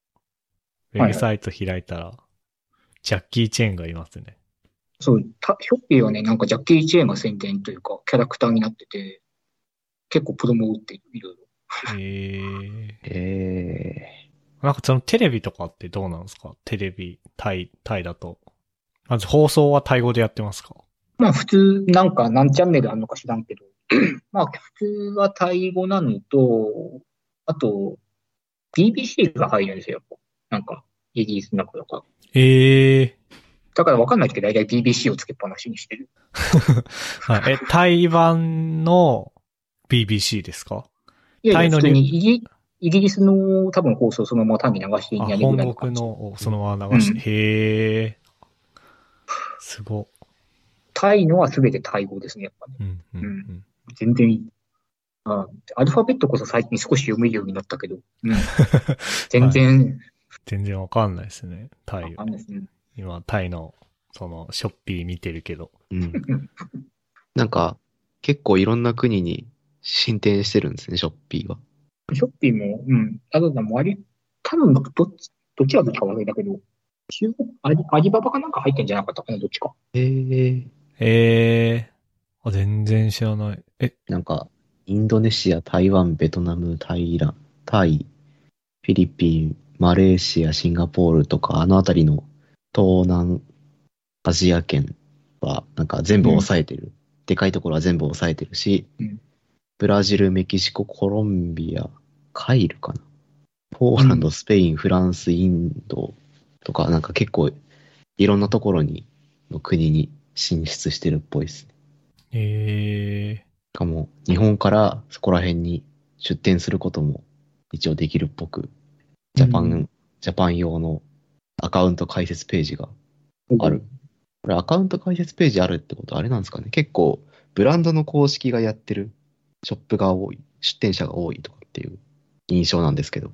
S1: ウェブサイト開いたら、ジャッキー・チェンがいますね。
S2: そう、たショッピーはね、なんかジャッキー・チェーンが宣伝というか、キャラクターになってて、結構プロも打っている、いろいろ。
S1: ええ
S4: え
S1: なんかそのテレビとかってどうなんですかテレビ、タイ、タイだと。まず放送はタイ語でやってますか
S2: まあ、普通、なんか何チャンネルあるのか知らんけど、 まあ、普通はタイ語なのと、あと、BBC が入るんですよ、やっぱなんか、イギリスの中だから。
S1: ええ
S2: だからわかんないけど、大体 BBC をつけっぱなしにしてる。
S1: はい。え、タイ版の BBC ですか
S2: いやいや、
S1: タイの
S2: 普
S1: ニ
S2: 通
S1: ュー
S2: にイギイギリスの多分放送そのまま単に流していい
S1: あ
S2: んじゃねぐら
S1: 本
S2: いの感
S1: 国
S2: じ。
S1: のをそのまま流して。
S2: うん
S1: へえ。すごっ。
S2: タイのは全てタイ語ですね、やっぱね。
S1: うんうんう
S2: うん全然いい。あアルファベットこそ最近少し読めるようになったけど、うん 全然
S1: 全然わかんないですね。タ
S2: わ
S1: イ
S2: か。んないですね。
S1: 今、タイの、その、ショッピー見てるけど。
S4: ーうん。なんか、結構いろんな国に進展してるんですね、ショッピーは。
S2: ショッピーも、うん、ただ、割り、多分どっち、どっちがどっちか悪いんだけど、中国アリ、アリババかなんか入ってんじゃなかったかな、どっちか。
S4: ええ
S1: ええあ、全然知らない。え、
S4: なんか、インドネシア、台湾、ベトナム、タイラン、タイ、フィリピン、マレーシア、シンガポールとか、あのあたりの東南アジア圏は、なんか全部抑えてる。でかいところは全部抑えてるし、
S2: うん
S4: ブラジル、メキシコ、コロンビア、カイルかな。ポーランド、スペイン、フランス、インドとか、なんか結構いろんなところに、の国に進出してるっぽいですね。
S1: えー、
S4: しかも、日本からそこら辺に出店することも一応できるっぽく、ジャパン、
S2: うん
S4: ジャパン用のアカウント開設ページがある。これアカウント開設ページあるってことあれなんですかね結構、ブランドの公式がやってるショップが多い、出店者が多いとかっていう印象なんですけど。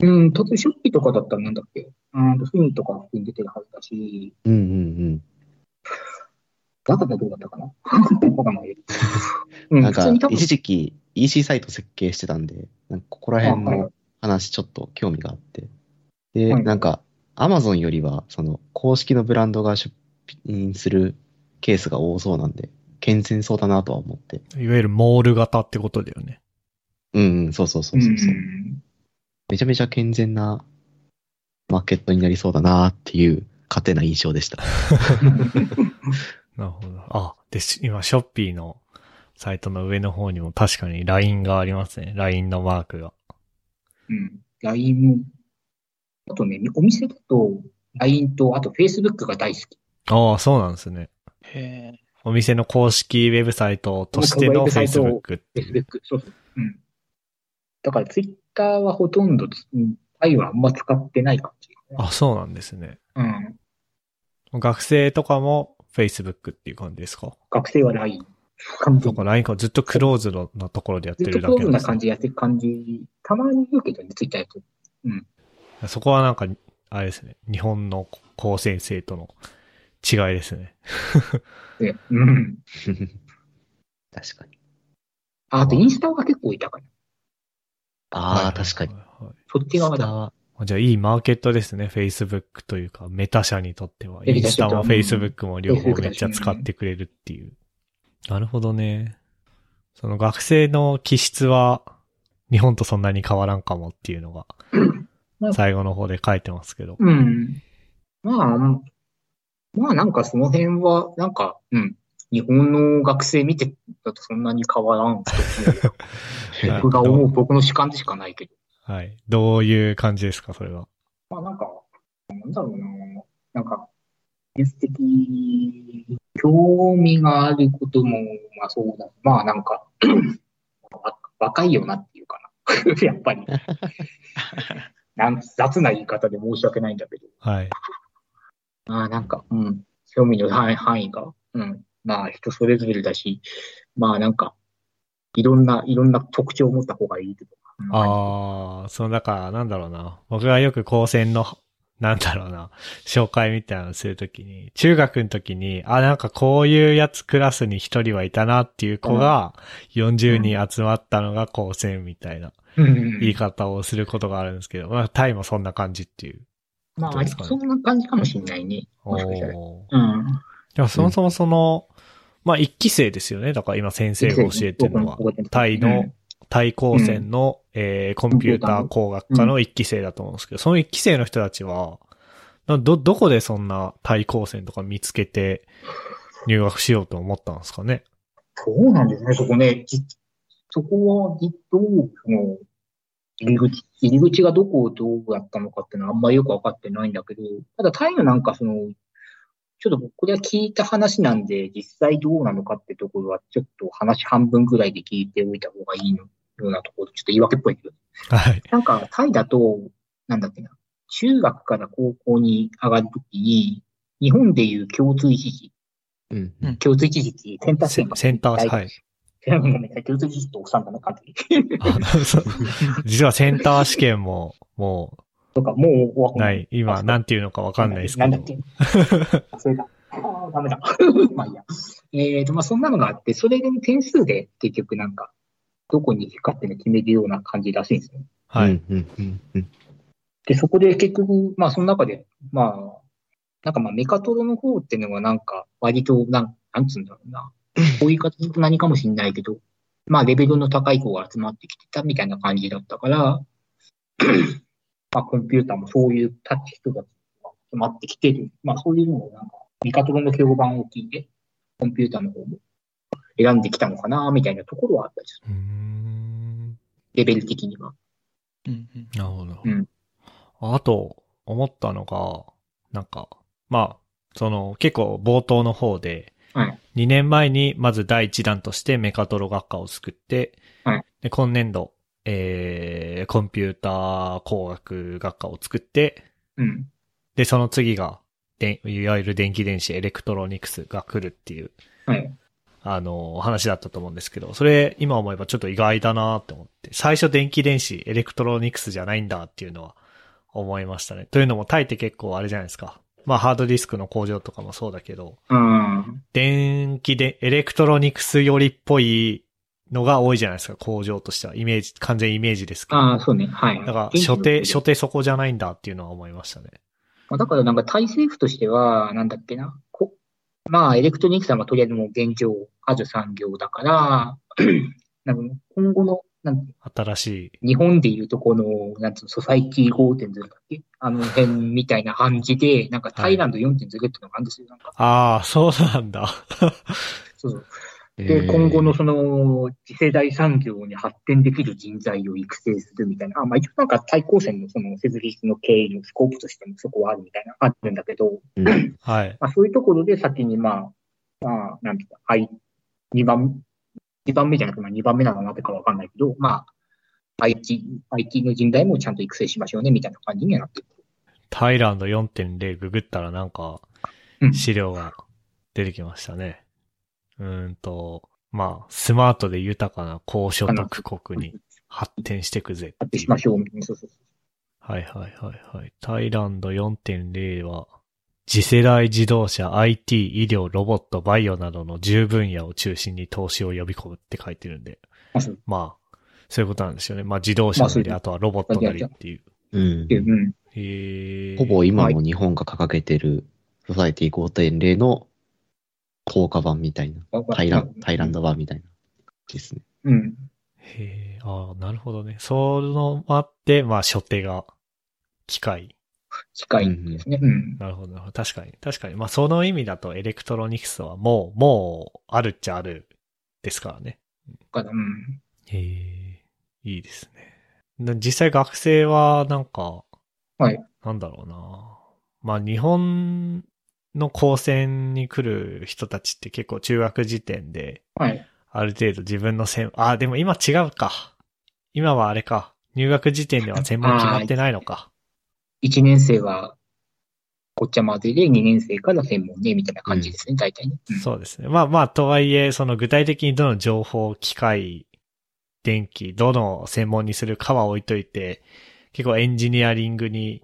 S2: うん、特に初期とかだったらなんだっけうんと、フィンとか普通に出てるはずだし、
S4: うんうん
S2: ガガがどうだったかな わかんない。う
S4: うん。
S2: ん、
S4: なん
S2: 普
S4: か
S2: 通に多、分
S4: 一時期 EC サイト設計してたんで、なんかここら辺の話ちょっと興味があって。で、
S2: はい
S4: なんか、アマゾンよりは、その、公式のブランドが出品するケースが多そうなんで、健全そうだなとは思って。
S1: いわゆるモール型ってことだよね。
S4: うんうん、そうそうそうそうそう、めちゃめちゃ健全なマーケットになりそうだなっていう、勝手な印象でした。
S1: なるほど。あ、で、し今、ショッピーのサイトの上の方にも確かに LINE がありますね。LINE のマークが。
S2: うん。うん。LINE も、あとね、お店だと LINE と、あと Facebook が大好き。
S1: ああ、そうなんですね。
S3: へえ。
S1: お店の公式ウェブサイトとしての
S2: ウェブサイト
S1: Facebook っていう。
S2: Facebook、そうそう。うん。だから Twitter はほとんどつ、うん、タイはあんま使ってない感じ。
S1: あ、そうなんですね。
S2: うん。
S1: 学生とかも Facebook っていう感じですか
S2: 学生は LINE。完
S1: そう
S2: 全に
S1: か、LINE かずっとクローズドなところでやって
S2: ずっと
S1: るだ
S2: クロ
S1: け
S2: ーズ
S1: んで
S2: な
S1: すね
S2: 感じやってる感じ、たまに言うけどね、ツイッターやと。
S1: そこはなんか、あれですね。日本の高専生との違いですね。
S2: でうん。
S4: 確かに。
S2: ああとインスタが結構いたから。
S4: あ
S1: は
S4: あ、
S1: いはいはい
S4: 確かに。
S1: はい
S2: そっち側だ。
S1: じゃあ、いいマーケットですね。Facebook というか、メタ社にとっては。
S2: メ
S1: イン
S2: タ
S1: ス
S2: 社
S1: タ
S2: にと
S1: も
S2: っては
S1: Facebook も両方
S2: Facebook
S1: めっちゃ使ってくれるっていう。なるほどね。その学生の気質は、日本とそんなに変わらんかもっていうのが
S2: う、ん
S1: 最後の方で書いてますけど。
S2: うん。まあ、まあなんかその辺は、なんか、うん。日本の学生見てだとそんなに変わらんと思うよ僕が思う僕の主観でしかないけど。
S1: はい。どういう感じですか、それは。
S2: まあなんか、なんだろうな。なんか、技術的、興味があることも、まあそうだ。まあなんか、 わ若いよなっていうかな。 やっぱり。なん雑な言い方で申し訳ないんだけど。
S1: はい。
S2: まあなんか、うん。興味の範囲範囲が、うん。まあ人それぞれだし、まあなんか、いろんな、いろんな特徴を持った方がいいけど。
S1: ああ、その、だから、なんだろうな。僕がよく高専の、 なんだろうな、紹介みたいなのするときに、中学のときに、あ、なんかこういうやつクラスに一人はいたなっていう子が、40人集まったのが高専みたいな
S2: うんうん。
S1: 言い方をすることがあるんですけど、まあ、タイもそんな感じっていう。
S2: まあ、
S1: どうですかね
S2: そんな感じかもしれないね。
S1: お
S2: もしかしたら
S1: お。
S2: うん。
S1: でもそもそもその、まあ、一期生ですよね。だから今先生が教えてるのは
S2: 一期生ですう、ん
S1: タイ
S2: う
S1: の
S2: ん、
S1: タイ高専の、えーコンピューター工学科の一期生だと思うんですけど、その一期生の人たちは、など、どこでそんなタイ高専とか見つけて入学しようと思ったんですかね。
S2: そうなんですね、そこね。じそこは、じどう、その、入り口、入り口がどこをどうやったのかっていうのはあんまりよくわかってないんだけど、ただタイのなんかその、ちょっと僕これは聞いた話なんで、実際どうなのかってところは、ちょっと話半分ぐらいで聞いておいた方がいいのようなところ、ちょっと言い訳っぽいけど。
S1: はい。
S2: なんか、タイだと、なんだっけな、中学から高校に上がるときに、日本でいう共通一時、
S4: うん。
S3: うん
S2: 共通一時ってセンター試
S1: セ
S2: 験か
S1: センター、はい。
S2: いや、ごめんなさい。共通知識とおっさんだな、完全に。
S1: あそう実はセンター試験も、も
S2: とか、もう終わ
S1: う、ない。今、なんていうのかわかんないですけ
S2: なんだ
S1: ど
S2: っ。けそれだ。あーダメだ。まあいいや。えっ、と、まあそんなのがあって、それで点数で結局なんか、どこに行くかっていうのを決めるような感じらしいんですね。
S1: は
S4: う
S1: い。
S4: んうんうんうん。
S2: で、そこで結局、まあその中で、まあ、なんかまあメカトロの方っていうのはなんか、割となん、なんつうんだろうな。こういう形と何かもしんないけど、まあ、レベルの高い子が集まってきてたみたいな感じだったから、まあ、コンピューターもそういうタッチ人が集まってきてる。まあ、そういうのをなんか、ミカトロの評判を聞いて、コンピューターの方も選んできたのかな、みたいなところはあったりする。
S1: うん。
S2: レベル的には。
S3: うんうん
S1: なるほど。
S2: うん
S1: あと、思ったのが、なんか、まあ、その、結構冒頭の方で、
S2: はい
S1: 2年前にまず第1弾としてメカトロ学科を作って、
S2: はい
S1: で今年度、えー、コンピューター工学学科を作って、
S2: うん。
S1: で、その次が、でいわゆる電気電子エレクトロニクスが来るっていう、
S2: はい。
S1: あの、話だったと思うんですけど、それ今思えばちょっと意外だなって思って、最初電気電子、エレクトロニクスじゃないんだっていうのは思いましたね。というのも、タイって結構あれじゃないですか。まあ、ハードディスクの工場とかもそうだけど、
S2: うん。
S1: 電気で、エレクトロニクス寄りっぽいのが多いじゃないですか、工場としては。イメージ、完全イメージですけど。
S2: ああ、そうね。はい。
S1: だから、所定、所
S2: 所
S1: 定そこじゃないんだっていうのは思いましたね。
S2: まあ、だからなんかタイ政府としては、なんだっけな、こまあ、エレクトロニクスはまあとりあえずもう現状ある産業だから、 なんか今後の、なんて
S1: 新しい。
S2: 日本でいうとこの、なんつうの、ソサイティ5.0だっけあの辺みたいな感じで、なんかタイランド4.0っていうのがあるんですよ。なんか、
S1: ああ、そうなんだ。
S2: そうそう。
S4: え
S2: で、
S4: ー
S2: 今後のその、次世代産業に発展できる人材を育成するみたいな、あまあ一応なんか対抗戦のその設立の経営のスコープとしてもそこはあるみたいな、あるんだけど、
S4: うん
S1: はい。
S2: まあ、そういうところで先にまあ、まあ、なんていうか、はい、2番、2番目じゃなくて、まあ、2番目なのかなってかわかんないけど、まあ、IT、IT の人材もちゃんと育成しましょうね、みたいな感じにはなってる。
S1: タイランド4.0ググったらなんか
S2: うん
S1: 資料が出てきましたね。うーんと、まあ、スマートで豊かな高所得国に発展していくぜって
S2: て
S1: い
S2: し
S1: う。
S2: ましょう、みたいな。そうそうそう。
S1: はいはいはいはい。タイランド4.0は次世代自動車、IT、医療、ロボット、バイオなどの10分野を中心に投資を呼び込むって書いてるんで。
S2: あそう
S1: まあ、そういうことなんですよね。まあ自動車
S2: まあ
S1: な
S2: そ
S1: り、
S2: うです
S1: あとはロボットなりっていう。
S4: うん
S2: でうん。
S1: へー
S4: ほぼ今の日本が掲げてるソサイティ5.0の効果版みたいな。タイランタイランド版みたいな。ですね。
S2: うん。
S1: へえ、ああ、なるほどね。そのもあって、まあ、初手が、機械。
S2: 機械ですね。うん。
S1: なるほど、なるほど。確かに、確かに。まあ、その意味だと、エレクトロニクスはもう、もう、あるっちゃある、ですからね。
S2: だから、うん。
S1: へえ、いいですね。な実際学生は、なんか、
S2: はい。
S1: なんだろうな。まあ、日本の高専に来る人たちって結構中学時点で、
S2: はい。
S1: ある程度自分の専、あ、でも今違うか。今はあれか。入学時点では専門決まってないのか。
S2: 1年生は、こっちゃまぜで、2年生から専門ね、みたいな感じですね、大体ね。うん
S1: そうですね。まあまあ、とはいえ、その具体的にどの情報、機械、電気、どの専門にするかは置いといて、結構エンジニアリングに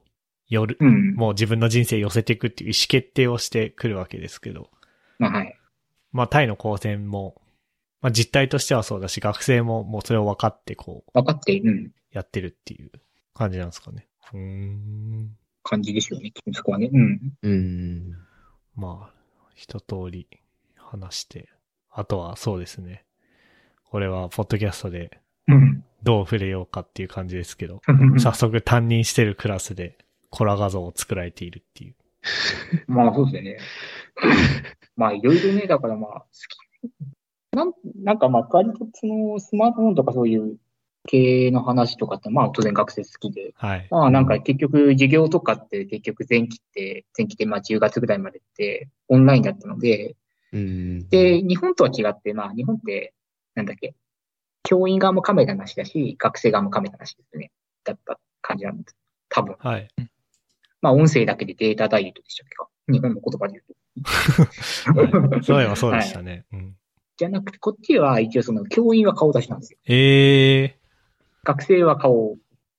S1: よる、
S2: うん。
S1: もう自分の人生寄せていくっていう意思決定をしてくるわけですけど。
S2: まあ、はい。
S1: まあ、タイの高専も、まあ実態としてはそうだし、学生ももうそれを分かってこう、
S2: 分かって、うん。
S1: やってるっていう感じなんですかね。うーん。
S2: 感じですよね、そこはね。うん。
S4: うん。
S1: まあ、一通り話して、あとはそうですね。これは、ポッドキャストで
S2: うん。
S1: どう触れようかっていう感じですけど、早速担任してるクラスでコラ画像を作られているっていう。
S2: まあそうですよね。まあいろいろね、だからまあ好き。なんなんかまあ割とそのスマートフォンとかそういう系の話とかってまあ当然学生好きで。
S1: はい。
S2: まあなんか結局授業とかって結局前期って、前期ってまあ10月ぐらいまでってオンラインだったので、
S4: うん。
S2: で、日本とは違って、まあ日本ってなんだっけ、教員側もカメラなしだし、学生側もカメラなしですね。だった感じなんです。多分。
S1: はい。
S2: まあ音声だけでデータダイエットでしたっけか。日本の言葉で言う
S1: は
S2: と。
S1: いそういえばそうでしたね。うん、
S2: じゃなくて、こっちは一応その教員は顔出しなんですよ。
S1: ええ
S2: 学生は顔を、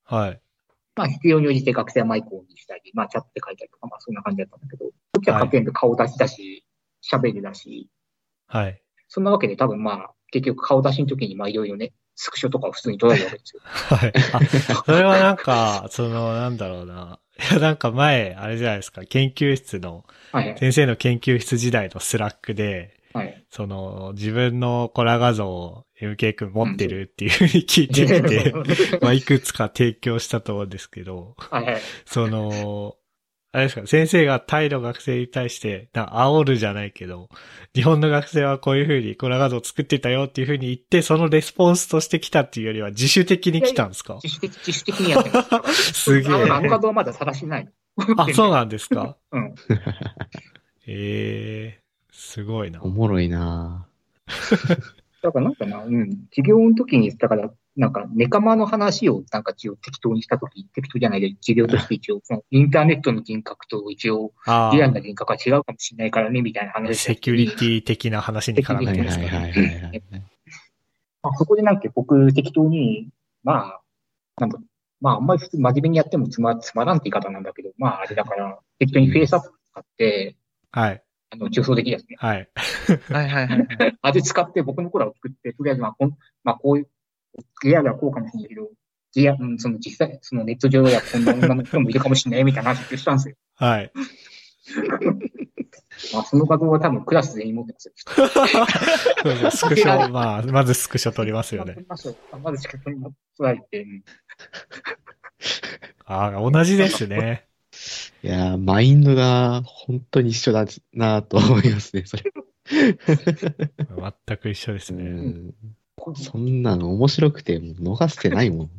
S1: ー、はい。
S2: まあ必要に応じて学生はマイクをオンにしたり、まあチャットで書いたりとか、まあそんな感じだったんだけど、こっちは
S1: はい
S2: 全部顔出しだし、喋りだし、
S1: はい。
S2: そんなわけで多分まあ結局顔出しの時にまあいろいろね、スクショとかを普通に撮られるわけですよ。
S1: はい。あ、 それはなんか、その、なんだろうな。いや、なんか前、あれじゃないですか、研究室の、
S2: はい。
S1: 先生の研究室時代のスラックで、
S2: はい。
S1: その、自分のコラ画像を MK 君持ってるっていうふうに聞いてみて、まあ、いくつか提供したと思うんですけど、
S2: はいはい。
S1: その、あれですか、先生がタイの学生に対して、な煽るじゃないけど、日本の学生はこういうふうにコラ画像作ってたよっていうふうに言って、そのレスポンスとして来たっていうよりは自主的に来たんですか
S2: 自主的、自主的にやってます。
S1: すげえ
S2: あ。のアボカドはまだ探してない。
S1: あ、そうなんですか
S2: うん。
S1: ええすごいな
S4: お。もろいな
S2: だからなんかな、うん。授業の時に、だから、なんか、ネカマの話を、なんか一応適当にした時適当じゃないで、授業として一応、そのインターネットの人格と一応、
S1: あ
S2: リアル
S1: あ、
S2: な人格は違うかもしれないからね、みたいな話をした時に
S1: セキュリティ的な話に絡
S4: ぁ。
S1: ん
S4: は
S1: でる
S4: い
S1: んで
S4: は
S1: す
S4: い
S1: か
S4: はい
S1: ね。
S4: はいはい。
S2: まあ、そこでなんか僕適当に、まあ、なんか、まああんまり普通真面目にやってもつま、つまらんって言い方なんだけど、まああれだから、適当にフェイスアップ使って、
S1: はい。
S2: あの、中層的ですね。
S1: はい。
S3: はいはいはいはい。
S2: あれ使って僕のコラを作って、とりあえずまあこん、まあこういう、リアルはこうかもしれないけど、リア、うん、その実際、そのネット上ではこんな女の人もいるかもしれないみたいな話をしたんですよ。
S1: はい。
S2: まあその画像は多分クラス全員持ってますよ。
S1: そうそうスクショ、まあ、まずスクショ取りますよね。
S2: まず、まず近くに持ってられて、うん
S1: ああ、同じですね。
S4: いやーマインドが本当に一緒だなと思いますね、それ。
S1: 全く一緒です
S4: う
S1: ね。
S4: ん
S2: こう
S4: そんなの面白くて、もう逃してないもん。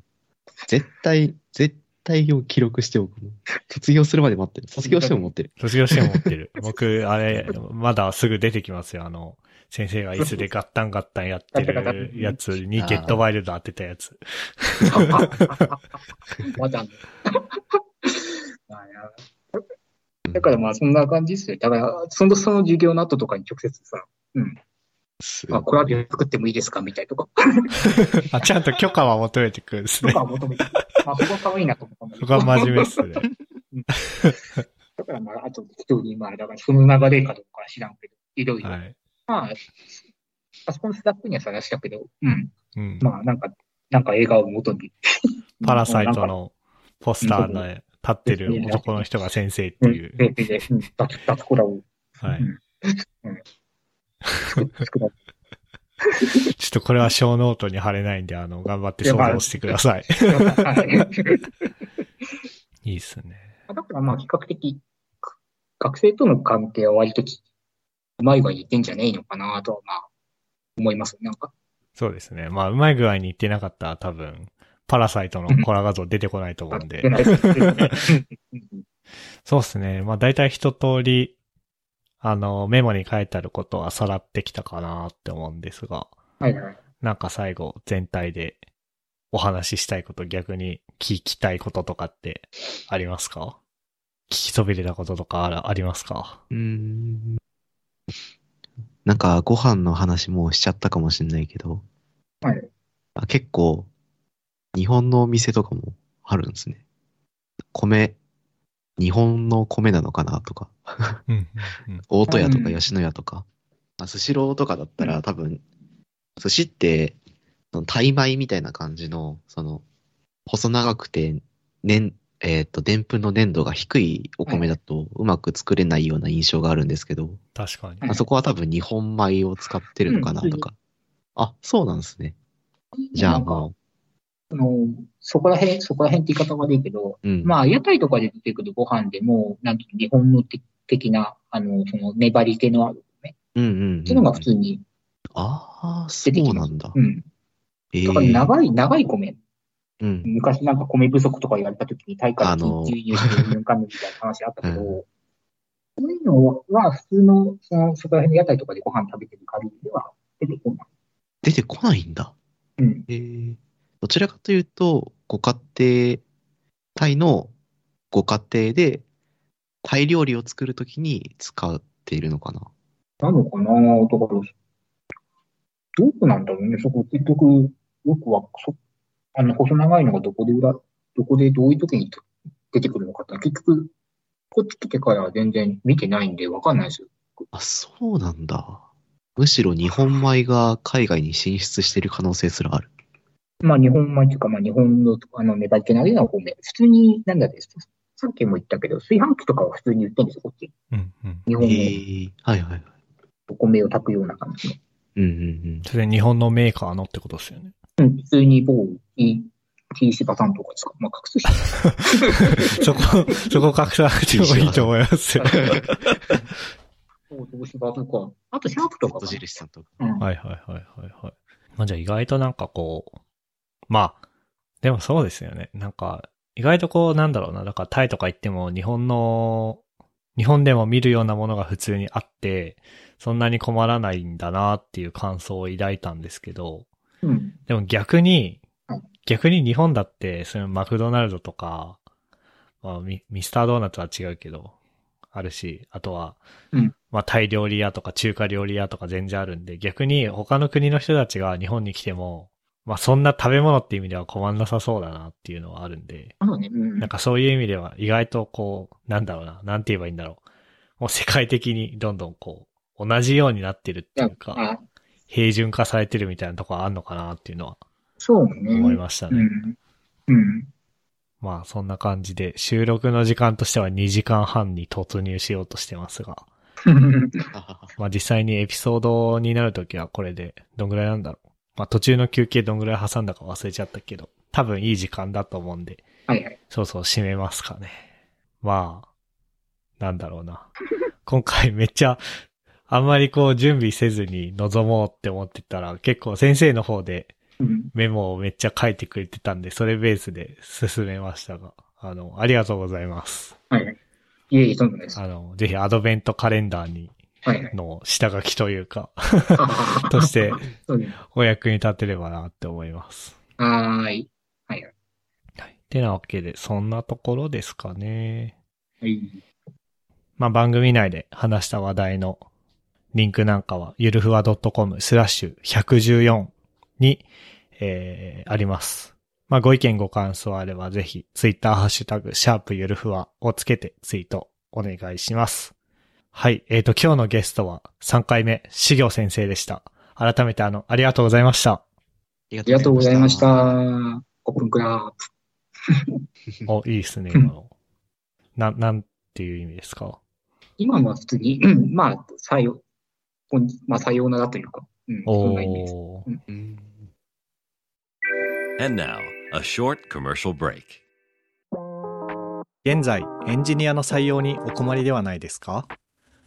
S4: 絶対、絶対を記録しておくもん。卒業するまで待ってる。卒業しても持ってる。
S1: 卒業試験持って る。僕、あれ、まだすぐ出てきますよ。あの、先生が椅子でガッタンガッタンやって
S2: ガッタンガッタ
S1: る
S2: ン
S1: やつにゲットワイルド当てたやつ。
S2: まだね。だからまあそんな感じですよ。だから、その、その授業の後とかに直接さ、
S4: す
S2: まあ、コラビを作ってもいいですかみたいなとか、
S1: あ、ちゃんと許可は求めてくるんです
S2: と
S1: ね
S2: か。求めて、まあそこは可愛いなと思ったんだけ
S1: そ
S2: ど
S1: こは真面目で すね。
S2: だからまあ、あと一人、まあ、だからその流れかどうかは知らんけど、いろいろ。
S1: はい。
S2: まあ、パソコンスラックには探したけど、うん。
S1: うん。
S2: まあなんか、なんか映画を元に。
S1: パラサイト
S2: なんか。
S1: のポスターの立ってる男の人が先生って
S2: うん、
S1: い
S2: で、
S1: う。
S2: で、で、うん、バツバツコラを
S1: はい。
S2: 作作ら
S1: ちょっとこれは小ノートに貼れないんで、あの、頑張って想像してください。
S2: はい
S1: いいっすね。
S2: だからまあ比較的、学生との関係は割ときうまい具合にいってんじゃねえのかなとはまあ思います。なんか、
S1: そうですね。まあ、うまい具合に言ってなかったら多分、パラサイトのコラ画像出てこないと思うん で
S2: 出。ないですねうん
S1: そうですね。まあ、大体一通り、あの、メモに書いてあることはさらってきたかなって思うんですが、
S2: はいはい。
S1: なんか最後、全体でお話ししたいこと、逆に聞きたいこととかってありますか聞きそびれたこととかあらありますか
S4: うーん。なんか、ご飯の話もうしちゃったかもしれないけど、
S2: はい
S4: あ結構、日本のお店とかもあるんですね。米、日本の米なのかなとか、
S1: うん。うん
S4: 大戸屋とか
S2: うん
S4: 吉野家とか、まあスシローとかだった
S2: う
S4: ら
S2: ん
S4: 多分、寿司って、そのタイ米みたいな感じの、その、細長くて、ねえっ、と、でんぷんの粘度が低いお米だとうまく作れないような印象があるんですけど、
S1: 確かに。
S4: あそこは多分日本米を使ってるのかなとか。あ、そうなんですね。じゃ
S2: な
S4: あ
S2: んか
S4: も
S2: あの、そこら辺、そこら辺って言い方悪いけど、
S4: う、うん。
S2: まあ屋台とかで出てくるご飯でも、なんていうの日本のて的な、あの、その粘り気のある、ね、
S4: うんうん、
S2: ってい
S4: う
S2: うの
S4: ん。
S2: が普通に、
S4: ああ、そ
S2: 出てき
S4: う
S2: ま
S4: な
S2: す
S4: んだ
S2: う。ん。
S4: ええ
S2: だから長い、長い米。
S4: うん。
S2: 昔なんか米不足とか言われた時に大会
S4: あ
S2: で
S4: の
S2: 緊急輸入分間みたいな話あったけど、
S4: う
S2: そういうのは普通の、その、そこら辺の屋台とかでご飯食べてる限りでは出てこない。
S4: 出てこないんだ。
S2: うん。
S4: ええどちらかというと、ご家庭、タイのご家庭で、タイ料理を作るときに使っているのかな。
S2: なのかなとか、どうなんだろうね、そこ結局、よくは、そあの、細長いのがどこで裏、どこでどういう時に出てくるのかって、結局、こっち来てからは全然見てないんでわかんないですよ。
S4: あ、そうなんだ。むしろ日本米が海外に進出している可能性すらある。
S2: まあ、日本米というか、まあ、日本の、あの、粘り気のあるようなお米。普通に、なんだです。さっきも言ったけど、炊飯器とかは普通に売ってるんですよ、こっち。
S1: うんうん。
S2: 日
S4: ええ
S2: 本米。
S4: はいはいはい。
S2: お米を炊くような感じの。
S4: うんうん
S1: それ日本のメーカーのってことですよね。
S2: うん、普通に某 T、T 芝さんとかですか。まあ、隠すし。
S1: そこ、そこ隠さなくてもいいと思いますよ。
S2: 某東芝とか、あとシャープと
S4: うん。
S2: か
S4: と
S2: かな。
S4: 印さんとか。
S2: うん
S1: はいはいはいはいはい。まあじゃあ意外となんかこう、まあ、でもそうですよね。なんか、意外とこうなんだろうな、だからタイとか行っても日本の、日本でも見るようなものが普通にあって、そんなに困らないんだなっていう感想を抱いたんですけど、
S2: うん。
S1: でも逆に
S2: はい、
S1: 逆に日本だって、そのマクドナルドとか、まあ、ミミスタードーナツは違うけど、あるし、あとは、
S2: うん
S1: まあ、タイ料理屋とか中華料理屋とか全然あるんで、逆に他の国の人たちが日本に来ても、まあ、そんな食べ物って意味では困んなさそうだなっていうのはあるんで、
S2: あのね、うん。
S1: なんかそういう意味では意外とこう、なんだろうな、なんて言えばいいんだろう。もう世界的にどんどんこう、同じようになってるっていう
S2: いや
S1: か、
S2: あ
S1: 平準化されてるみたいなとこあんのかなっていうのは
S2: そうね。
S1: 思いましたね。
S2: うん。うん。
S1: まあそんな感じで、収録の時間としては2時間半に突入しようとしてますが、まあ実際にエピソードになるときはこれでどんぐらいなんだろう。まあ途中の休憩どんぐらい挟んだか忘れちゃったけど、多分いい時間だと思うんで、
S2: はいはい。
S1: そうそう締めますかね。まあ、なんだろうな。今回めっちゃ、あんまりこう準備せずに臨もうって思ってたら、結構先生の方で
S2: うん。
S1: メモをめっちゃ書いてくれてたんで、それベースで進めましたが、あの、ありがとうございます。
S2: はいはい。いえいえ、とんでもないです。は
S1: あの、ぜひアドベントカレンダーに、
S2: いはい。
S1: の下書きというか、 と
S2: と
S1: して。
S2: そうね。
S1: お役に立てればなって思います。
S2: はーい。はいはい。
S1: はい。てなわけで、そんなところですかね。
S2: はい。
S1: まあ、番組内で話した話題のリンクなんかは、ゆるふわ .com スラッシュ114に、えー、あります。まあ、ご意見ご感想あれば、ぜひ、ツイッターハッシュタグ、シャープゆるふわをつけてツイートお願いします。はい。えっ、と、今日のゲストは3回目、し行先生でした。改めてあの、ありがとうございま した。
S4: あ
S2: ありがとうございました。オープンクラブ。
S1: お、いいですね、今の。な、なんていう意味ですか
S2: 今のは普通に、うんまあ、さよ、こんまあ、さようならというか、うん、そんな意味です。
S1: おー。
S4: うん。
S5: And now, a short commercial break.
S1: 現在エンジニアの採用にお困りではないですか